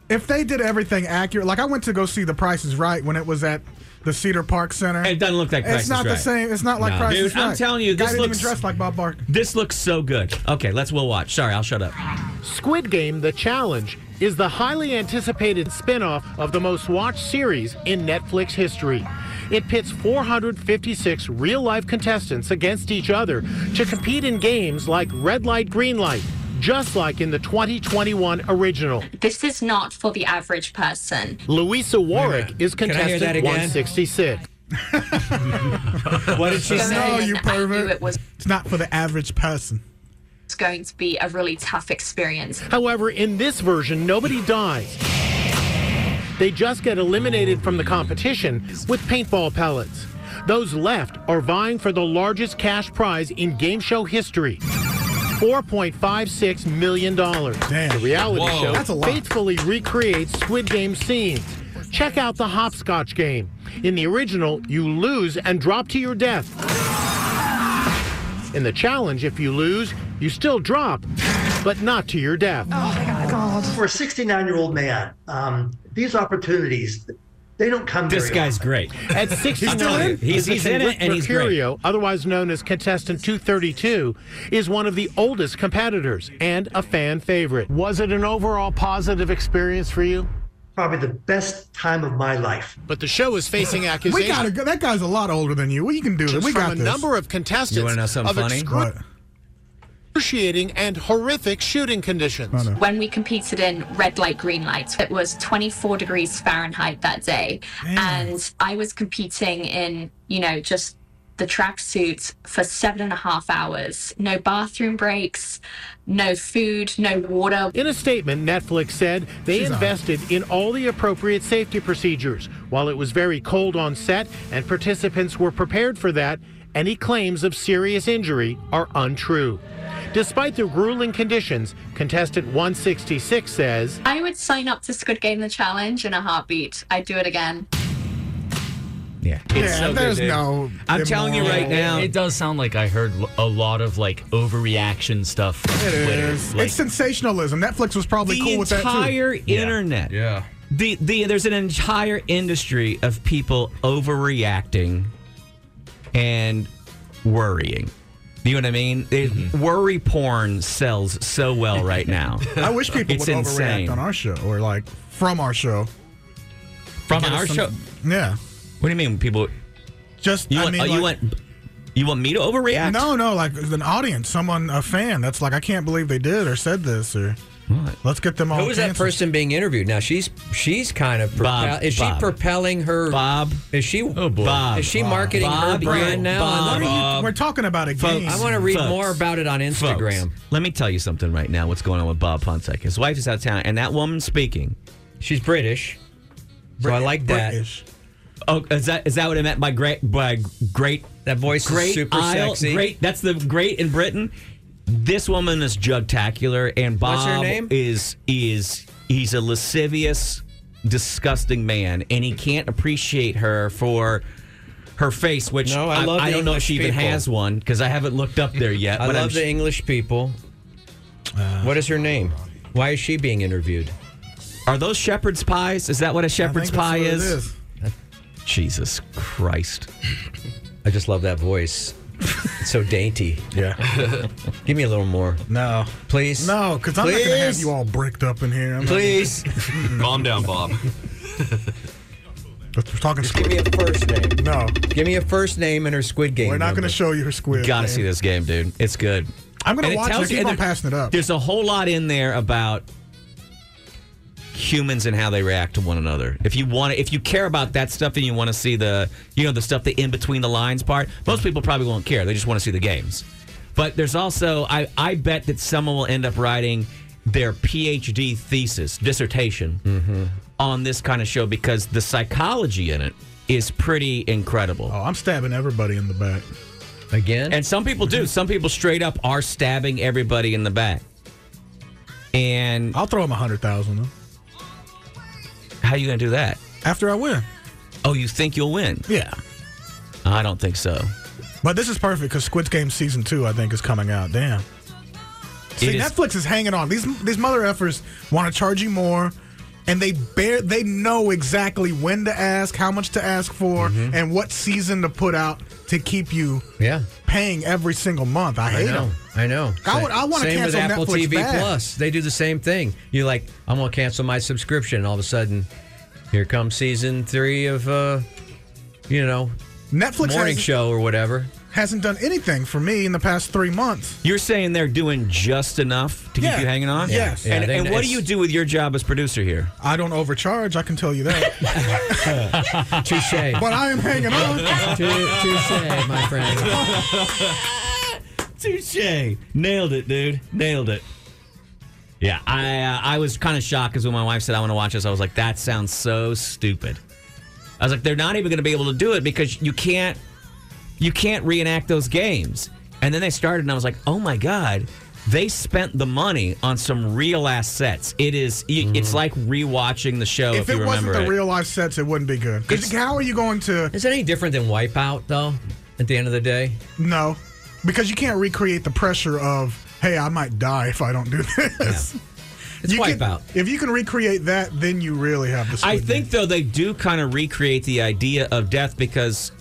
C: if they did everything accurate, like I went to go see The Price is Right when it was at the Cedar Park Center.
B: It doesn't look like Price
C: it's
B: is
C: not the
B: Right.
C: same. It's not like
B: No.
C: Price
B: Dude,
C: is Right.
B: I'm telling you,
C: Guy
B: this
C: didn't
B: looks-
C: even dress like Bob Barker.
B: This looks so good. Okay, let's we'll watch. Sorry, I'll shut up.
Q: Squid Game The Challenge is the highly anticipated spin off of the most watched series in Netflix history. It pits 456 real life contestants against each other to compete in games like Red Light, Green Light, just like in the 2021 original.
R: This is not for the average person.
Q: Louisa Warwick is
R: Can I hear that
Q: contestant
R: again?
Q: 166.
A: What did she
C: No,
R: Saying
C: you
R: I knew
C: pervert.
R: it was
C: It's not for the average person.
R: going to be a really tough experience.
Q: However, in this version, nobody dies. They just get eliminated from the competition with paintball pellets. Those left are vying for the largest cash prize in game show history $4.56 million. The reality
L: Whoa.
Q: show
L: That's a lot.
Q: faithfully recreates Squid Game scenes. Check out the hopscotch game. In the original, you lose and drop to your death. In the challenge, if you lose, you still drop, but not to your death.
S: For a 69 year old man, um, these opportunities, they don't come very often.
A: great.
Q: At 61,
S: in it, and he's great.
Q: Mercurio, otherwise known as contestant 232, is one of the oldest competitors and a fan favorite. Was it an overall positive experience for you?
S: Probably the best time of my life.
Q: But the show is facing
C: We
Q: accusations
C: gotta go. That guy's a lot older than you. We can do this. We
Q: from
C: got
Q: a
C: this.
Q: number of contestants
C: You wanna know something
Q: of
C: funny?
Q: excru- excruciating and horrific shooting conditions.
R: When we competed in red light, green lights, it was 24 degrees Fahrenheit that day. And I was competing in, you know, just the tracksuits for seven and a half hours. No bathroom breaks, no food, no water.
Q: In a statement, Netflix said they
R: She's on.
Q: invested in all the appropriate safety procedures. While it was very cold on set and participants were prepared for that, any claims of serious injury are untrue. Despite the grueling conditions, contestant 166 says,
R: I would sign up to Squid Game The Challenge in a heartbeat. I'd do it again.
B: Yeah,
E: It's so good,
C: there's
E: dude.
C: no.
E: I'm telling you right
C: immoral-
E: now, it does sound like I heard l- a lot of like overreaction stuff. From
C: It
E: Twitter.
C: is.
E: Like,
C: it's sensationalism. Netflix was probably
B: the
C: cool with that too.
B: entire internet.
D: Yeah.
B: The the there's an entire industry of people overreacting and worrying. You know what I mean? It-
C: Mm-hmm.
B: Worry porn sells so well right now.
C: I wish people
B: it's
C: would
B: insane.
C: overreact on our show or like from our show.
B: From
C: Get us
B: our
C: some-
B: show?
C: Yeah.
B: What do you mean people
C: Just
B: you
C: I
B: want,
C: mean,
B: uh, you
C: like-
B: want you want me to overreact?
C: No, no, like an audience, someone, a fan that's like, I can't believe they did or said this or let's get them all.
A: Who was that
C: canceled.
A: person being interviewed? Now she's she's kind of propel-
C: Bob,
A: is she
C: Bob.
A: propelling her Bob? Is she oh
B: boy. Bob,
A: Is she
B: Bob,
A: marketing
B: Bob,
A: her brand now?
B: Bob,
A: What are you-
B: Bob.
C: We're talking about a
B: Folks,
C: game.
A: I want to read more about it on Instagram.
B: Folks, let me tell you something right now. What's going on with Bob Fonseca? His wife is out of town, and that woman speaking.
A: She's British, so I like that. British.
B: Oh, is that is that what I meant by great by great?
A: That voice is
B: great
A: super
B: Isle,
A: sexy.
B: Great, that's the great in Britain. This woman is jugtacular, and Bob
A: What's her name?
B: is is he's a lascivious, disgusting man, and he can't appreciate her for. Her face, which
A: No, I
B: I,
A: love the
B: don't know if
A: English
B: she even
A: people.
B: has one because I haven't looked up there yet.
A: I
B: but
A: love
B: I'm Uh,
A: the English people. what is her name? Why is she being interviewed?
B: Are those shepherd's pies? Is that what a shepherd's
A: that's
B: pie
A: what it
B: is?
A: is.
B: Jesus Christ.
A: I just love that voice. It's so dainty.
C: Yeah.
A: Give me a little more.
C: No.
A: Please.
C: No, because I'm not going to have
A: Please.
C: you all bricked up in here. I'm not-
A: Please.
D: Calm down, Bob.
C: But we're talking
A: Give me a first name.
C: No.
A: Give me a first name and her Squid Game.
C: We're not
A: number.
C: going to show you her squid.
B: Gotta
C: man.
B: see this game, dude. It's good.
C: I'm going
B: And
C: to
B: it
C: watch it.
B: tells
C: I keep
B: and
C: on
B: there-
C: passing it up.
B: There's a whole lot in there about humans and how they react to one another. If you want to, if you care about that stuff and you want to see the, you know, the stuff the in between the lines part, most people probably won't care. They just want to see the games. But there's also, I, I bet that someone will end up writing their PhD thesis, dissertation
C: Mm-hmm.
B: on this kind of show because the psychology in it is pretty incredible.
C: Oh, I'm stabbing everybody in the back.
A: Again?
B: And some people do. Some people straight up are stabbing everybody in the back. And
C: I'll throw him a hundred thousand though.
B: How you gonna do that?
C: After I win.
B: Oh, you think you'll win?
C: Yeah.
B: I don't think so.
C: But this is perfect because Squid Game season two, I think, is coming out. Damn. See,
B: It is-
C: Netflix is hanging on. These these mother effers want to charge you more, and they bear they know exactly when to ask, how much to ask for,
B: Mm-hmm.
C: and what season to put out to keep you
A: Yeah.
C: paying every single month. I
A: I
C: hate
A: know.
C: them.
A: I know.
C: I would- I wanna
A: Same with
C: cancel
A: Apple
C: Netflix
A: TV
C: bad.
A: Plus. They do the same thing. You're like, I'm gonna cancel my subscription. And all of a sudden, here comes season three of, uh, you know,
C: Netflix
A: morning
C: has-
A: show or whatever.
C: Hasn't done anything for me in the past three months.
B: You're saying they're doing just enough to
C: Yeah.
B: keep you hanging on?
C: Yes. Yeah,
B: and
C: they-
B: and what do you do with your job as producer here?
C: I don't overcharge. I can tell you that.
A: Touche.
C: but I am hanging on.
A: Touche, my friend.
B: Touche. Nailed it, dude. Nailed it. Yeah, I uh, I was kind of shocked because when my wife said I want to watch this, I was like, that sounds so stupid. I was like, they're not even going to be able to do it because you can't you can't reenact those games. And then they started, and I was like, oh my god, They spent the money on some real ass sets. It is. y- It's like rewatching the show. If,
C: Mm. If it
B: you
C: wasn't
B: remember
C: the
B: it.
C: real life sets, it wouldn't be good. 'Cause how are you going to?
A: Is it any different than Wipeout though? At the end of the day,
C: No, because you can't recreate the pressure of hey, I might die if I don't do this. It's you can-
B: Wipeout.
C: if you can recreate that, then you really have the.
B: I
C: squid
B: think though they do kind of recreate the idea of death because,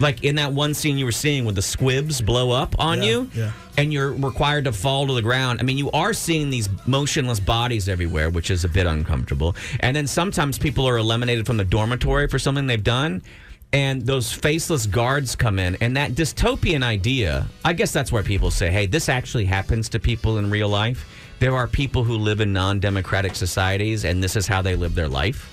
B: like in that one scene you were seeing with the squibs blow up on you,
C: yeah.
B: and you're required to fall to the ground. I mean, you are seeing these motionless bodies everywhere, which is a bit uncomfortable. And then sometimes people are eliminated from the dormitory for something they've done. And those faceless guards come in, and that dystopian idea. I guess that's where people say, hey, this actually happens to people in real life. There are people who live in non democratic societies, and this is how they live their life.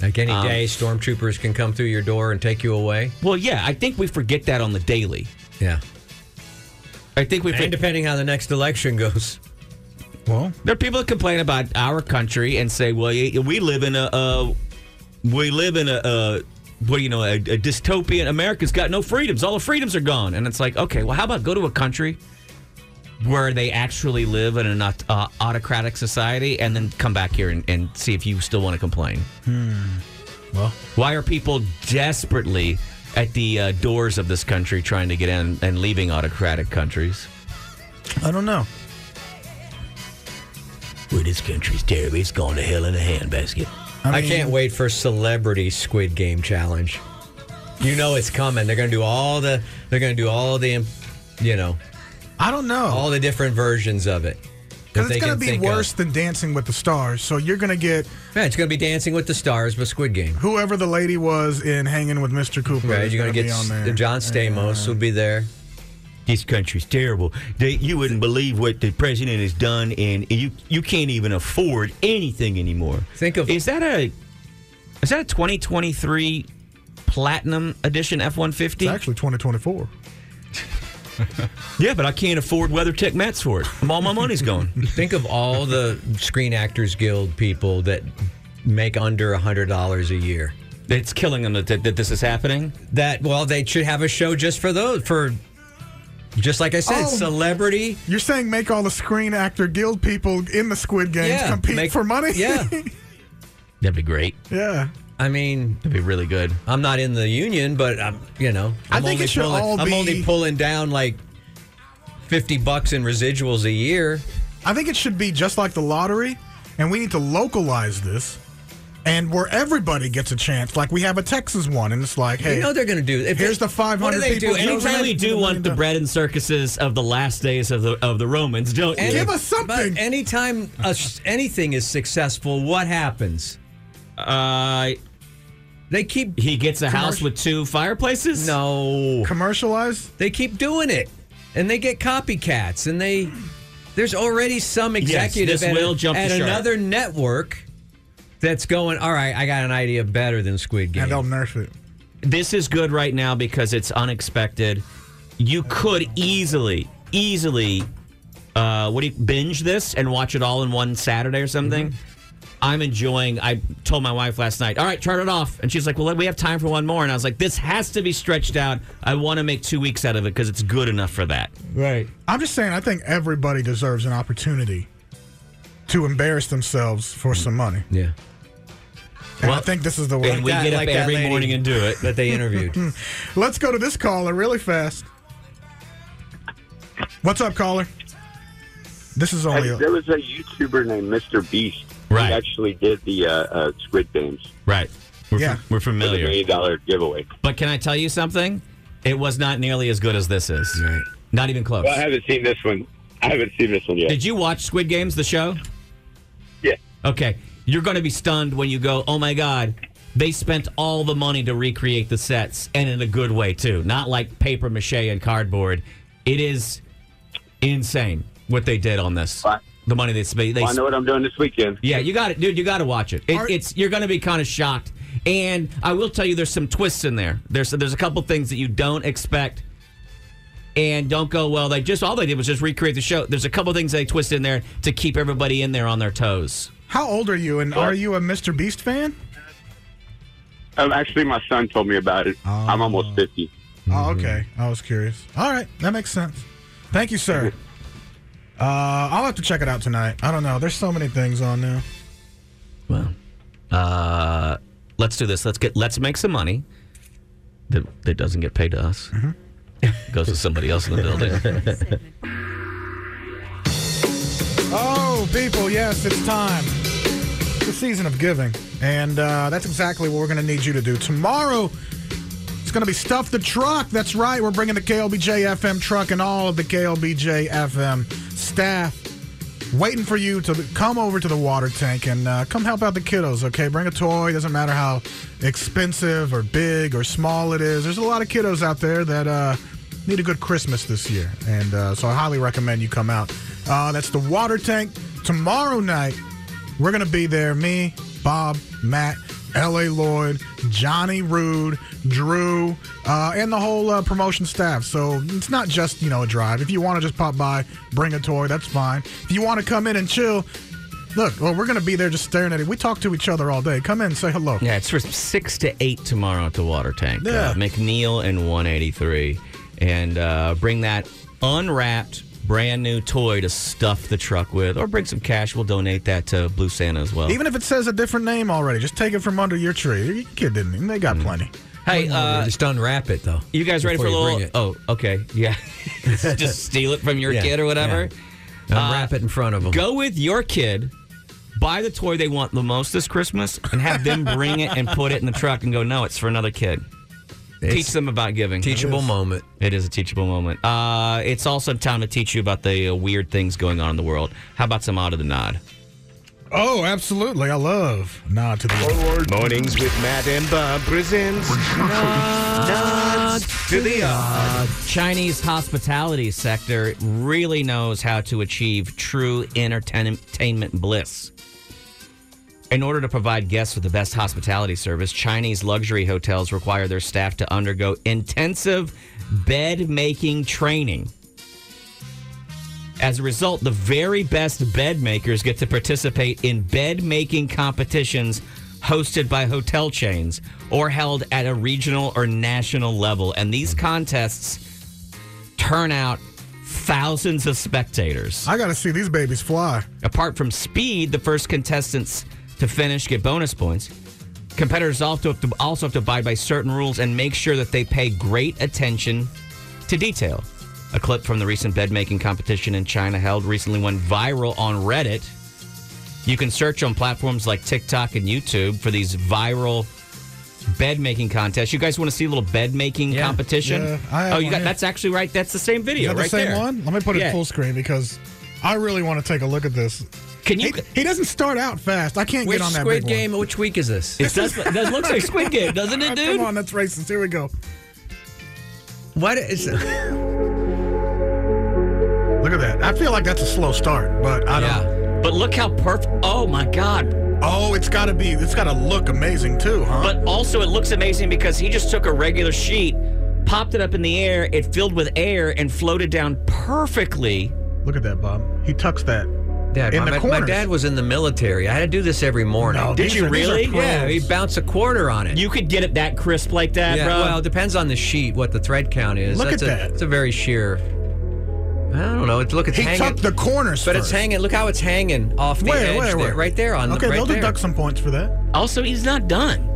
A: like any
B: Um,
A: day, stormtroopers can come through your door and take you away.
B: Well, yeah, I think we forget that on the daily.
A: Yeah.
B: I think we
A: and depending how the next election goes.
C: Well,
B: There are people that complain about our country and say, "Well, y- we live in a, uh, we live in a, uh, what do you know, a, a dystopian. America's got no freedoms. All the freedoms are gone." And it's like, okay, well, how about go to a country where they actually live in an aut- uh, autocratic society, and then come back here and, and see if you still want to complain.
C: Hmm.
B: Well, why are people desperately at the uh, doors of this country trying to get in and leaving autocratic countries?
C: I don't know.
B: Where this country's terrible, it's gone to hell in a handbasket.
A: I,
B: mean-
A: can't wait for celebrity Squid Game challenge. You know it's coming. They're going to do all the. They're going to do all the. um, You know.
C: I don't know.
A: All the different versions of it. that
C: Because
A: they
C: it's going
A: can
C: to be
A: think
C: worse
A: Of.
C: than Dancing with the Stars. So you're going to get
A: Yeah, it's going to be Dancing with the Stars, but Squid Game.
C: whoever the lady was in Hanging with Mr. Cooper.
A: Right,
C: is
A: you're
C: gonna
A: going to
C: be
A: get
C: on
A: S-
C: there.
A: John Stamos will be there.
B: This country's terrible. They, you wouldn't believe what the president has done, and you you can't even afford anything anymore. Think of is that a is that a 2023 Platinum Edition
C: It's
B: F150?
C: actually 2024.
B: Yeah, but I can't afford WeatherTech mats for it. All my money's gone.
A: Think of all the Screen Actors Guild people that make under hundred dollars a year.
B: It's killing them that, that, that this is happening.
A: That well, they should have a show just for those for. Just like I said,
C: Oh.
A: celebrity.
C: You're saying make all the Screen Actor Guild people in the Squid Games
A: Yeah,
C: compete
A: make-
C: for money?
A: yeah.
B: That'd be great.
C: yeah.
A: I mean,
B: That'd be really good.
A: I'm not in the union, but I'm, you know,
C: I
A: I'm
C: think
A: only
C: it should
A: pulling,
C: all
A: I'm
C: be-
A: only pulling down like fifty bucks in residuals a year.
C: I think it should be just like the lottery, and we need to localize this, and where everybody gets a chance. Like we have a Texas one, and it's like, hey,
A: you know they're going to do. If
C: here's
A: they-
C: the 500
A: what do they
C: people.
A: do?
B: You
A: Anytime-
B: really do want the bread and circuses of the last days of the of the Romans, don't you?
A: Any- But anytime a s anything is successful, what happens?
B: Uh,
A: they keep.
B: He gets a house
A: Commercial-
B: with two fireplaces.
A: No.
C: Commercialize?
A: They keep doing it, and they get copycats, and they. There's already some
B: Yes,
A: executive
B: this
A: at, a-
B: will jump the
A: at
B: shark.
A: another network that's going. All right, I got an idea better than Squid Game.
C: and they'll nerf it.
B: this is good right now because it's unexpected. You could easily, easily, uh, what do you binge this and watch it all in one Saturday or something?
A: Mm-hmm.
B: I'm enjoying. I told my wife last night, "All right, turn it off," and she's like, "Well, we have time for one more." And I was like, "This has to be stretched out. I want to make two weeks out of it because it's good enough for that."
C: Right. I'm just saying, I think everybody deserves an opportunity to embarrass themselves for some money.
A: Yeah.
C: And I
B: Well,
C: think this is the way.
B: and we get up every morning and do it.
A: that they interviewed.
C: Let's go to this caller really fast. What's up, caller? This is only.
T: Hey, there was a YouTuber named Mr. Beast.
B: Right.
T: He actually did the uh, uh, Squid Games.
B: Right. We're,
T: Yeah.
B: we're
T: with a
B: familiar.
T: million dollar giveaway.
B: But can I tell you something? It was not nearly as good as this is. Right. Not even close.
T: Well, I haven't seen this one. I haven't seen this one yet.
B: Did you watch Squid Games, the show?
T: Yeah.
B: Okay. You're going to be stunned when you go, oh my God, they spent all the money to recreate the sets and in a good way, too. Not like paper mache and cardboard. It is insane what they did on this. The money they spent. They
T: Well, I know what I'm doing this weekend.
B: yeah, you got it, dude. You got to watch it. it
T: Are-
B: it's you're going to be kind of shocked. And I will tell you, there's some twists in there. There's there's a couple things that you don't expect, and don't go well. They just all they did was just recreate the show. There's a couple things they twist in there to keep everybody in there on their toes.
C: How old are you, and are you a Mr. Beast fan?
T: Um, actually, my son told me about it. I'm almost 50.
C: Oh, okay. I was curious. All right, that makes sense. Thank you, sir. Uh, I'll have to check it out tonight. I don't know. There's so many things on there.
B: Uh, let's do this. Let's get let's make some money that that doesn't get paid to us. Goes to somebody else in the building.
C: Oh, people, yes, it's time. It's the season of giving. And uh, that's exactly what we're going to need you to do. Tomorrow, it's going to be Stuff the Truck. That's right. We're bringing the KLBJ FM truck and all of the KLBJ FM staff. Waiting for you to come over to the water tank and uh, come help out the kiddos, okay? Bring a toy. Doesn't matter how expensive or big or small it is. There's a lot of kiddos out there that uh, need a good Christmas this year. And uh, so I highly recommend you come out. Uh, that's the water tank. Tomorrow night, we're going to be there. Me, Bob, Matt, L.A. Lloyd, Johnny Rude, Drew, uh, and the whole uh, promotion staff. So it's not just, you know, a drive. If you want to just pop by, bring a toy, that's fine. If you want to come in and chill, look, well, we're going to be there just staring at it. We talk to each other all day. Come in, say hello.
B: Yeah, it's for six to eight tomorrow at the water tank.
C: Yeah.
B: Uh, McNeil and 183. And uh, bring that unwrapped, brand new toy to stuff the truck with, or bring some cash. We'll donate that to Blue Santa as well.
C: Even if it says a different name already, just take it from under your tree. Your kid didn't. even- They got plenty.
B: Hey, uh,
A: just unwrap it though.
B: you guys ready for a
A: Before you
B: little? Oh, okay. Yeah. Just steal it from your
A: Yeah,
B: kid or whatever.
A: yeah. Unwrap it in front of them.
B: Go with your kid. Buy the toy they want the most this Christmas, and have them bring it and put it in the truck, and go. No, it's for another kid. teach them about giving.
A: Teachable It is. moment.
B: It is a teachable moment. Uh, it's also time to teach you about the uh, weird things going on in the world. How about some out of the nod?
C: Oh, absolutely. I love nod to the
G: Mornings with Matt and Bob presents Nods to the Odd.
B: Chinese hospitality sector really knows how to achieve true entertainment bliss. In order to provide guests with the best hospitality service, Chinese luxury hotels require their staff to undergo intensive bed making training. As a result, the very best bed makers get to participate in bed making competitions hosted by hotel chains or held at a regional or national level. And these contests turn out thousands of spectators.
C: I got to see these babies fly.
B: Apart from speed, the first contestants to finish get bonus points. Competitors also have to, also have to abide by certain rules and make sure that they pay great attention to detail. A clip from the recent bed making competition in China held recently went viral on Reddit. You can search on platforms like TikTok and YouTube for these viral bed making contests. You guys want to see a little bed making competition?
C: Yeah, I have
B: oh, you
C: one
B: got
C: here.
B: that's actually right. That's the same video
C: Is that the
B: right
C: same
B: there.
C: one? Let me put it
B: Yeah.
C: full screen because I really want to take a look at this.
B: Can you?
C: He, he doesn't start out fast. I can't
A: Which
C: get on that
A: Squid
C: big
A: Game? Which week is this?
B: It does, that looks like Squid Game, doesn't it,
C: One.
B: dude?
C: Oh, Come on, that's racist. Here we go.
A: What is?
C: Look at that. I feel like that's a slow start, but I don't.
B: Yeah. But look how perfect. Oh my God.
C: Oh, it's got to be. It's got to look amazing too, huh?
B: But also, it looks amazing because he just took a regular sheet, popped it up in the air, it filled with air, and floated down perfectly.
C: look at that, Bob. He tucks that.
A: Dad,
C: in
A: my,
C: the
A: my
C: corners.
A: dad was in the military. I had to do this every morning.
C: No, Did these you are- these are really? pros.
A: Yeah, he bounced a quarter on it.
B: You could get it that crisp like that,
A: yeah,
B: bro.
A: well, it depends on the sheet what the thread count is.
C: Look
A: That's
C: at
A: a,
C: that.
A: It's a very sheer. I don't know. It's, look, it's
C: He
A: hanging.
C: tucked the corners,
A: but it's
C: first.
A: hanging. Look how it's hanging off the edge there, right there on
C: okay,
A: the right
C: they'll
A: there.
C: deduct some points for that.
B: Also, he's not done.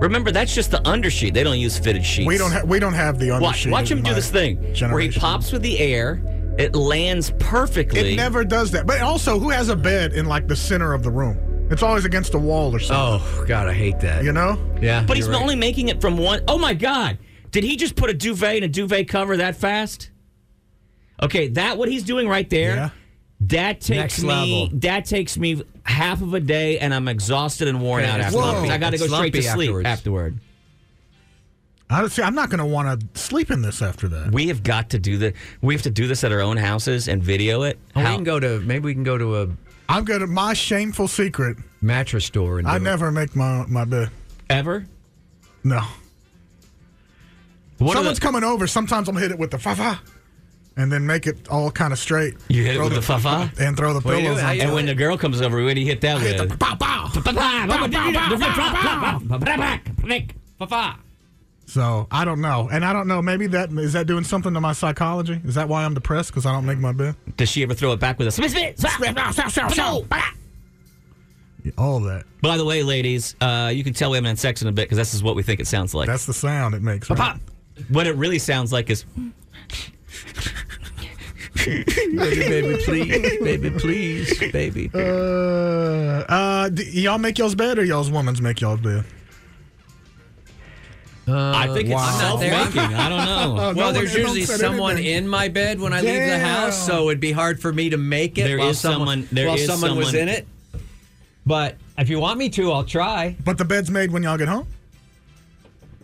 B: Remember, that's just the undersheet. They don't use fitted sheets.
C: We don't have we don't have the undersheet.
B: Watch, watch him
C: in
B: do
C: my
B: this thing where he
C: generation.
B: pops with the air, it lands perfectly.
C: It never does that. But also, who has a bed in like the center of the room? It's always against a wall or something.
A: Oh God, I hate that.
C: You know?
A: Yeah,
B: But
A: you're
B: he's
A: right.
B: only making it from one oh my God. Did he just put a duvet and a duvet cover that fast? Okay, that what he's doing right there.
C: Yeah.
B: That takes
A: Next
B: me.
A: level.
B: That takes me half of a day, and I'm exhausted and worn
A: Okay,
B: out
A: it's
B: after.
A: lumpy.
B: I got to
A: It's
B: go straight to
A: lumpy
B: sleep
A: afterwards.
B: afterward.
C: I don't see. I'm not going to want to sleep in this after that.
B: We have got to do the. We have to do this at our own houses and video it.
A: Oh, we
B: How-
A: can go to maybe we can go to a
C: I'm going to my shameful secret.
A: mattress store and
C: I
A: do it.
C: never make my my bed.
B: ever?
C: No.
B: One of
C: Someone's
B: the-
C: coming over. Sometimes I'm hit it with the fa fa, and then make it all kind of straight.
B: You hit it
C: Throw
B: with the fa-fa?
C: and throw the
A: What do you do?
C: pillows.
A: How
C: on
A: you
B: and
A: do
B: when
A: it?
B: the girl comes over, we need to hit that
C: Hit the
B: with.
C: pow pow. So I don't know, and I don't know. Maybe that is that doing something to my psychology. Is that why I'm depressed? Because I don't make my bed.
B: Does she ever throw it back with us?
C: All that.
B: By the way, ladies, uh, you can tell women in sex in a bit because this is what we think it sounds like.
C: That's the sound it makes. Right?
B: Pop. What it really sounds like is
A: baby, baby, please, baby, please, baby.
C: Uh, uh, d- y'all make y'all's bed or y'all's women's make y'all's bed?
A: Uh,
B: I think it's
C: wow.
B: self-making. I don't know.
A: well,
C: No,
A: there's
C: they don't
A: usually
C: say
A: someone
C: anything.
A: in my bed when I leave the
C: Damn.
A: house, so Oh, it'd be hard for me to make it.
B: There
A: while
B: is someone- there
A: while
B: is
A: someone, was
B: someone-
A: in it. But if you want me to, I'll try.
C: But the bed's made when y'all get home.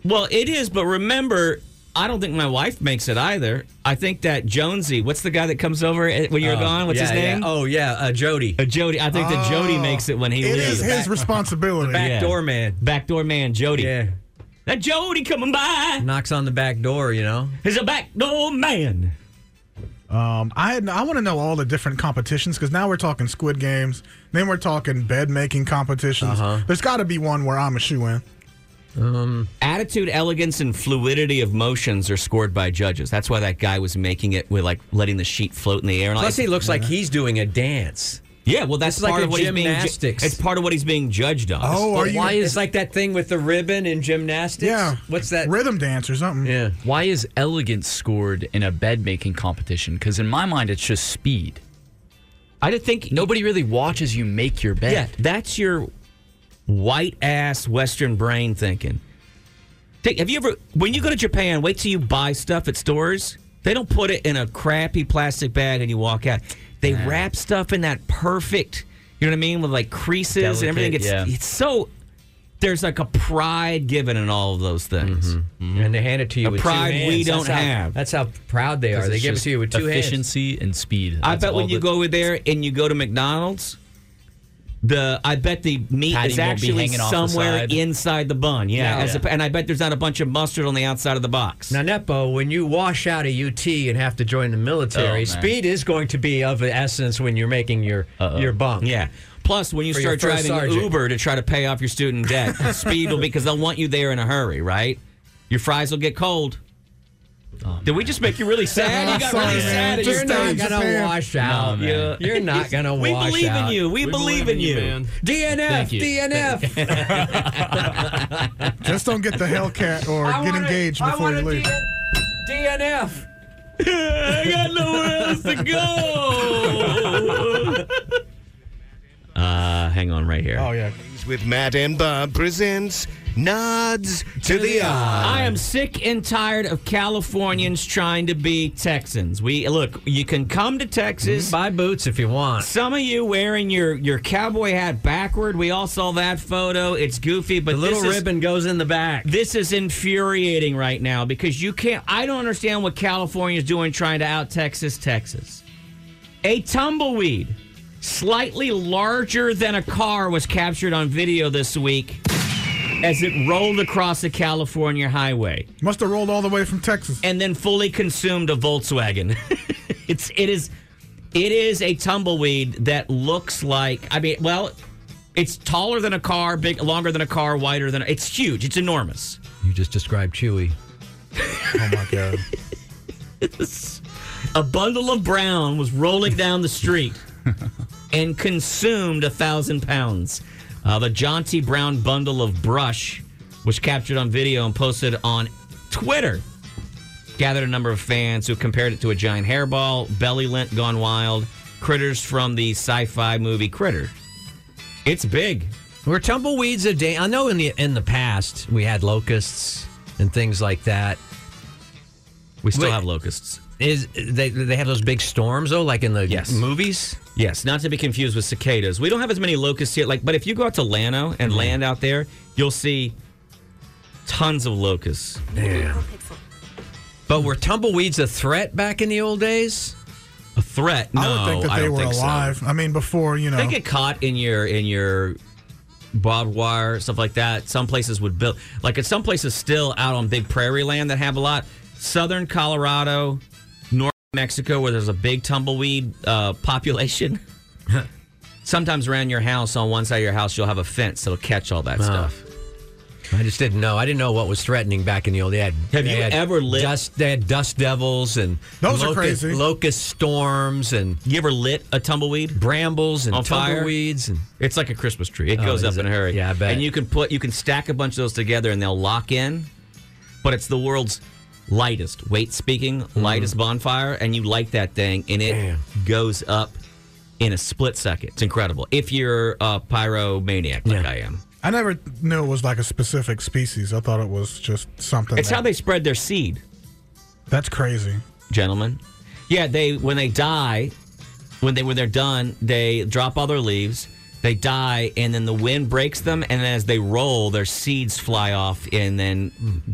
B: Well, it is, but remember, I don't think my wife makes it either. I think that Jonesy, what's the guy that comes over at- when you're
A: Oh,
B: gone? What's
A: yeah,
B: his name?
A: yeah. Oh yeah, uh, Jody.
B: Uh, Jody. I think that Jody
A: Oh.
B: makes it when he
A: It
B: leaves.
A: is his
C: responsibility.
A: Back door man.
B: Back door man, Jody.
A: Yeah.
B: That Jody coming by.
A: Knocks on the back door, you know.
B: He's a back door man.
C: Um, I had, I want to know all the different competitions because now we're talking Squid Games, then we're talking bed making competitions.
B: Uh-huh.
C: There's got to be one where I'm a shoe in.
B: Um, Attitude, elegance, and fluidity of motions are scored by judges. That's why that guy was making it with like letting the sheet float in the air. And all
A: Plus,
B: that.
A: he looks like he's doing a dance.
B: Yeah, well, that's
A: It's like
B: part
A: a
B: of what he's being. Ju-
A: gymnastics. Oh.
B: it's part of what he's being judged
C: Oh,
B: on.
A: But
B: But
A: why is like that thing with the ribbon in gymnastics?
C: Yeah.
A: What's that?
C: Rhythm dance or something.
A: Yeah.
E: Why is elegance scored in a bed making competition? Because in my mind, it's just speed.
B: I didn't think
E: nobody really watches you make your bed.
B: Yeah, that's your white ass Western brain thinking. Take, have you ever, when you go to Japan, wait till you buy stuff at stores? They don't put it in a crappy plastic bag and you walk out. They wrap stuff in that perfect, you know what I mean, with like creases and everything. It's
E: Delicate, yeah.
B: it's so there's like a pride given in all of those things,
E: Mm-hmm.
A: and they hand it to you.
B: A
A: with two
B: pride we
A: hands.
B: don't
A: That's how-
B: have.
A: That's how proud they are. They give it to you with two hands.
E: efficiency and speed.
B: I
E: That's
B: bet when
E: all
B: you
E: that-
B: go over there and you go to McDonald's, the I bet the meat
E: Patty
B: is
E: won't be
B: actually
E: hanging off the
B: somewhere
E: side.
B: inside the bun. Yeah,
A: Yeah.
B: as a- and I bet there's not a bunch of mustard on the outside of the box.
A: Now, Nepo, when you wash out of UT and have to join the
B: Oh,
A: military,
B: man.
A: speed is going to be of the essence when you're making your your bunk.
B: Yeah. Plus, when you
A: For your
B: start
A: first
B: driving
A: sergeant.
B: Uber to try to pay off your student debt, speed will because they'll want you there in a hurry, right? Your fries will get cold. Did we just make you really sad? You got really
A: Sorry, man.
B: sad. at
A: You're
B: your
A: not
B: stage.
A: gonna wash out.
B: No, man.
A: You're not gonna
B: We
A: wash
B: believe
A: out.
B: in you. We, believe, in you.
D: man.
A: DNF,
B: Thank you.
A: DNF.
C: Just don't get the Hellcat or
A: I
C: get
A: wanna-
C: engaged
A: I
C: before you
A: wanna
C: leave.
A: DNF.
B: I got nowhere else to go. Uh, hang on right here.
C: Oh yeah.
G: With Matt and Bob presents Nods to the Odd.
B: I am sick and tired of Californians trying to be Texans. We look, you can come to Texas.
A: Mm-hmm. Buy boots if you want.
B: Some of you wearing your your cowboy hat backward. We all saw that photo. It's goofy, but
A: The little
B: this is,
A: ribbon goes in the back.
B: This is infuriating right now because you can't. I don't understand what California's doing trying to out Texas, Texas. A tumbleweed, slightly larger than a car, was captured on video this week as it rolled across a California highway
C: Must have rolled all the way from Texas. Oh,
B: and then fully consumed a Volkswagen. it's it is it is a tumbleweed that looks like I mean, well, it's taller than a car, big, longer than a car, wider than it's huge. It's enormous.
A: You just described Chewy.
C: Oh my god.
B: a bundle of brown was rolling down the street and consumed a thousand pounds. Uh, the jaunty brown bundle of brush was captured on video and posted on Twitter. Gathered a number of fans who compared it to a giant hairball, belly lint gone wild, critters from the sci-fi movie Critter. It's big.
A: Were tumbleweeds a day? I know in the in the past we had locusts and things like that.
B: We still
A: Wait.
B: have locusts.
A: Is they they have those big storms though, like in the
B: Yes.
A: movies?
B: Yes, not to be confused with cicadas. We don't have as many locusts here. Like, but if you go out to Lano
A: Mm-hmm.
B: and land out there, you'll see tons of locusts.
A: Yeah. But were tumbleweeds a threat back in the old days?
B: A threat? No,
C: I would think that they
B: don't
C: were
B: think so.
C: alive. I mean, before you know.
B: They get caught in your in your barbed wire stuff like that. Some places would build like at some places still out on big prairie land that have a lot. Southern Colorado, North Mexico, where there's a big tumbleweed uh, population. Sometimes around your house, on one side of your house, you'll have a fence that'll catch all that stuff.
A: I just didn't know. I didn't know what was threatening back in the old. They had,
B: Have
A: they
B: you
A: had
B: ever lit-
A: Dust, they had dust devils and
B: Those are
A: locust,
B: crazy.
A: locust storms and
B: You ever lit a tumbleweed?
A: Brambles and
B: On fire?
A: tumbleweeds and
B: It's like a Christmas tree. It
A: Oh,
B: goes up
A: is
B: in a
A: it?
B: hurry.
A: Yeah, I bet.
B: And you can put you can stack a bunch of those together and they'll lock in. But it's the world's lightest, weight speaking, lightest bonfire, and you light that thing and it goes up in a split second. It's incredible. If you're a pyromaniac like I am.
C: I never knew it was like a specific species. I thought it was just something.
B: It's
C: that-
B: how they spread their seed.
C: That's crazy.
B: gentlemen. Yeah, they when they die, when they when they're done, they drop all their leaves. They die, and then the wind breaks them, and as they roll, their seeds fly off, and then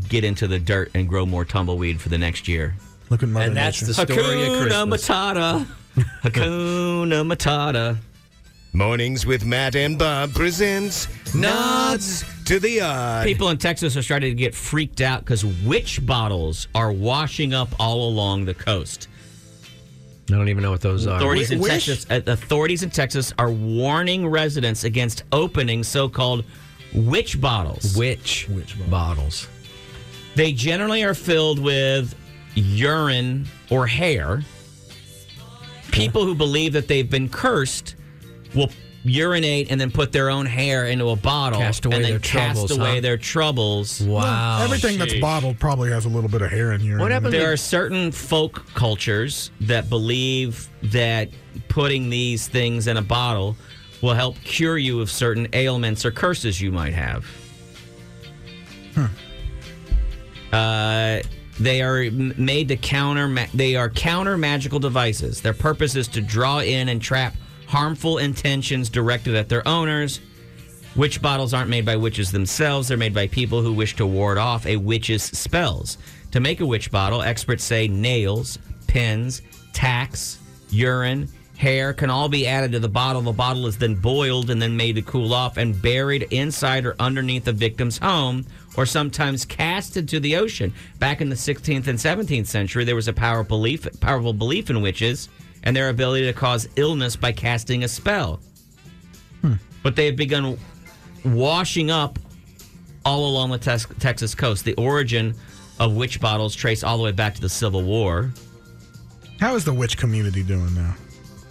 B: get into the dirt and grow more tumbleweed for the next year.
C: Look at Mother
B: And that's
C: Nature.
B: the story of Hakuna Christmas. Matata. Hakuna Matata.
G: Mornings with Matt and Bob presents Nods to the Odd.
B: People in Texas are starting to get freaked out because witch bottles are washing up all along the coast.
A: I don't even know what those are.
B: Authorities in
A: Wish-
B: Texas, uh, authorities in Texas are warning residents against opening so-called witch bottles.
A: Witch, bottles.
B: They generally are filled with urine or hair. People who believe that they've been cursed will urinate and then put their own hair into a bottle
A: Cast away
B: and then
A: their
B: cast
A: troubles,
B: away
A: huh?
B: their troubles.
A: Wow.
C: Everything that's bottled probably has a little bit of hair in here.
B: There are certain folk cultures that believe that putting these things in a bottle will help cure you of certain ailments or curses you might have. Uh, they are m- made to counter. Ma- they are counter magical devices. Their purpose is to draw in and trap harmful intentions directed at their owners. Witch bottles aren't made by witches themselves. They're made by people who wish to ward off a witch's spells. To make a witch bottle, experts say nails, pins, tacks, urine, hair can all be added to the bottle. The bottle is then boiled and then made to cool off and buried inside or underneath the victim's home or sometimes casted to the ocean. Back in the 16th and 17th century, there was a power belief, powerful belief in witches and their ability to cause illness by casting a spell but they have begun washing up all along the Tex- Texas coast. The origin of witch bottles trace all the way back to the Civil War.
C: How is the witch community doing now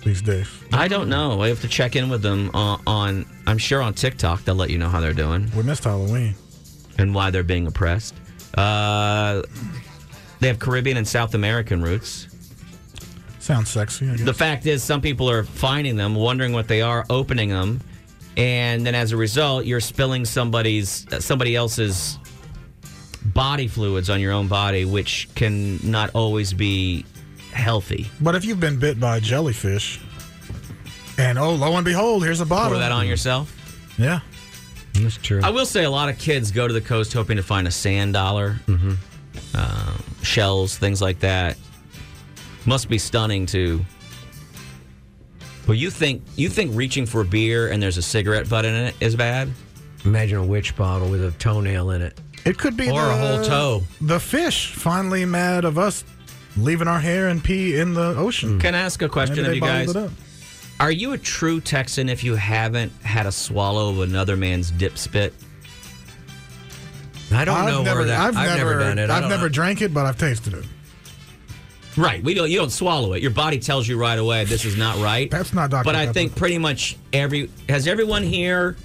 C: these days?
B: I don't know. I have to check in with them uh, on. I'm sure on TikTok they'll let you know how they're doing
C: We missed Halloween.
B: and why they're being oppressed. Uh, they have Caribbean and South American roots.
C: Sounds sexy. I guess.
B: The fact is, some people are finding them, wondering what they are, opening them, and then as a result, you're spilling somebody's uh, somebody else's body fluids on your own body, which can not always be healthy.
C: But if you've been bit by a jellyfish, and oh, lo and behold, here's a bottle.
B: Pour that on yourself.
C: Yeah.
A: That's true.
B: I will say a lot of kids go to the coast hoping to find a sand dollar, um, shells, things like that. Must be stunning to. Well, you think you think reaching for a beer and there's a cigarette butt in it is bad?
A: Imagine a witch bottle with a toenail in it.
C: It could be
A: Or a
C: the-
A: whole toe.
C: The fish finally mad of us leaving our hair and pee in the ocean.
B: Can I ask a question
C: Maybe
B: of
C: they
B: you guys?
C: bottled it up.
B: Are you a true Texan if you haven't had a swallow of another man's dip spit?
A: I don't
C: I've
A: know
C: never,
A: where that.
C: I've, never,
A: done it. I
C: I've
A: don't
C: never
A: know.
C: drank it, but I've tasted it.
B: Right. We don't. You don't swallow it. Your body tells you right away this is not right.
C: That's not Dr.
B: But I
C: Pepper.
B: think pretty much every has everyone here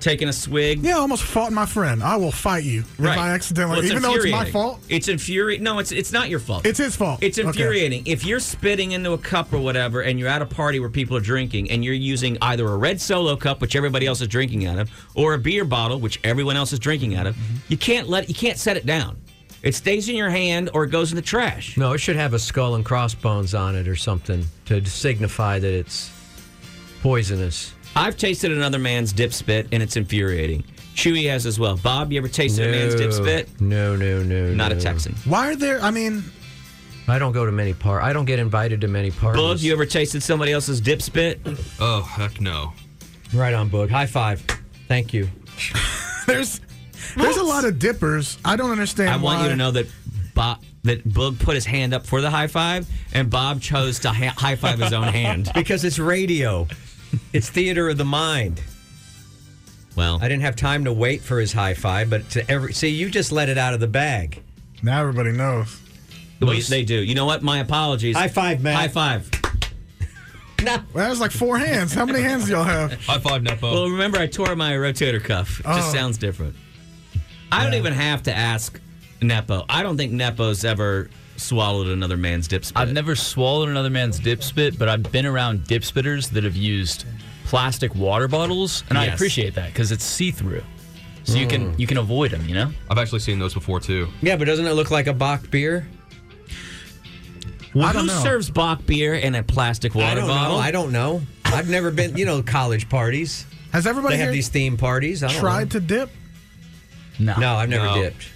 B: taken a swig.
C: Yeah, I almost fought my friend. I will fight you
B: Right.
C: if I accidentally,
B: Well,
C: even though it's my
B: infuriating.
C: fault.
B: It's infuriating. No, it's it's not your fault.
C: It's his fault.
B: It's
C: Okay.
B: infuriating. If you're spitting into a cup or whatever, and you're at a party where people are drinking, and you're using either a red solo cup, which everybody else is drinking out of, or a beer bottle, which everyone else is drinking out of,
C: Mm-hmm.
B: you can't let you can't set it down. It stays in your hand or it goes in the trash.
A: No, it should have a skull and crossbones on it or something to signify that it's poisonous.
B: I've tasted another man's dip spit, and it's infuriating. Chewy has as well. Bob, you ever tasted a man's dip spit?
A: No, no, no.
B: Not a
A: no.
B: Texan.
C: Why are there? I mean,
A: I don't go to many par. I don't get invited to many parties.
B: Boog, you ever tasted somebody else's dip spit?
D: Oh heck no.
A: Right on, Boog. High five. Thank you.
C: there's there's a lot of dippers. I don't understand.
B: I want
C: why.
B: you to know that Bob that Boog put his hand up for the high five, and Bob chose to ha- high five his own hand.
A: because it's radio. It's theater of the mind.
B: Well,
A: I didn't have time to wait for his high five, but to every see, you just let it out of the bag.
C: Now everybody knows.
B: Well, they do. You know what? My apologies.
A: High five, man.
B: High five.
C: No. Well, that was like four hands. How many hands do y'all have?
B: High five, Nepo. Well, remember I tore my rotator cuff. It just
C: Oh.
B: sounds different. I don't even have to ask Nepo. I don't think Nepo's ever swallowed another man's dip spit.
E: I've never swallowed another man's dip spit, but I've been around dip spitters that have used plastic water bottles, and I
D: Yes.
E: appreciate that because it's see through, so you can
D: Mm.
E: you can avoid them. You know.
D: I've actually seen those before too.
A: Yeah, but doesn't it look like a Bach beer?
B: Well,
A: don't
B: who
A: know.
B: serves Bach beer in a plastic water
A: I don't
B: bottle?
A: know. I don't know. I've never been. You know, college parties.
C: Has everybody
A: They have
C: here
A: these theme parties. I don't
C: tried to dip?
A: know. No, I've never
B: No.
A: dipped.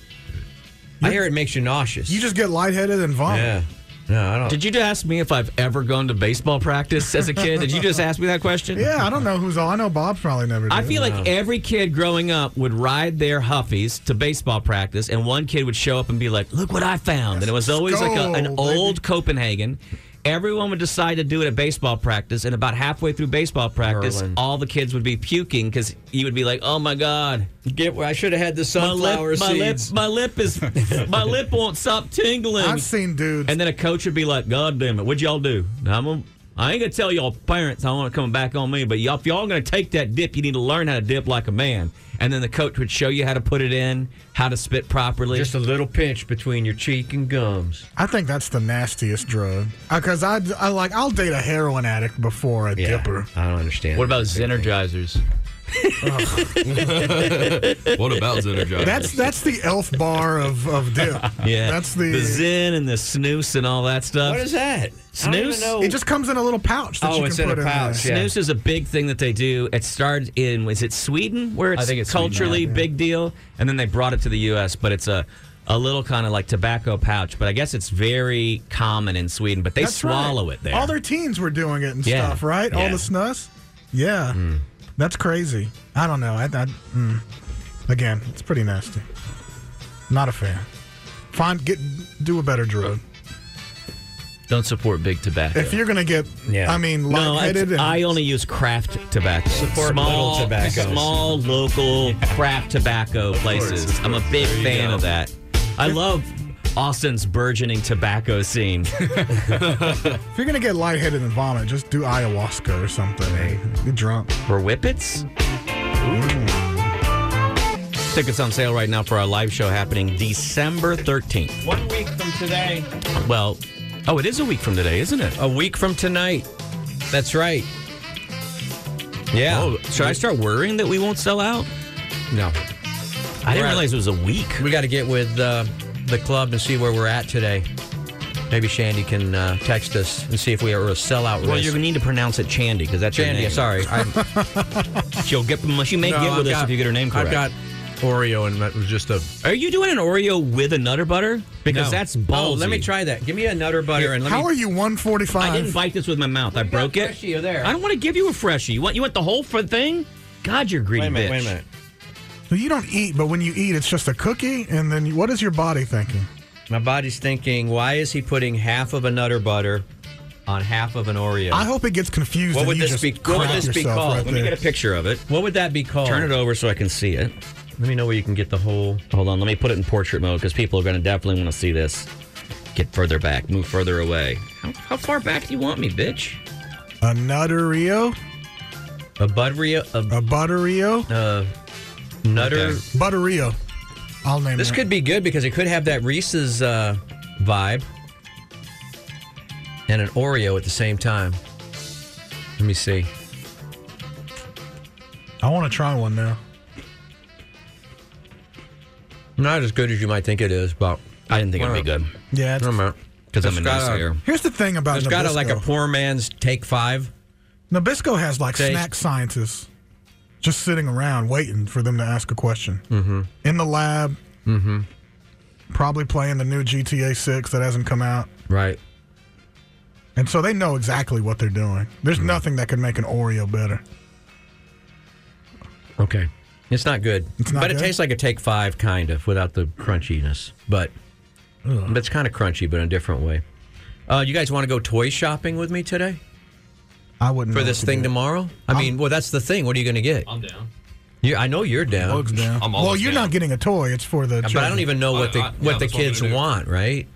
A: I hear it makes you nauseous.
C: You just get lightheaded and vomit.
A: Yeah. No, I don't.
B: Did you ask me if I've ever gone to baseball practice as a kid? Did you just ask me that question?
C: Yeah, I don't know who's all. I know Bob's probably never. Did.
B: I feel like every kid growing up would ride their Huffies to baseball practice, and one kid would show up and be like, Look what I found. And it was always like a, an
E: go,
B: old Copenhagen. Everyone would decide to do it at baseball practice, and about halfway through baseball practice,
A: Merlin.
B: all the kids would be puking because you would be like, "Oh my god,
A: get where I should have had the sunflower
B: my lip,
A: seeds."
B: My lip, my lip is, my lip won't stop tingling."
C: I've seen dudes.
B: And then a coach would be like, "God damn it, what'd y'all do?" Now, I'm gonna, I ain't gonna tell y'all parents I want to come back on me, but y'all, if y'all gonna take that dip, you need to learn how to dip like a man. And then the coach would show you how to put it in, how to spit properly.
A: Just a little pinch between your cheek and gums.
C: I think that's the nastiest drug. Because I, I like I'll date a heroin addict before a dipper.
A: I don't understand.
E: What about Zenergizers?
D: What about Zenergizer?
C: That's that's the elf bar of of dip.
B: Yeah,
C: that's the.
B: the Zen and the snooze and all that stuff.
A: What is that? I don't even
B: Snooze?
A: know.
C: it just comes in a little pouch that
B: Oh,
C: you can
B: it's in
C: put
B: a pouch.
C: there.
B: Snus is a big thing that they do. It started in was it Sweden where it's,
E: I think it's Sweden,
B: culturally
E: yeah.
B: big deal, and then they brought it to the U.S. But it's a a little kind of like tobacco pouch, but I guess it's very common in Sweden. But they
C: That's right.
B: swallow it there.
C: All their teens were doing it and
B: Yeah.
C: stuff, right? All
B: Yeah. Mm.
C: the snus. Yeah, that's crazy. I don't know. I, I mm. again, it's pretty nasty. Not a fan. Find get do a better drug.
E: Don't support big tobacco.
C: If you're gonna get,
E: Yeah.
C: I mean,
E: No,
C: lightheaded.
E: it's-
C: and,
B: I only use craft tobacco.
E: Support
B: small,
E: little tobaccos.
B: Small local craft tobacco places.
E: course, of
B: I'm a
E: course.
B: big
E: There you
B: fan
E: go.
B: of that. I love Austin's burgeoning tobacco scene.
C: if you're gonna get lightheaded and vomit, just do ayahuasca or something. Be drunk.
B: Or whippets? Tickets on sale right now for our live show happening December 13th.
A: One week from today.
B: Well, oh, it is a week from today, isn't it?
A: A week from tonight. That's right. Yeah.
B: Oh, should I start worrying that we won't sell out?
A: No.
B: I didn't realize it was a week.
A: We got to get with uh, the club and see where we're at today. Maybe Shandy can uh, text us and see if we are a sellout
B: Well,
A: risk.
B: you're going to need to pronounce it Chandy because that's your
A: Shandy,
B: name.
A: sorry. I'm,
B: She'll get, she may
A: No,
B: get with us
A: I've got-
B: if you get her name correct.
A: I've got Oreo and that was just a.
B: Are you doing an Oreo with a Nutter Butter? Because
A: No.
B: that's ballsy.
A: Oh, let me try that. Give me a Nutter Butter and let
C: How
A: me.
C: are you 145?
B: I didn't bite this with my mouth. I broke it.
A: freshie over there.
B: I don't want to give you a freshie. You want you want the whole fr- thing? God, you're a greedy
A: Wait a minute,
B: bitch.
A: wait a minute.
C: So you don't eat, but when you eat, it's just a cookie. And then you- what is your body thinking?
A: My body's thinking, why is he putting half of a Nutter Butter on half of an Oreo?
C: I hope it gets confused.
A: What
C: and
A: would
C: you
A: this
C: just
A: be- what would
C: crap
A: this be
C: yourself
A: called?
C: right
B: Let me
C: there.
B: get a picture of it.
A: what would that be called?
B: Turn it over so I can see it.
A: Let me know where you can get the whole.
B: Hold on, let me put it in portrait mode because people are going to definitely want to see this. Get further back, move further away. How, how far back do you want me, bitch?
C: A nutterio,
A: A Budrio. A,
C: a butterio,
A: uh, Nutter.
B: Okay.
C: butterio. I'll name
A: This
C: it.
A: could be good because it could have that Reese's uh, vibe and an Oreo at the same time. Let me see.
C: I want to try one now.
A: Not as good as you might think it is, but
B: I didn't think it'd be good
C: Yeah, it's,
B: because I'm a
A: It's got a-
B: naysayer.
C: here's the thing about
A: it's
C: Nabisco.
A: got a, like a poor man's take five.
C: Nabisco has like
A: Taste.
C: snack scientists just sitting around waiting for them to ask a question
A: Mm-hmm.
C: in the lab,
A: Mm-hmm.
C: probably playing the new GTA 6 that hasn't come out.
A: Right.
C: And so they know exactly what they're doing.
A: Mm-hmm.
C: There's nothing that could make an Oreo better.
A: Okay. It's not good,
C: It's not
A: but it
C: good?
A: tastes like a take five kind of without the crunchiness, but but it's kind of crunchy, but in a different way. Uh, you guys want to go toy shopping with me today
C: I wouldn't
A: for
C: know
A: this
C: what to
A: thing
C: do.
A: tomorrow? I mean, well, that's the thing. What are you going to get?
E: I'm down.
A: Yeah, I know you're down. I'm
C: well, you're not getting a toy. It's for the.
A: But I
C: children.
A: don't even know what the what the kids want, right?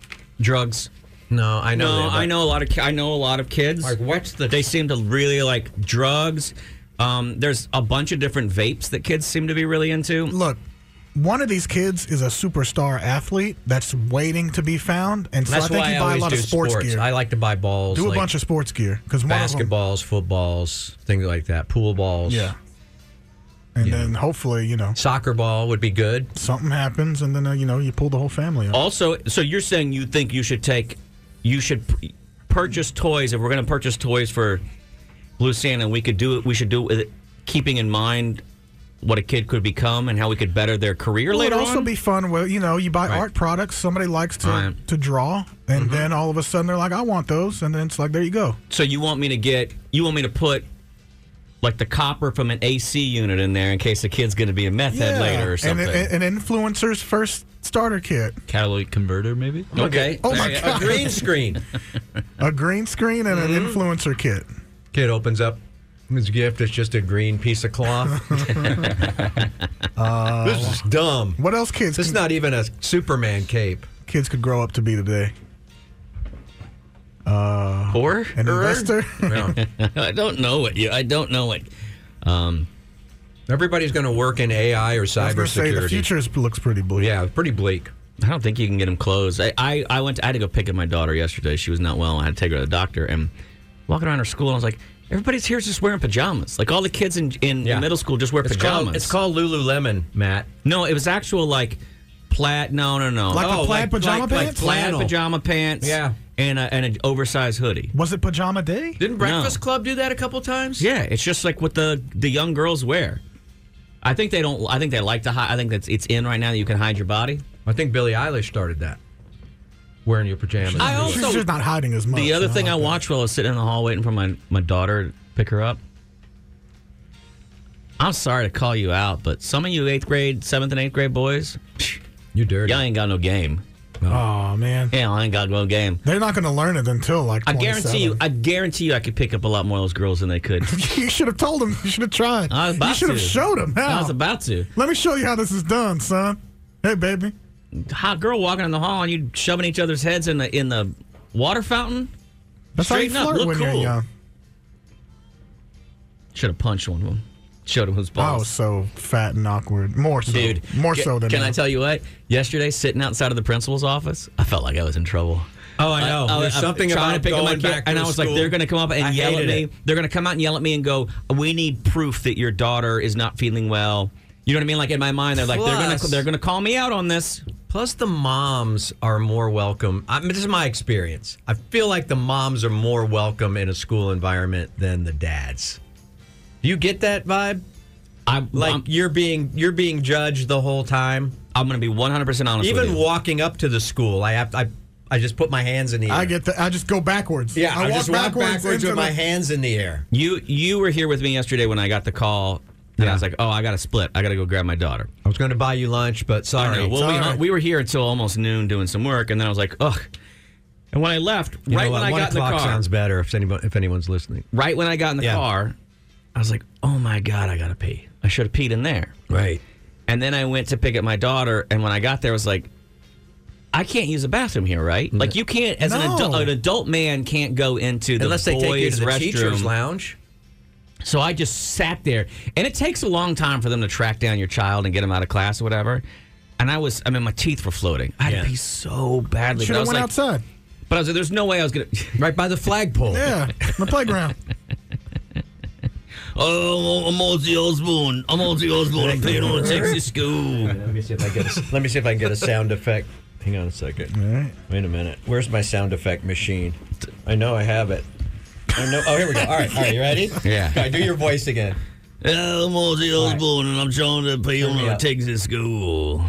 A: Drugs. No, I know.
B: No,
A: that, but-
B: I know a lot of ki- I know a lot of kids. Like what's the? They seem to really like drugs. Um, there's a bunch of different vapes that kids seem to be really into.
C: Look, one of these kids is a superstar athlete that's waiting to be found, and so
A: That's
C: I think
A: why
C: you
A: I
C: buy a
A: always
C: lot of
A: do
C: sports,
A: sports.
C: gear.
A: I like to buy balls.
C: Do a
A: like
C: bunch of sports gear because one of them,
A: basketballs, footballs, things like that. Pool balls.
C: Yeah. and then hopefully you know
A: soccer ball would be good.
C: something happens, and then uh, you know you pull the whole family up.
B: Also, so you're saying you think you should take, you should p- purchase toys. If we're going to purchase toys for Luciana, we could do it. We should do it, with it- keeping in mind what a kid could become and how we could better their career
C: Well,
B: later
C: It'd also
B: on.
C: be fun. Well, you know, you buy
B: Right. Mm-hmm.
C: art products. Somebody likes to
B: Right.
C: to draw, and then all of a sudden they're like, "I want those," and then it's like, "There you go."
B: so you want me to get, you want me to put like the copper from an AC unit in there in case the kid's going to be a meth head later or
C: And
B: something.
C: an- an influencer's first starter kit,
E: catalytic converter, maybe.
B: okay.
C: Oh my
B: There you go.
C: God.
A: A green screen.
C: a green screen, and
B: Mm-hmm.
C: an influencer kit.
A: Kid opens up his gift. It's just a green piece of cloth.
C: Uh,
A: this is dumb.
C: What else, kids?
A: This is not even a Superman cape.
C: Kids could grow up to be today. Uh,
B: or
C: an
B: or-
C: investor.
B: I don't know what you. I don't know what. Um,
A: Everybody's going to work in AI or
C: I was gonna say the
A: cybersecurity.
C: future is- looks pretty bleak.
A: Yeah, pretty bleak.
B: I don't think you can get them clothes. I, I, I went. To, I had to go pick up my daughter yesterday. She was not well. I had to take her to the doctor. And walking around her school, I was like, everybody's here is just wearing pajamas. Like all the kids in in middle school just wear
A: It's
B: pajamas.
A: called, it's called Lululemon, Matt.
B: no, it was actual like plaid. No, no, no.
C: Like the
B: Oh,
C: plaid pajama pants?
B: Like plaid
C: Flannel.
B: pajama pants.
A: Yeah.
B: And a, and an oversized hoodie.
C: Was it pajama day?
A: Didn't Breakfast Club do that a couple times?
B: Yeah, it's just like what the the young girls wear. I think they don't. I think they like to hide. I think that's it's in right now that you can hide your body.
A: I think Billie Eilish started that. Wearing your pajamas.
B: I
C: She's
B: also
C: just Oh, not hiding as much.
B: the other
C: you know,
B: thing
C: like
B: I
C: that.
B: watched while I was sitting in the hall waiting for my my daughter to pick her up. I'm sorry to call you out, but some of you eighth grade, seventh and eighth grade boys,
A: you dirty.
B: Y'all ain't got no game.
C: Oh man,
B: Yeah, I ain't got no game.
C: they're not going to learn it until like.
B: I guarantee you. I guarantee you, I could pick up a lot more of those girls than they could.
C: 27. you should have told them. You should have tried.
B: I was about
C: you should have
B: to.
C: showed them. How.
B: I was about to.
C: Let me show you how this is done, son. Hey, baby.
B: Hot girl walking in the hall and you shoving each other's heads in the in the water fountain.
C: That's
B: Straighten
C: how you
B: up,
C: flirt
B: look
C: when
B: cool.
C: you're young.
B: Should have punched one of them. Showed him his
C: I
B: balls.
C: was so fat and awkward. More so,
B: Dude,
C: More
B: ca-
C: so than
B: Can
C: now.
B: I tell you what? Yesterday, sitting outside of the principal's office, I felt like I was in trouble.
A: Oh, I know. There's something
B: trying
A: about
B: to pick up my
A: going
B: kid,
A: back to
B: and I
A: the
B: was like,
A: school.
B: they're going to come up and
A: I
B: yell at
A: hated
B: me.
A: it.
B: They're going to come out and yell at me and go, "We need proof that your daughter is not feeling well." You know what I mean? Like in my mind, they're like, they're going to
A: Plus-
B: they're going to call me out on this.
A: Plus, the moms are more welcome. I mean, this is my experience. I feel like the moms are more welcome in a school environment than the dads. Do you get that vibe?
B: I'm
A: Like
B: I'm,
A: you're being you're being judged the whole time.
B: I'm going to be 100 percent honest. with
A: Even
B: you.
A: walking up to the school, I have I I just put my hands in the air.
C: I get that. I just go backwards.
A: yeah, I,
C: I,
A: just walk backwards,
C: into
A: with my
C: the-
A: hands in the air.
B: You you were here with me yesterday when I got the call, and I was like, "Oh, I got to split. I got to go grab my daughter."
A: I was going to buy you lunch, but sorry.
B: Well,
A: Sorry.
B: we, we were here until almost noon doing some work, and then I was like, "Ugh." And when I left,
A: You know
B: right
A: what?
B: when I
A: One
B: got in the
A: o'clock
B: car,
A: sounds better if anyone if anyone's listening.
B: right when I got in the
A: Yeah.
B: car, I was like, "Oh my god, I gotta pee. I should have peed in there."
A: Right.
B: And then I went to pick up my daughter, and when I got there, I was like, "I can't use a bathroom here, right? Like you can't, as an
C: No.
B: adult, an adult man can't go into the
A: Unless they
B: boys'
A: take you to the
B: restroom.
A: teacher's lounge.
B: So I just sat there, and it takes a long time for them to track down your child and get them out of class or whatever. And I was, I mean, my teeth were floating. I had
A: Yeah.
B: to pee so badly.
C: Should
B: but I
C: have
B: was
C: went
B: like,
C: outside.
B: But I was like, there's no way I was gonna.
A: Right by the flagpole.
C: Yeah, the playground.
B: oh, I'm Ozzy Osbourne. I'm Ozzy Osbourne. I'm paying on a Texas school.
A: Let me see if I get a, let me see if I can get a sound effect. Hang on a second. Wait a minute. Where's my sound effect machine? I know I have it. I know. Oh, here we go. All right. All right. You ready?
B: Yeah.
A: Okay, do your voice again.
B: Yeah, I'm Ozzy Osbourne, and I'm trying to pay on
A: me
B: a
A: up.
B: Texas school.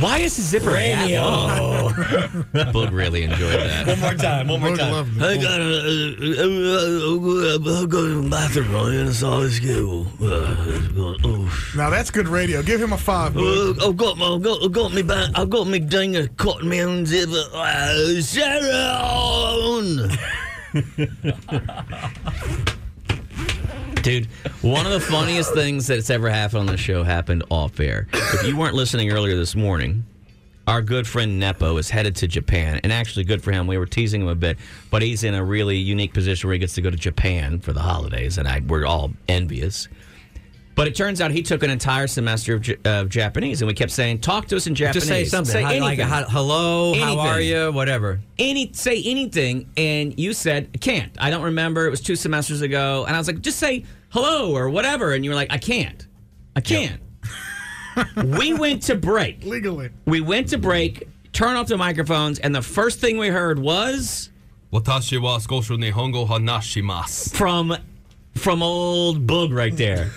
B: Why is the zipper Radio. Boog really enjoyed that.
A: One more time. One more time.
B: I got a, a, a, a, a, a bathroom on in a solid school. Uh, oh.
C: Now that's good radio. Give him a five. bud.
B: Uh, I've got my, I've got, I've got me back, I've got me dang a cotton man zipper. Uh, Sharon! Dude, one of the funniest things that's ever happened on the show happened off air. If you weren't listening earlier this morning, our good friend Nepo is headed to Japan, and actually, good for him. We were teasing him a bit, but he's in a really unique position where he gets to go to Japan for the holidays, and I, we're all envious. But it turns out he took an entire semester of, J- of Japanese, and we kept saying, "Talk to us in Japanese."
A: Just say something. How- like,
B: anything.
A: how- hello, how are
B: Anything.
A: you, whatever.
B: Any say anything, and you said can't. I don't remember. It was two semesters ago, and I was like, just say hello or whatever, and you were like, I can't, I can't. we went to break.
C: Legally.
B: We went to break. Turn off the microphones, and the first thing we heard was
D: Watashi wa sculpture nihongo hanashimasu.
B: from from old Boog right there.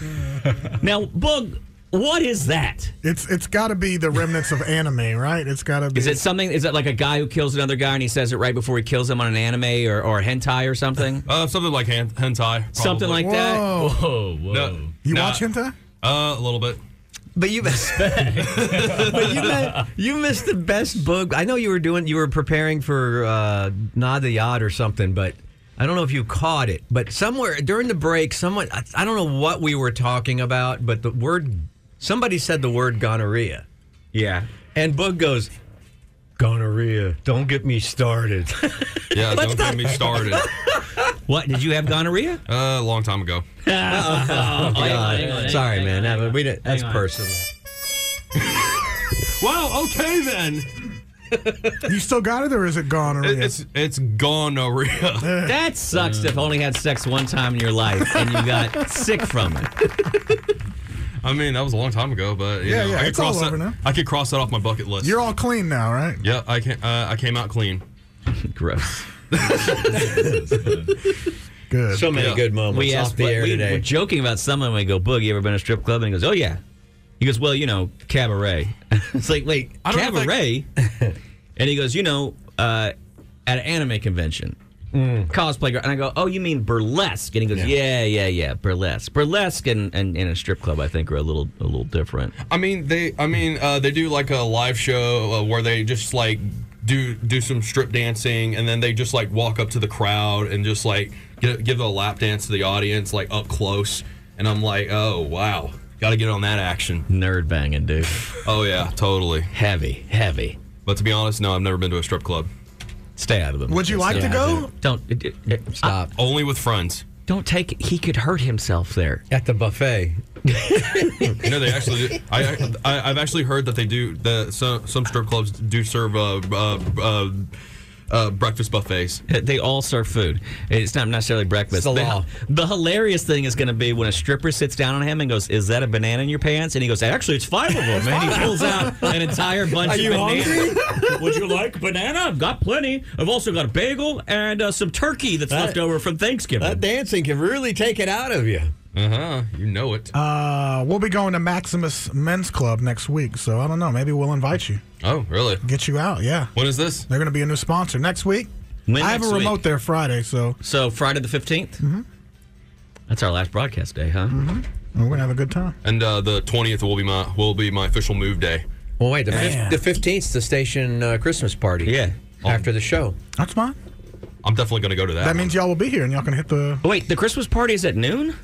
B: now, Boog, what is that?
C: It's it's got to be the remnants of anime, right? It's got to be.
B: Is it something? Is it like a guy who kills another guy and he says it right before he kills him on an anime or, or hentai or something?
D: Uh, something like hen- hentai. probably.
B: Something like that.
C: Whoa.
B: Whoa, whoa.
D: No,
C: You
D: nah,
C: watch hentai?
D: Uh, a little bit.
A: But you missed. but you, met, you missed the best book. I know you were doing. You were preparing for uh, Nod the Yacht or something, but I don't know if you caught it. But somewhere during the break, someone I- I don't know what we were talking about, but the word somebody said the word gonorrhea.
B: Yeah.
A: And Bug goes, gonorrhea. Don't get me started.
D: Yeah, don't get me started.
B: What did you have gonorrhea?
D: Uh, a long time ago.
A: Oh, God. Sorry, man. That- we didn't- that's personal.
D: Wow. Okay then.
C: You still got it, or is it gone? Or
D: It, it's it's gonorrhea.
B: That sucks to have only had sex one time in your life and you got sick from it.
D: I mean, that was a long time ago, but you
C: Yeah,
D: know,
C: yeah,
D: I could
C: it's all
D: cross
C: over
D: that,
C: now.
D: I could cross that off my bucket list.
C: You're all clean now, right?
D: yeah, I can. Uh, I came out clean.
B: Gross.
C: Good.
A: So many
D: Yeah.
A: good moments
B: We
A: off
B: asked,
A: the
B: we-
A: air
B: we
A: today.
B: were joking about someone. We go, Boog, you ever been to a strip club? And he goes, Oh yeah. He goes, Well, you know, cabaret. it's like, wait,
D: I don't know if I-
B: cabaret. and he goes, You know, uh, at an anime convention, cosplay. gr-" And I go, Oh, you mean burlesque? And he goes, Yeah, yeah, yeah, burlesque. Burlesque and, and, and a strip club, I think, are a little a little different.
D: I mean, they. I mean, uh, they do like a live show uh, where they just like do do some strip dancing, and then they just like walk up to the crowd and just like give, give a lap dance to the audience, like up close. And I'm like, oh wow, got to get on that action.
B: Nerd banging, dude.
D: Oh yeah, totally
B: heavy, heavy.
D: But to be honest, no, I've never been to a strip club.
B: Stay out of them.
C: Would you like to go?
B: Don't it- it- it-
A: Stop.
D: Only with friends.
B: don't take it. He could hurt himself there.
A: At the buffet.
D: You know, they actually. Do, I, I I've actually heard that they do. The some some strip clubs do serve uh, uh, uh, uh, breakfast buffets.
B: They all serve food. It's not necessarily breakfast.
A: It's the
B: The-
A: law.
B: The, hilarious thing is going to be when a stripper sits down on him and goes, "Is that a banana in your pants?" And he goes, "Actually, it's five of them." and he pulls out an entire bunch of bananas. Would you like banana? I've got plenty. I've also got a bagel and uh, some turkey that's
A: That-
B: left over from Thanksgiving.
A: That dancing can really take it out of you.
D: Uh huh. You know it.
C: Uh, we'll be going to Maximus Men's Club next week, so I don't know. Maybe we'll invite you,
D: oh really?
C: get you out. Yeah,
D: When is this?
C: they're going to be a new sponsor next week.
B: When
C: I have
B: next
C: a remote
B: week?
C: there Friday, so
B: So Friday the 15th That's our last broadcast day, huh?
C: we're going to have a good time.
D: And uh, the twentieth will be my will be my official move day.
A: Well, wait. The fif- the fifteenth, the station uh, Christmas party.
B: Yeah. Oh.
A: After the show.
C: That's fine.
D: I'm definitely gonna go to that.
C: That
D: one.
C: means y'all will be here, and y'all can hit the.
B: Oh, wait, the Christmas party is at noon.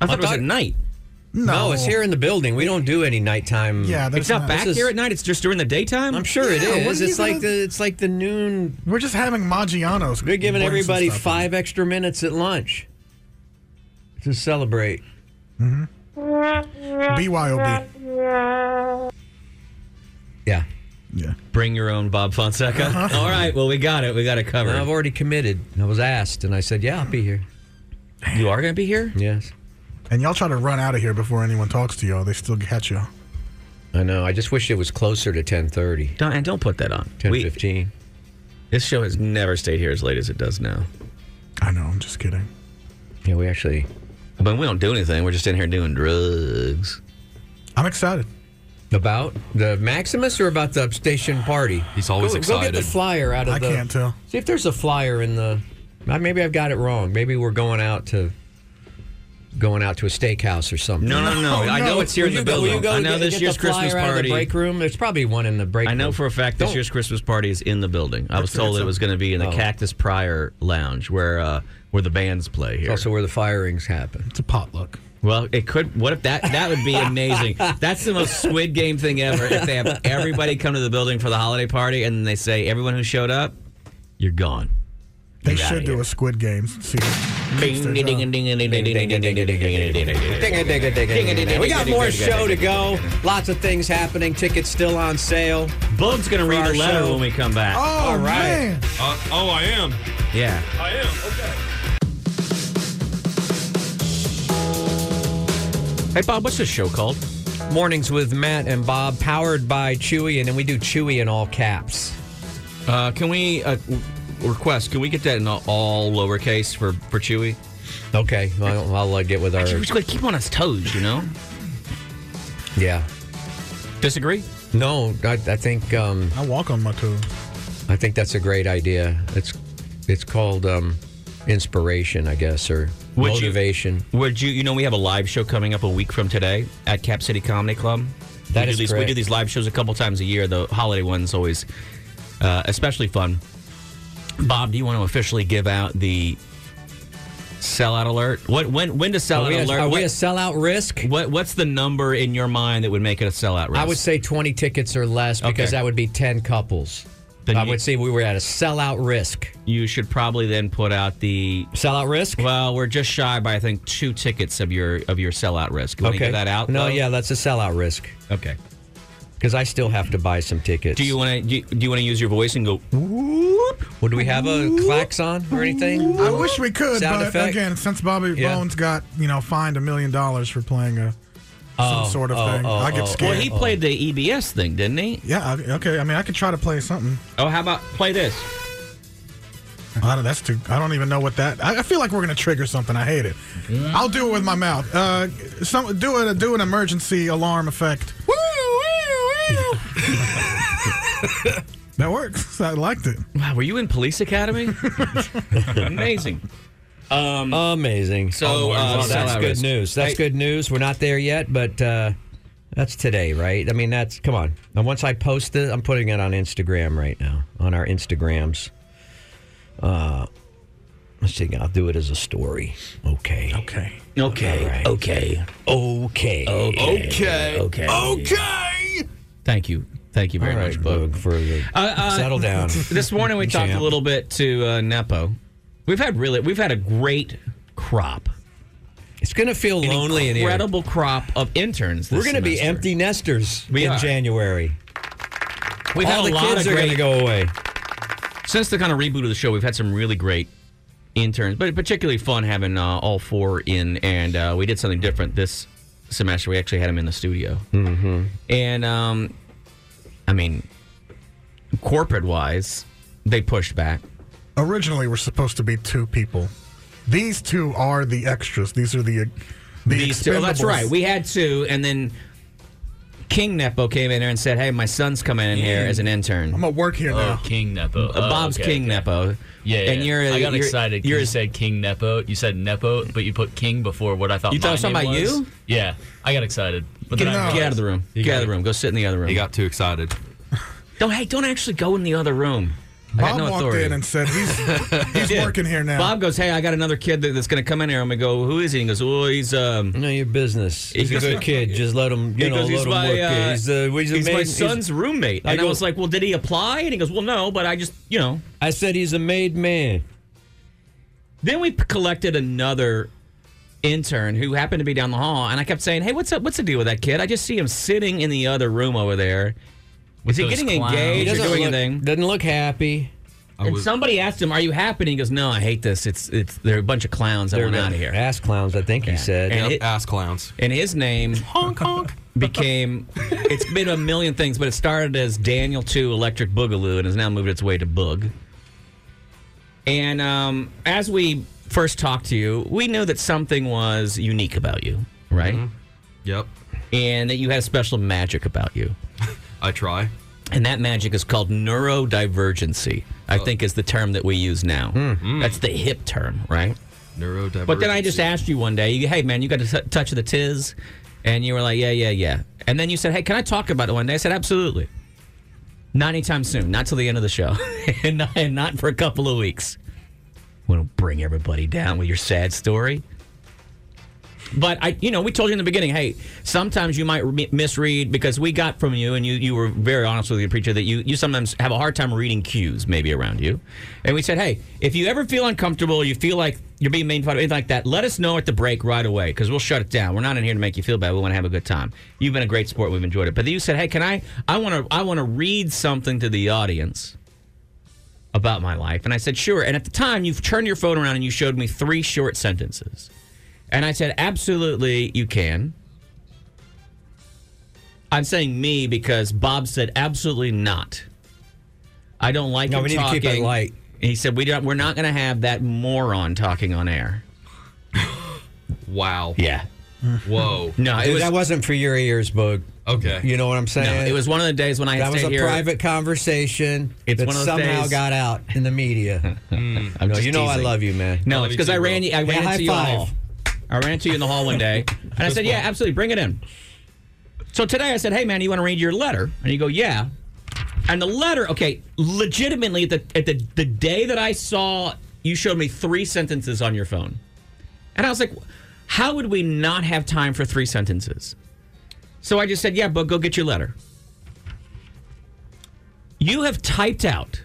B: I thought it was
A: thought-
B: at night.
A: No. Oh, it's here in the building. We don't do any nighttime.
C: Yeah, there's
B: It's not
C: not-
B: back
A: this is-
B: here at night. It's just during the daytime.
A: I'm sure it
C: Yeah, what
A: is.
C: are you
A: It's like
C: gonna-
A: the it's like the noon.
C: We're just having Maggiano's.
A: They're giving
C: Bring some
A: everybody
C: stuff.
A: five extra minutes at lunch to celebrate.
C: BYOB.
A: Yeah.
C: Yeah.
B: Bring your own Bob Fonseca.
A: Uh-huh.
B: All right, well, we got it. We got it covered.
A: No, I've already committed. I was asked, and I said, "Yeah, I'll be here."
B: you are going to be here?
A: Yes.
C: And y'all try to run out of here before anyone talks to y'all. They still catch y'all.
A: I know. I just wish it was closer to 10:30,
B: Don't, and don't put that on. We-
A: 10:15.
B: this show has never stayed here as late as it does now.
C: I know. I'm just kidding.
A: Yeah, we actually.
B: But we don't do anything. We're just in here doing drugs.
C: I'm excited.
A: About the Maximus or about the station party?
D: He's always
A: go, Go get the
D: excited.
A: flyer out of
C: I
A: the.
C: can't tell.
A: See if there's a flyer in the. I- Maybe I've got it wrong. Maybe we're going out to. Going out to a steakhouse or something.
B: No, no, no. I know it's here in
A: Oh,
B: the
A: Will you go- will you
B: building.
A: go
B: I know
A: get-
B: this
A: get
B: year's
A: the flyer
B: Christmas
A: out of the
B: party.
A: break room. There's probably one in the break.
B: I know
A: room.
B: for a fact this
A: Don't-
B: year's Christmas party is in the building. I was told it was going to be in the
A: Oh.
B: Cactus Prior Lounge, where uh, where the bands play here.
A: also where the firings happen.
B: It's a potluck. Well, it could. What if that? That would be amazing. That's the most Squid Game thing ever. If they have everybody come to the building for the holiday party and they say everyone who showed up, you're gone.
C: They
B: You're outta
C: should do a Squid Games. See, keeps their job.
A: We got more show to go. Lots of things happening. Tickets still on sale.
B: Boog's going to read a letter when we come back.
C: Oh,
A: All right.
D: Uh, oh, I am.
B: Yeah.
D: I am. Okay.
B: Hey, Bob, what's this show called?
A: Mornings with Matt and Bob, powered by Chewy, and then we do Chewy in all caps.
B: Uh, can we uh, w- request? Can we get that in all- all lowercase for for Chewy?
A: Okay, well, I'll uh, get with our.
B: We're going to keep on his toes, you know.
A: Yeah.
B: Disagree?
A: No, I, I think um,
C: I walk on my toes.
A: I think that's a great idea. It's it's called um, inspiration, I guess, or
B: Would you-
A: motivation.
B: Would you? You know, we have a live show coming up a week from today at Cap City Comedy Club.
A: That
B: we
A: is
B: do these, We
A: correct.
B: do these live shows a couple times a year. The holiday one's always uh, especially fun. Bob, do you want to officially give out the sellout alert? What when when does sellout
A: Are we a-
B: alert?
A: are we a
B: sellout
A: risk?
B: What what's the number in your mind that would make it a sellout risk?
A: I would say 20 tickets or less because
B: Okay.
A: that would be 10 couples.
B: Then
A: I
B: you-
A: would say we were at a sellout risk.
B: you should probably then put out the
A: sellout risk.
B: Well, we're just shy by I think two tickets of your of your sellout risk. You wanna give that out.
A: No,
B: though?
A: yeah, that's a sellout risk.
B: Okay.
A: Because I still have to buy some tickets.
B: Do you want to do you, do you want to use your voice and go?
A: Well, do we have a klaxon or anything?
C: I wish we could,
A: Sound
C: but
A: effect?
C: again, since Bobby
A: Yeah.
C: Bones got you know fined a million dollars for playing a
B: Oh,
C: some sort of
B: oh,
C: thing,
B: oh,
C: I
B: oh,
C: get scared.
B: Well, he played the EBS thing, didn't he?
C: Yeah. I- Okay. I mean, I could try to play something.
B: Oh, how about play this?
C: I don't, that's too. I don't even know what that. I, I feel like we're gonna trigger something. I hate it. I'll do it with my mouth. Uh, some do it. Do an emergency alarm effect. that works. I liked it.
B: Wow, were you in police academy? Amazing. Um,
A: Amazing.
B: So
A: Oh,
B: uh,
A: wow, that's
B: sellout
A: good
B: risk.
A: news. That's
B: Hey,
A: good news. We're not there yet, but uh, that's today, right? I mean, that's come on. And once I post it, I'm putting it on Instagram right now on our Instagrams. Uh, let's see. I'll do it as a story. Okay.
C: Okay.
B: Okay. Okay.
A: Okay.
B: Okay. Okay.
C: Okay.
B: Thank you. Thank you very much, Boog,
A: for the
B: uh, uh,
A: settle down.
B: This morning we talked a
A: Champ.
B: little bit to uh, Nepo. We've had really, we've had a great crop.
A: It's going to feel lonely in here.
B: Incredible crop of interns. This
A: We're going to be
B: semester.
A: empty nesters
B: We
A: in
B: are.
A: January.
B: We've
A: All
B: had a
A: the
B: lot
A: kids
B: of
A: are going to
B: great-
A: go away.
B: since the kind of reboot of the show, we've had some really great interns, but particularly fun having uh, all four in. And uh, we did something different this semester. We actually had them in the studio,
A: Mm-hmm.
B: and um, I mean, corporate wise, they pushed back.
C: Originally, we're supposed to be two people. These two are the extras. These are the uh, the
B: These two, oh, that's
C: expendables.
B: right. We had two, and then King Nepo came in there and said, "Hey, my son's coming in here as an intern."
C: I'm gonna work
B: Oh,
C: here now.
E: King Nepo. Oh,
B: Uh, Bob's King Nepo.
E: Yeah,
B: and
E: yeah.
B: you're.
E: I got
B: you're-
E: excited. 'cause
B: You're
E: you said King Nepo. You said Nepo, but you put King before what I thought.
B: You thought
E: my
B: I was talking
E: name
B: about
E: was.
B: you?
E: Yeah, I got excited. But
B: Get,
E: then I
B: get out of the room.
E: You
B: get
E: got
B: out of the
E: it.
B: room. Go sit in the other room.
D: He got too excited.
B: Don't hey, don't actually go in the other room. I got
C: Bob
B: no
C: walked
B: authority.
C: in and said he's he's
B: Yeah.
C: working here now.
B: Bob goes, hey, I got another kid that, that's going to come in here. I'm going to go, who is he? And he goes, oh, he's um.
A: No, your business.
B: He
A: He's a
B: goes-
A: good kid. Just let him, you
B: he
A: know,
B: goes,
A: let
B: he's
A: him
B: my,
A: work.
B: uh,
A: it. he's uh, he's,
B: he's my
A: amazing-
B: son's roommate.
A: I
B: And I,
A: go-
B: was like, well, did he apply? And he goes, well, no, but I just, you know.
A: I said he's a made man.
B: Then we p- collected another intern who happened to be down the hall, and I kept saying, hey, what's up? What's the deal with that kid? I just see him sitting in the other room over there. Is he
E: those
B: getting
E: clowns.
A: He
B: engaged or
A: doesn't
B: doing
A: look-
B: anything?
A: Doesn't look happy.
B: and somebody asked him, "Are you happy?" And he goes, "No, I hate this. It's it's they're a bunch of clowns. I want out of here."
A: Ass clowns, I think he said.
B: And, it-
D: Ass clowns.
B: and his name honk honk became. It's been a million things, but it started as Daniel Two Electric Boogaloo, and has now moved its way to Boog. And um, as we first talked to you, we knew that something was unique about you, right?
D: Yep.
B: And that you had a special magic about you.
D: I try.
B: And that magic is called neurodivergency, I think is the term that we use now. That's the hip term, right?
D: Neurodivergency.
B: But then I just asked you one day, you- hey, man, you got a t- touch of the tiz? And you were like, yeah, yeah, yeah. And then you said, hey, can I talk about it one day? I said, absolutely. Not anytime soon, not till the end of the show, and, not, and not for a couple of weeks. want to bring everybody down with your sad story. But I, you know, we told you in the beginning, hey, sometimes you might re- misread because we got from you, and you you were very honest with your preacher that you you sometimes have a hard time reading cues maybe around you, and we said, hey, if you ever feel uncomfortable, or you feel like you're being made fun of, anything like that, let us know at the break right away because we'll shut it down. We're not in here to make you feel bad. We want to have a good time. You've been a great sport. We've enjoyed it. But you said, hey, can I? I want to I want to read something to the audience about my life? And I said, sure. And at the time, you've turned your phone around and you showed me three short sentences. And I said, absolutely, you can. I'm saying me because Bob said, absolutely not. I don't like
A: No,
B: him
A: we need to keep it
B: talking.
A: light.
B: And he said, we don't, we're not going to have that moron talking on air.
D: wow.
B: Yeah.
D: Whoa.
B: No, it
A: Dude,
B: was,
A: that wasn't for your ears, Boog.
D: Okay.
A: You know what I'm saying?
B: No, it was one of the days when I had
A: that was
B: stayed
A: a
B: here-
A: private conversation
B: It's
A: that
B: one of those
A: somehow
B: days-
A: got out in the media.
B: I'm
A: no,
B: just
A: you know I
B: teasing.
A: love you, man.
B: No, it's because I ran. you- I
A: Hey,
B: ran
A: high
B: into you in the
A: five.
B: hall. I ran into you in the hall one day, and I said, "Yeah, absolutely, bring it in." So today I said, "Hey, man, you want to read your letter?" And you go, "Yeah." And the letter, okay, legitimately, at the at the, the day that I saw you showed me three sentences on your phone, and I was like, "How would we not have time for three sentences?" So I just said, "Yeah, but go get your letter." You have typed out.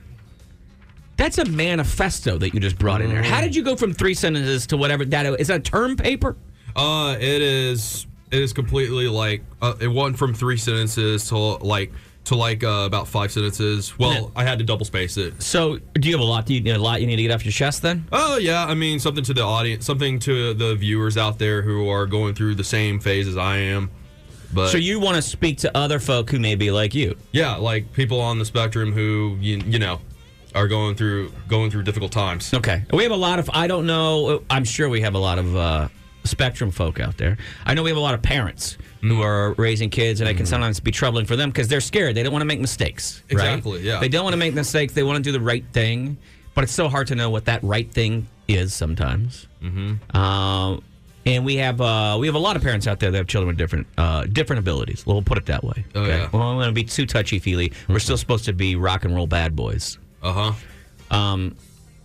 B: That's a manifesto that you just brought in there. How did you go from three sentences to whatever that is? That a term paper?
D: Uh, it is. It is completely like uh, it went from three sentences to like to like uh, about five sentences. Well, I had to double space it.
B: So, do you have a lot? Do you need a lot you need to get off your chest then?
D: Oh yeah, I mean something to the audience, something to the viewers out there who are going through the same phase as I am. But
B: so you want to speak to other folk who may be like you?
D: yeah, like people on the spectrum who you, you know are going through going through difficult times.
B: Okay. We have a lot of. I don't know. I'm sure we have a lot of uh, spectrum folk out there. I know we have a lot of parents
D: Mm-hmm.
B: who are raising kids, and it can sometimes be troubling for them because they're scared. They don't want to make mistakes. right?
D: Exactly, yeah.
B: They don't want to make mistakes. They want to do the right thing, but it's so hard to know what that right thing is sometimes. Mm-hmm. Um, and we have uh, we have a lot of parents out there that have children with different uh, different abilities. We'll put it that way.
D: Oh, yeah. Mm-hmm.
B: We don't want to be too touchy feely. We're still supposed to be rock and roll bad boys.
D: Uh
B: huh. Um,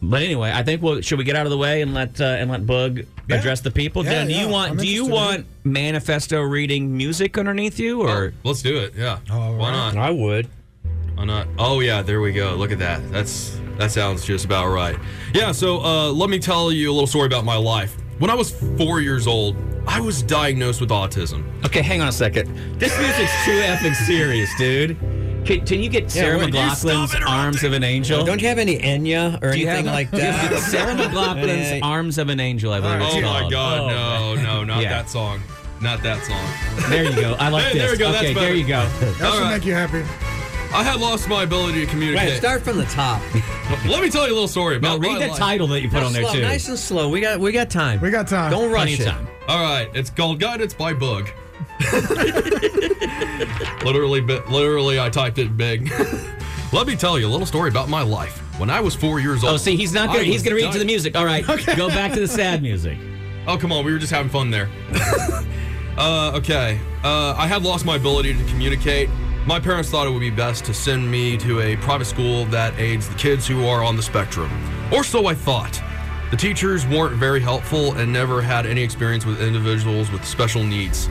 B: but anyway, I think we'll should we get out of the way and let uh, and let Bug address the people.
D: Yeah,
B: Dan, do
D: yeah,
B: you want
D: I'm
B: do you
D: interested in
B: want manifesto reading music underneath you or
D: Let's do it. Yeah. Why
B: right.
D: not?
A: I would.
D: Why not? Oh yeah, there we go. Look at that. That's that sounds just about right. Yeah. So uh, let me tell you a little story about my life. When I was four years old, I was diagnosed with autism.
B: Okay, hang on a second. This music's too epic serious, dude. Can, can you get Sarah McLaughlin's Arms of an Angel?
A: Don't you have any Enya or
B: Do you have-
A: anything like
B: do you have
A: that?
B: Sarah McLaughlin's
A: Yeah.
B: Arms of an Angel, I believe it's
D: Oh my
B: called.
D: God! No, no, not
B: Yeah.
D: that song. Not that song.
B: Oh. There you go. I like
D: Hey, There
B: this.
D: we go.
B: Okay, there
D: That's better.
B: you go.
D: All
C: That should
D: right.
C: make you happy.
D: I had lost my ability to communicate.
A: Right, start from the top.
D: Let me tell you a little story
B: Oh,
D: about.
A: read
D: my
A: the
D: life.
A: title that you put
D: No,
A: on there,
D: slow,
A: too.
D: nice
A: and slow. We got we got time.
C: We got time.
A: Don't rush it.
D: All right, it's called Guidance by Bug. literally, bi- literally, I typed it big. Let me tell you a little story about my life. When I was four years old.
B: Oh, see, he's not
D: I
B: gonna he's
D: was
B: gonna read
D: di-
B: to the music. All right, go back to the sad music.
D: Oh, come on. We were just having fun there. uh, okay. Uh, I had lost my ability to communicate. My parents thought it would be best to send me to a private school that aids the kids who are on the spectrum. Or so I thought. The teachers weren't very helpful and never had any experience with individuals with special needs.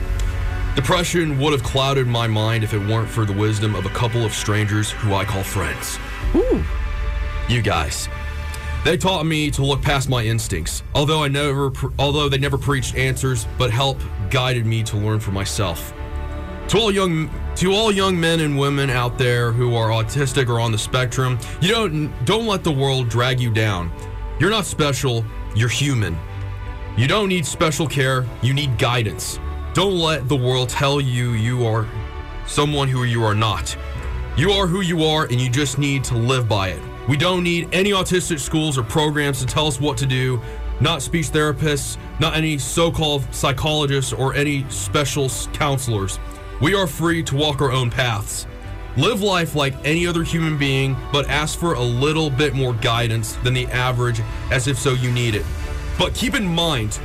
D: Depression would have clouded my mind if it weren't for the wisdom of a couple of strangers who I call friends. You guys. They taught me to look past my instincts. Although I never pre- although they never preached answers, but help guided me to learn for myself. To all young to all young men and women out there who are autistic or on the spectrum, you don't don't let the world drag you down. You're not special, you're human. You don't need special care, you need guidance. Don't let the world tell you you are someone who you are not. You are who you are, and you just need to live by it. We don't need any autistic schools or programs to tell us what to do, not speech therapists, not any so called psychologists or any special s- counselors. We are free to walk our own paths. Live life like any other human being, but ask for a little bit more guidance than the average, as if so you need it. But keep in mind,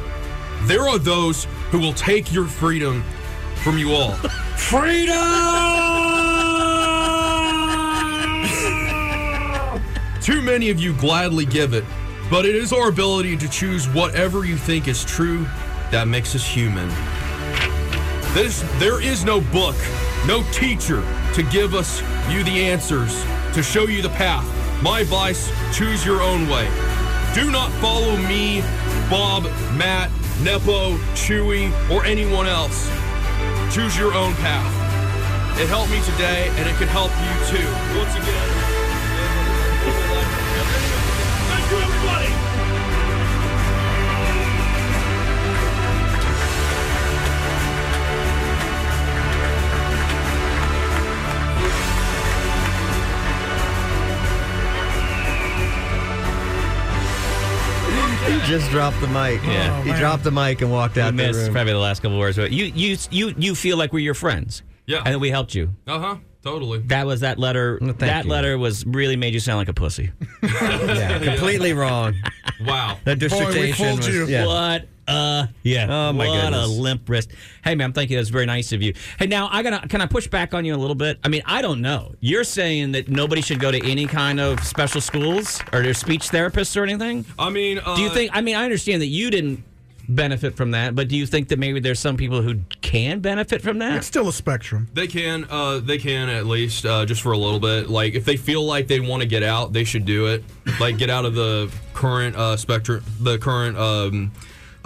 D: there are those who will take your freedom from you all. freedom! Too many of you gladly give it, But it is our ability to choose whatever you think is true that makes us human. This, there is no book, no teacher to give us you the answers, to show you the path. My advice choose your own way. Do not follow me, Bob, Matt, Nepo, Chewy, or anyone else. Choose your own path. It helped me today, and it could help you too. Once again,
A: He just dropped the mic.
B: Yeah.
A: he
B: Oh, man.
A: dropped the mic and walked out
B: You
A: the
B: missed
A: room.
B: probably the last couple words, but you you you you feel like we're your friends.
D: Yeah.
B: and we helped you.
D: Uh huh. Totally.
B: That was that letter. that
A: you.
B: letter was really made you sound like a pussy.
A: yeah, completely wrong.
D: Wow.
A: That dissertation was- yeah.
B: What a yeah.
A: Oh, my
B: what a
A: goodness.
B: limp wrist. Hey man, thank you. That's very nice of you. Hey now I gotta can I push back on you a little bit? I mean, I don't know. You're saying that nobody should go to any kind of special schools or their speech therapists or anything?
D: I mean, uh,
B: do you think I mean I understand that you didn't benefit from that, but do you think that maybe there's some people who can benefit from that?
C: It's still a spectrum.
D: They can, uh, they can at least uh, just for a little bit. Like if they feel like they want to get out, they should do it. Like get out of the current uh, spectrum, the current um,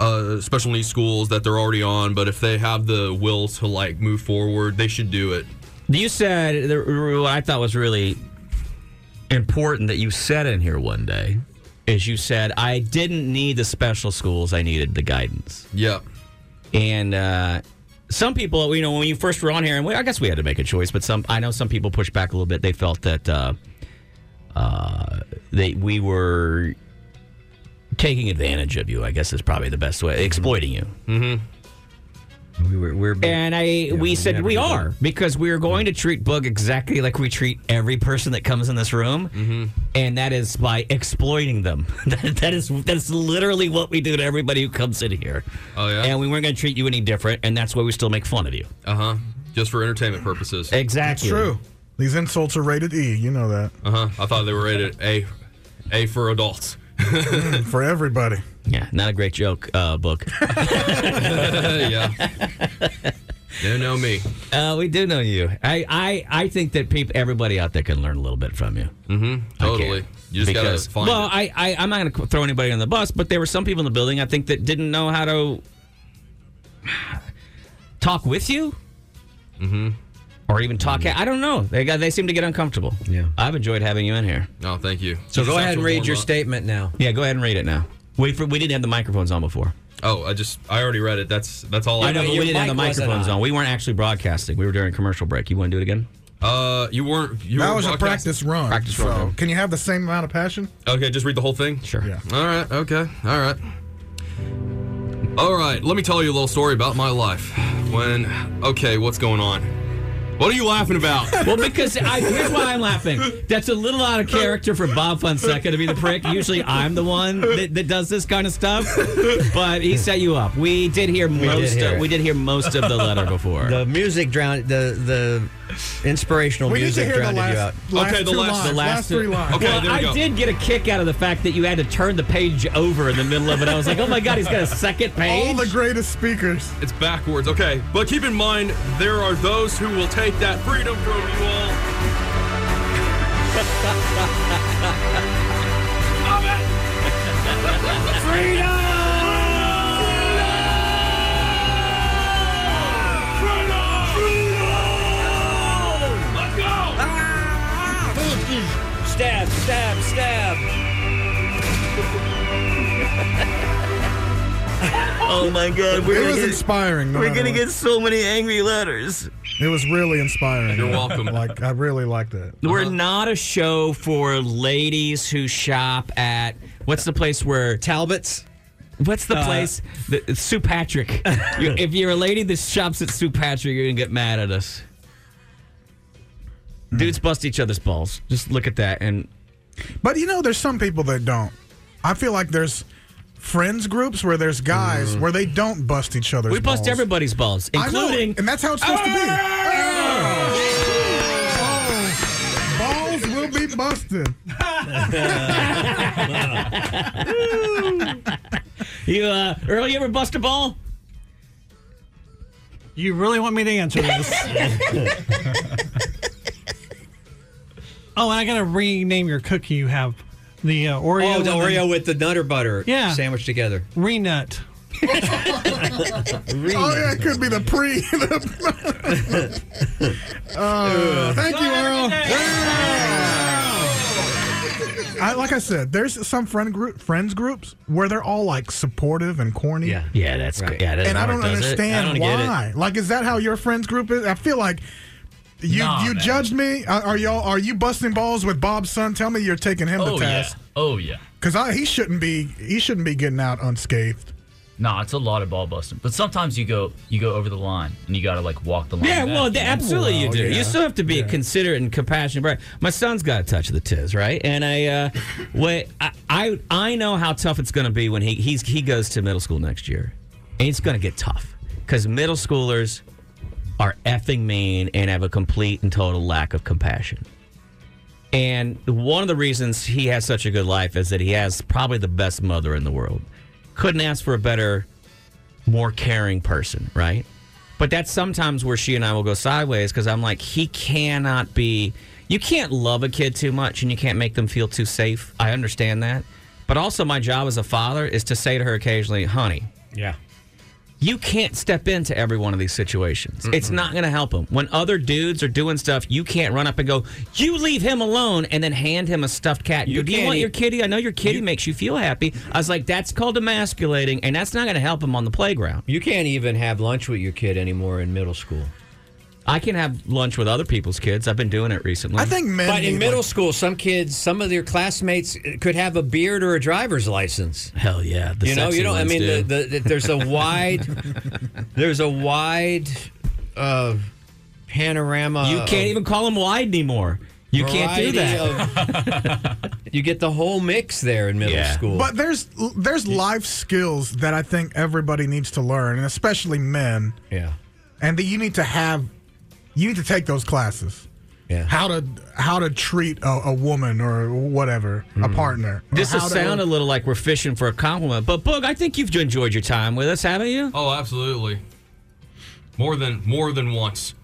D: uh, special needs schools that they're already on. But if they have the will to like move forward, they should do it.
B: You said the- what I thought was really important that you said in here one day is you said I didn't need the special schools, I needed the guidance.
D: Yeah.
B: And uh, some people, you know, when you first were on here, and we, I guess we had to make a choice, but some I know some people pushed back a little bit. They felt that uh, uh, they we were taking advantage of you. I guess is probably the best way, exploiting you.
A: Mm-hmm. We were, we're
B: And I, we, said
A: never
B: we
A: did
B: are because we are going to treat Bug exactly like we treat every person that comes in this room, and that is by exploiting them. that, that is that is literally what we do to everybody who comes in here.
D: Oh yeah.
B: And we weren't going to treat you any different, and that's why we still make fun of you.
D: Uh huh. Just for entertainment purposes.
B: Exactly.
C: True. These insults are rated E. You know that.
D: Uh huh. I thought they were rated A, A for adults.
C: Mm, for everybody.
B: Yeah, not a great joke, uh, book.
D: yeah. They know me.
B: Uh, we do know you. I, I, I think that peop everybody out there can learn a little bit from you.
D: Mm-hmm. Totally. You just gotta find
B: well,
D: it.
B: I, I, I'm not going to throw anybody on the bus, but there were some people in the building I think that didn't know how to talk with you, mm-hmm. or even talk. I don't know. They got. They seem to get uncomfortable. Yeah. I've enjoyed having you in here.
D: Oh, thank you.
B: So go ahead and read your
A: statement now.
B: Yeah, go ahead and read it now. We for, we didn't have the microphones on before.
D: Oh, I just I already read it. That's that's all
B: I know, but we didn't have the microphones on. We weren't actually broadcasting. We were during a commercial break. You want to do it again?
D: Uh, you weren't. You
C: that
D: were
C: was a
D: broadcast-
C: practice run.
B: Practice
C: so,
B: run, okay.
C: Can you have the same amount of passion?
D: Okay, just read the whole thing.
B: Sure.
C: Yeah.
D: All right. Okay. All right. All right. Let me tell you a little story about my life. When okay, what's going on? What are you laughing about?
B: well, because I, here's why I'm laughing. That's a little out of character for Bob Fonseca to be the prick. Usually, I'm the one that, that does this kind of stuff. But he set you up. We did hear
A: did
B: most.
A: hear
B: of,
A: it.
B: we did hear most of the letter before.
A: The music drowned the the inspirational
B: We need to
A: music
B: hear the
A: drowned you out.
B: last- last Okay, the two last- lines, last three lines. Okay, Well, there we I go. did get a kick out of the fact that you had to turn the page over in the middle of it. I was like, oh my god, he's got a second page.
C: All the greatest speakers.
D: It's backwards. Okay, but keep in mind there are those who will take that freedom from you
O: Stab, stab, stab.
B: Oh my god,
C: it was inspiring. no matter what.
B: so many angry letters.
C: It was really inspiring.
B: You're welcome.
C: Like I really liked it.
A: Uh-huh.
B: We're not a show for ladies who shop at what's the place where
A: Talbots.
B: What's the
A: Uh,
B: place? The, it's Sue Patrick. You- if you're a lady that shops at Sue Patrick, you're gonna get mad at us.
A: Hmm.
B: Dudes bust each other's balls. Just look at that. And
C: But you know, there's some people that don't. I feel like there's friends groups where there's guys where they don't bust each other's.
B: we bust
C: balls.
B: everybody's balls,
C: I know,
B: including
C: and that's how it's supposed to be. Balls will be like Boston.
B: you uh, Earl, you ever bust a ball?
U: You really want me to answer this? oh, and I gotta rename your cookie. You have the uh, Oreo.
A: Oh, the
U: with
A: Oreo with the Nutter Butter
U: Yeah.
A: sandwiched together.
U: Renut.
C: Oh yeah, it could be the pre. the- Uh, thank you, Earl. I, like I said, there's some friend group, friends groups where they're all like supportive and corny. Yeah,
B: yeah, that's good. Yeah,
C: and I don't understand why. Like, is that how your friends group is? I feel like you
E: Nah,
C: you
E: man.
C: judged me. Are are y'all are you busting balls with Bob's son? Tell me you're taking him
E: Oh
C: to
E: yeah.
C: task
E: Oh yeah.
C: because he shouldn't be he shouldn't be getting out unscathed.
E: Nah, it's a lot of ball busting. But sometimes you go you go over the line and you gotta like walk the line.
B: Yeah,
E: back,
B: well,
E: you
B: th-
E: know?
B: absolutely you do. You still have to be a considerate and compassionate. Right? My son's got a touch of the tiz, right? And I, uh, wait, I, I, I know how tough it's going to be when he he's he goes to middle school next year, and it's going to get tough because middle schoolers are effing mean and have a complete and total lack of compassion. And one of the reasons he has such a good life is that he has probably the best mother in the world. Couldn't ask for a better, more caring person, right? But that's sometimes where she and I will go sideways because I'm like, he cannot be. You can't love a kid too much and you can't make them feel too safe. I understand that. But also, my job as a father is to say to her occasionally, honey,
A: Yeah.
B: you can't step into every one of these situations. It's not going to help him. When other dudes are doing stuff, you can't run up and go, "You leave him alone," and then hand him a stuffed cat. and
A: You
B: go, Do you
A: can't
B: want
A: e-
B: your kitty? I know your kitty makes you feel happy. I was like, that's called emasculating, and that's not going to help him on the playground.
A: You can't even have lunch with your kid anymore in middle school.
B: I can have lunch with other people's kids. I've been doing it recently.
A: But in middle school, some kids, some of their classmates uh, could have a beard or a driver's license.
B: Hell yeah, the
A: you know,
B: sexy
A: you don't. I
B: ones
A: mean,
B: do.
A: the, the, there's a wide, there's a wide uh, panorama.
B: You can't
A: of
B: even call him wide anymore. You can't do that.
A: variety of- you get the whole mix there in middle school.
C: But there's there's life skills that I think everybody needs to learn, and especially men.
A: Yeah.
C: And that you need to have, you need to take those classes.
A: Yeah.
C: How to how to treat a, a woman or whatever, a partner. or
B: This will
C: how to-
B: sound a little like we're fishing for a compliment, but Boog, I think you've enjoyed your time with us, haven't you?
D: Oh, absolutely. More than more than once.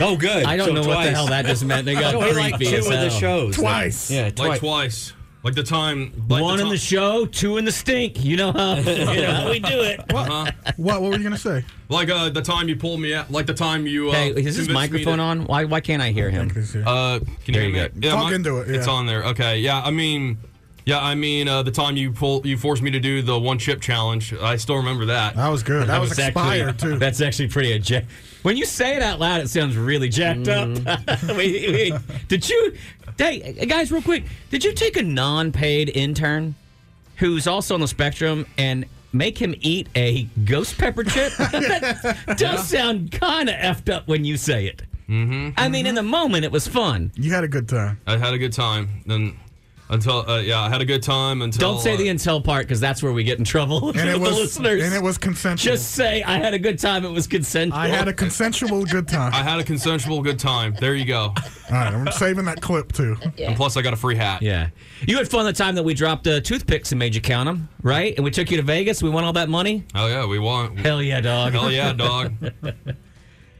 A: Oh, good.
B: I don't
D: So
B: know what the
D: twice.
B: hell that just meant. They got
D: It's only like
B: creepy
D: two
B: as
D: of the
B: hell.
D: shows.
A: Twice. Yeah, twice.
D: Like twice. Like the time. Like
B: One
D: the
B: in the show, two in the stink. You know how, you know how we do it.
D: Uh-huh.
C: What, what were you gonna say?
D: Like uh, the time you pulled me out. Like the time you. Uh,
B: Hey, is his
D: convinced me
B: microphone
D: to-
B: on? Why why can't I hear him?
D: Uh, can
B: There
D: you,
B: you
D: hear
B: go.
D: me?
B: Talk
D: my-
B: into it,
D: It's
B: yeah.
D: on there. Okay. Yeah. I mean, yeah. I mean, uh, the time you pull, you forced me to do the one chip challenge. I still remember that.
C: That was good. That, was, expired
B: actually,
C: too.
B: That's actually pretty. Eject- when you say it out loud, it sounds really jacked up.
C: Mm.
B: Wait, wait, did you, hey, guys, real quick, did you take a non paid intern who's also on the spectrum and make him eat a ghost pepper chip? that does sound kind of effed up when you say it.
D: Mm-hmm.
B: I mean, in the moment, it was fun.
C: You had a good time.
D: I had a good time. Then until uh, yeah, I had a good time until.
B: Don't say
D: uh,
B: the intel part because that's where we get in trouble
C: Oh, And it
B: with
C: was
B: the listeners.
C: and it was consensual.
B: Just say I had a good time. It was consensual.
C: I had a consensual good time.
D: I had a consensual good time. There you go.
C: All right, I'm saving that clip too.
D: And plus, I got a free hat.
B: Yeah. You had fun the time that we dropped uh, toothpicks and made you count them, right? And we took you to Vegas. We won all that money.
D: Oh yeah, we won.
B: Hell yeah, dog.
D: Hell yeah, dog.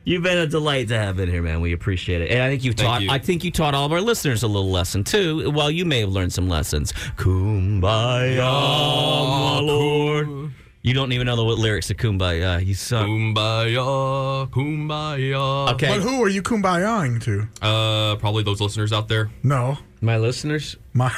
B: You've been a delight to have in here, man. We appreciate it. And I think you taught I think you taught all of our listeners a little lesson too. While you may have learned some lessons. Kumbaya, my lord. You don't even know the lyrics of Kumbaya. You suck.
D: Kumbaya,
B: Uh,
D: kumbaya.
C: But who are you kumbayaing to?
D: Uh, probably those listeners out there.
C: No.
B: My listeners?
C: My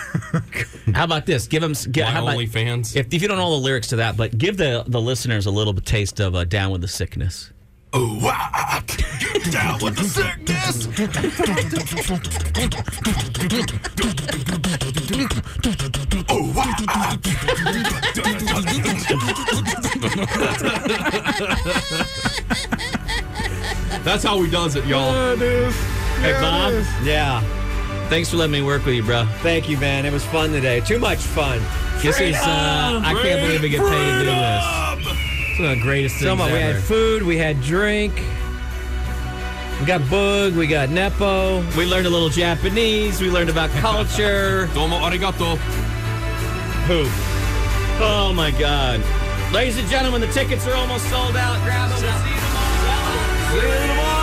B: How about this? Give them give,
D: My
B: how about,
D: OnlyFans.
B: If, if you don't know all the lyrics to that, but give the, the listeners a little taste of uh, Down with the Sickness.
O: Oh,
A: ah,
O: wow. Get down with the sickness. Oh,
A: ah, ah,
D: That's how he does it, y'all.
B: Hey, Bob.
A: Yeah.
B: Thanks for letting me work with you, bro.
A: Thank you, man. It was fun today. Too much fun.
B: This is, uh, I can't believe we get paid to do this. It's one of the greatest
A: Some
B: things
A: of- we
B: ever.
A: had food, we had drink. We got Boog, we got Nepo.
B: We learned a little Japanese. We learned about culture.
D: Domo arigato.
B: Who? Oh my God. Ladies and gentlemen, the tickets are almost sold out. Grab them. We'll see you tomorrow. See you tomorrow.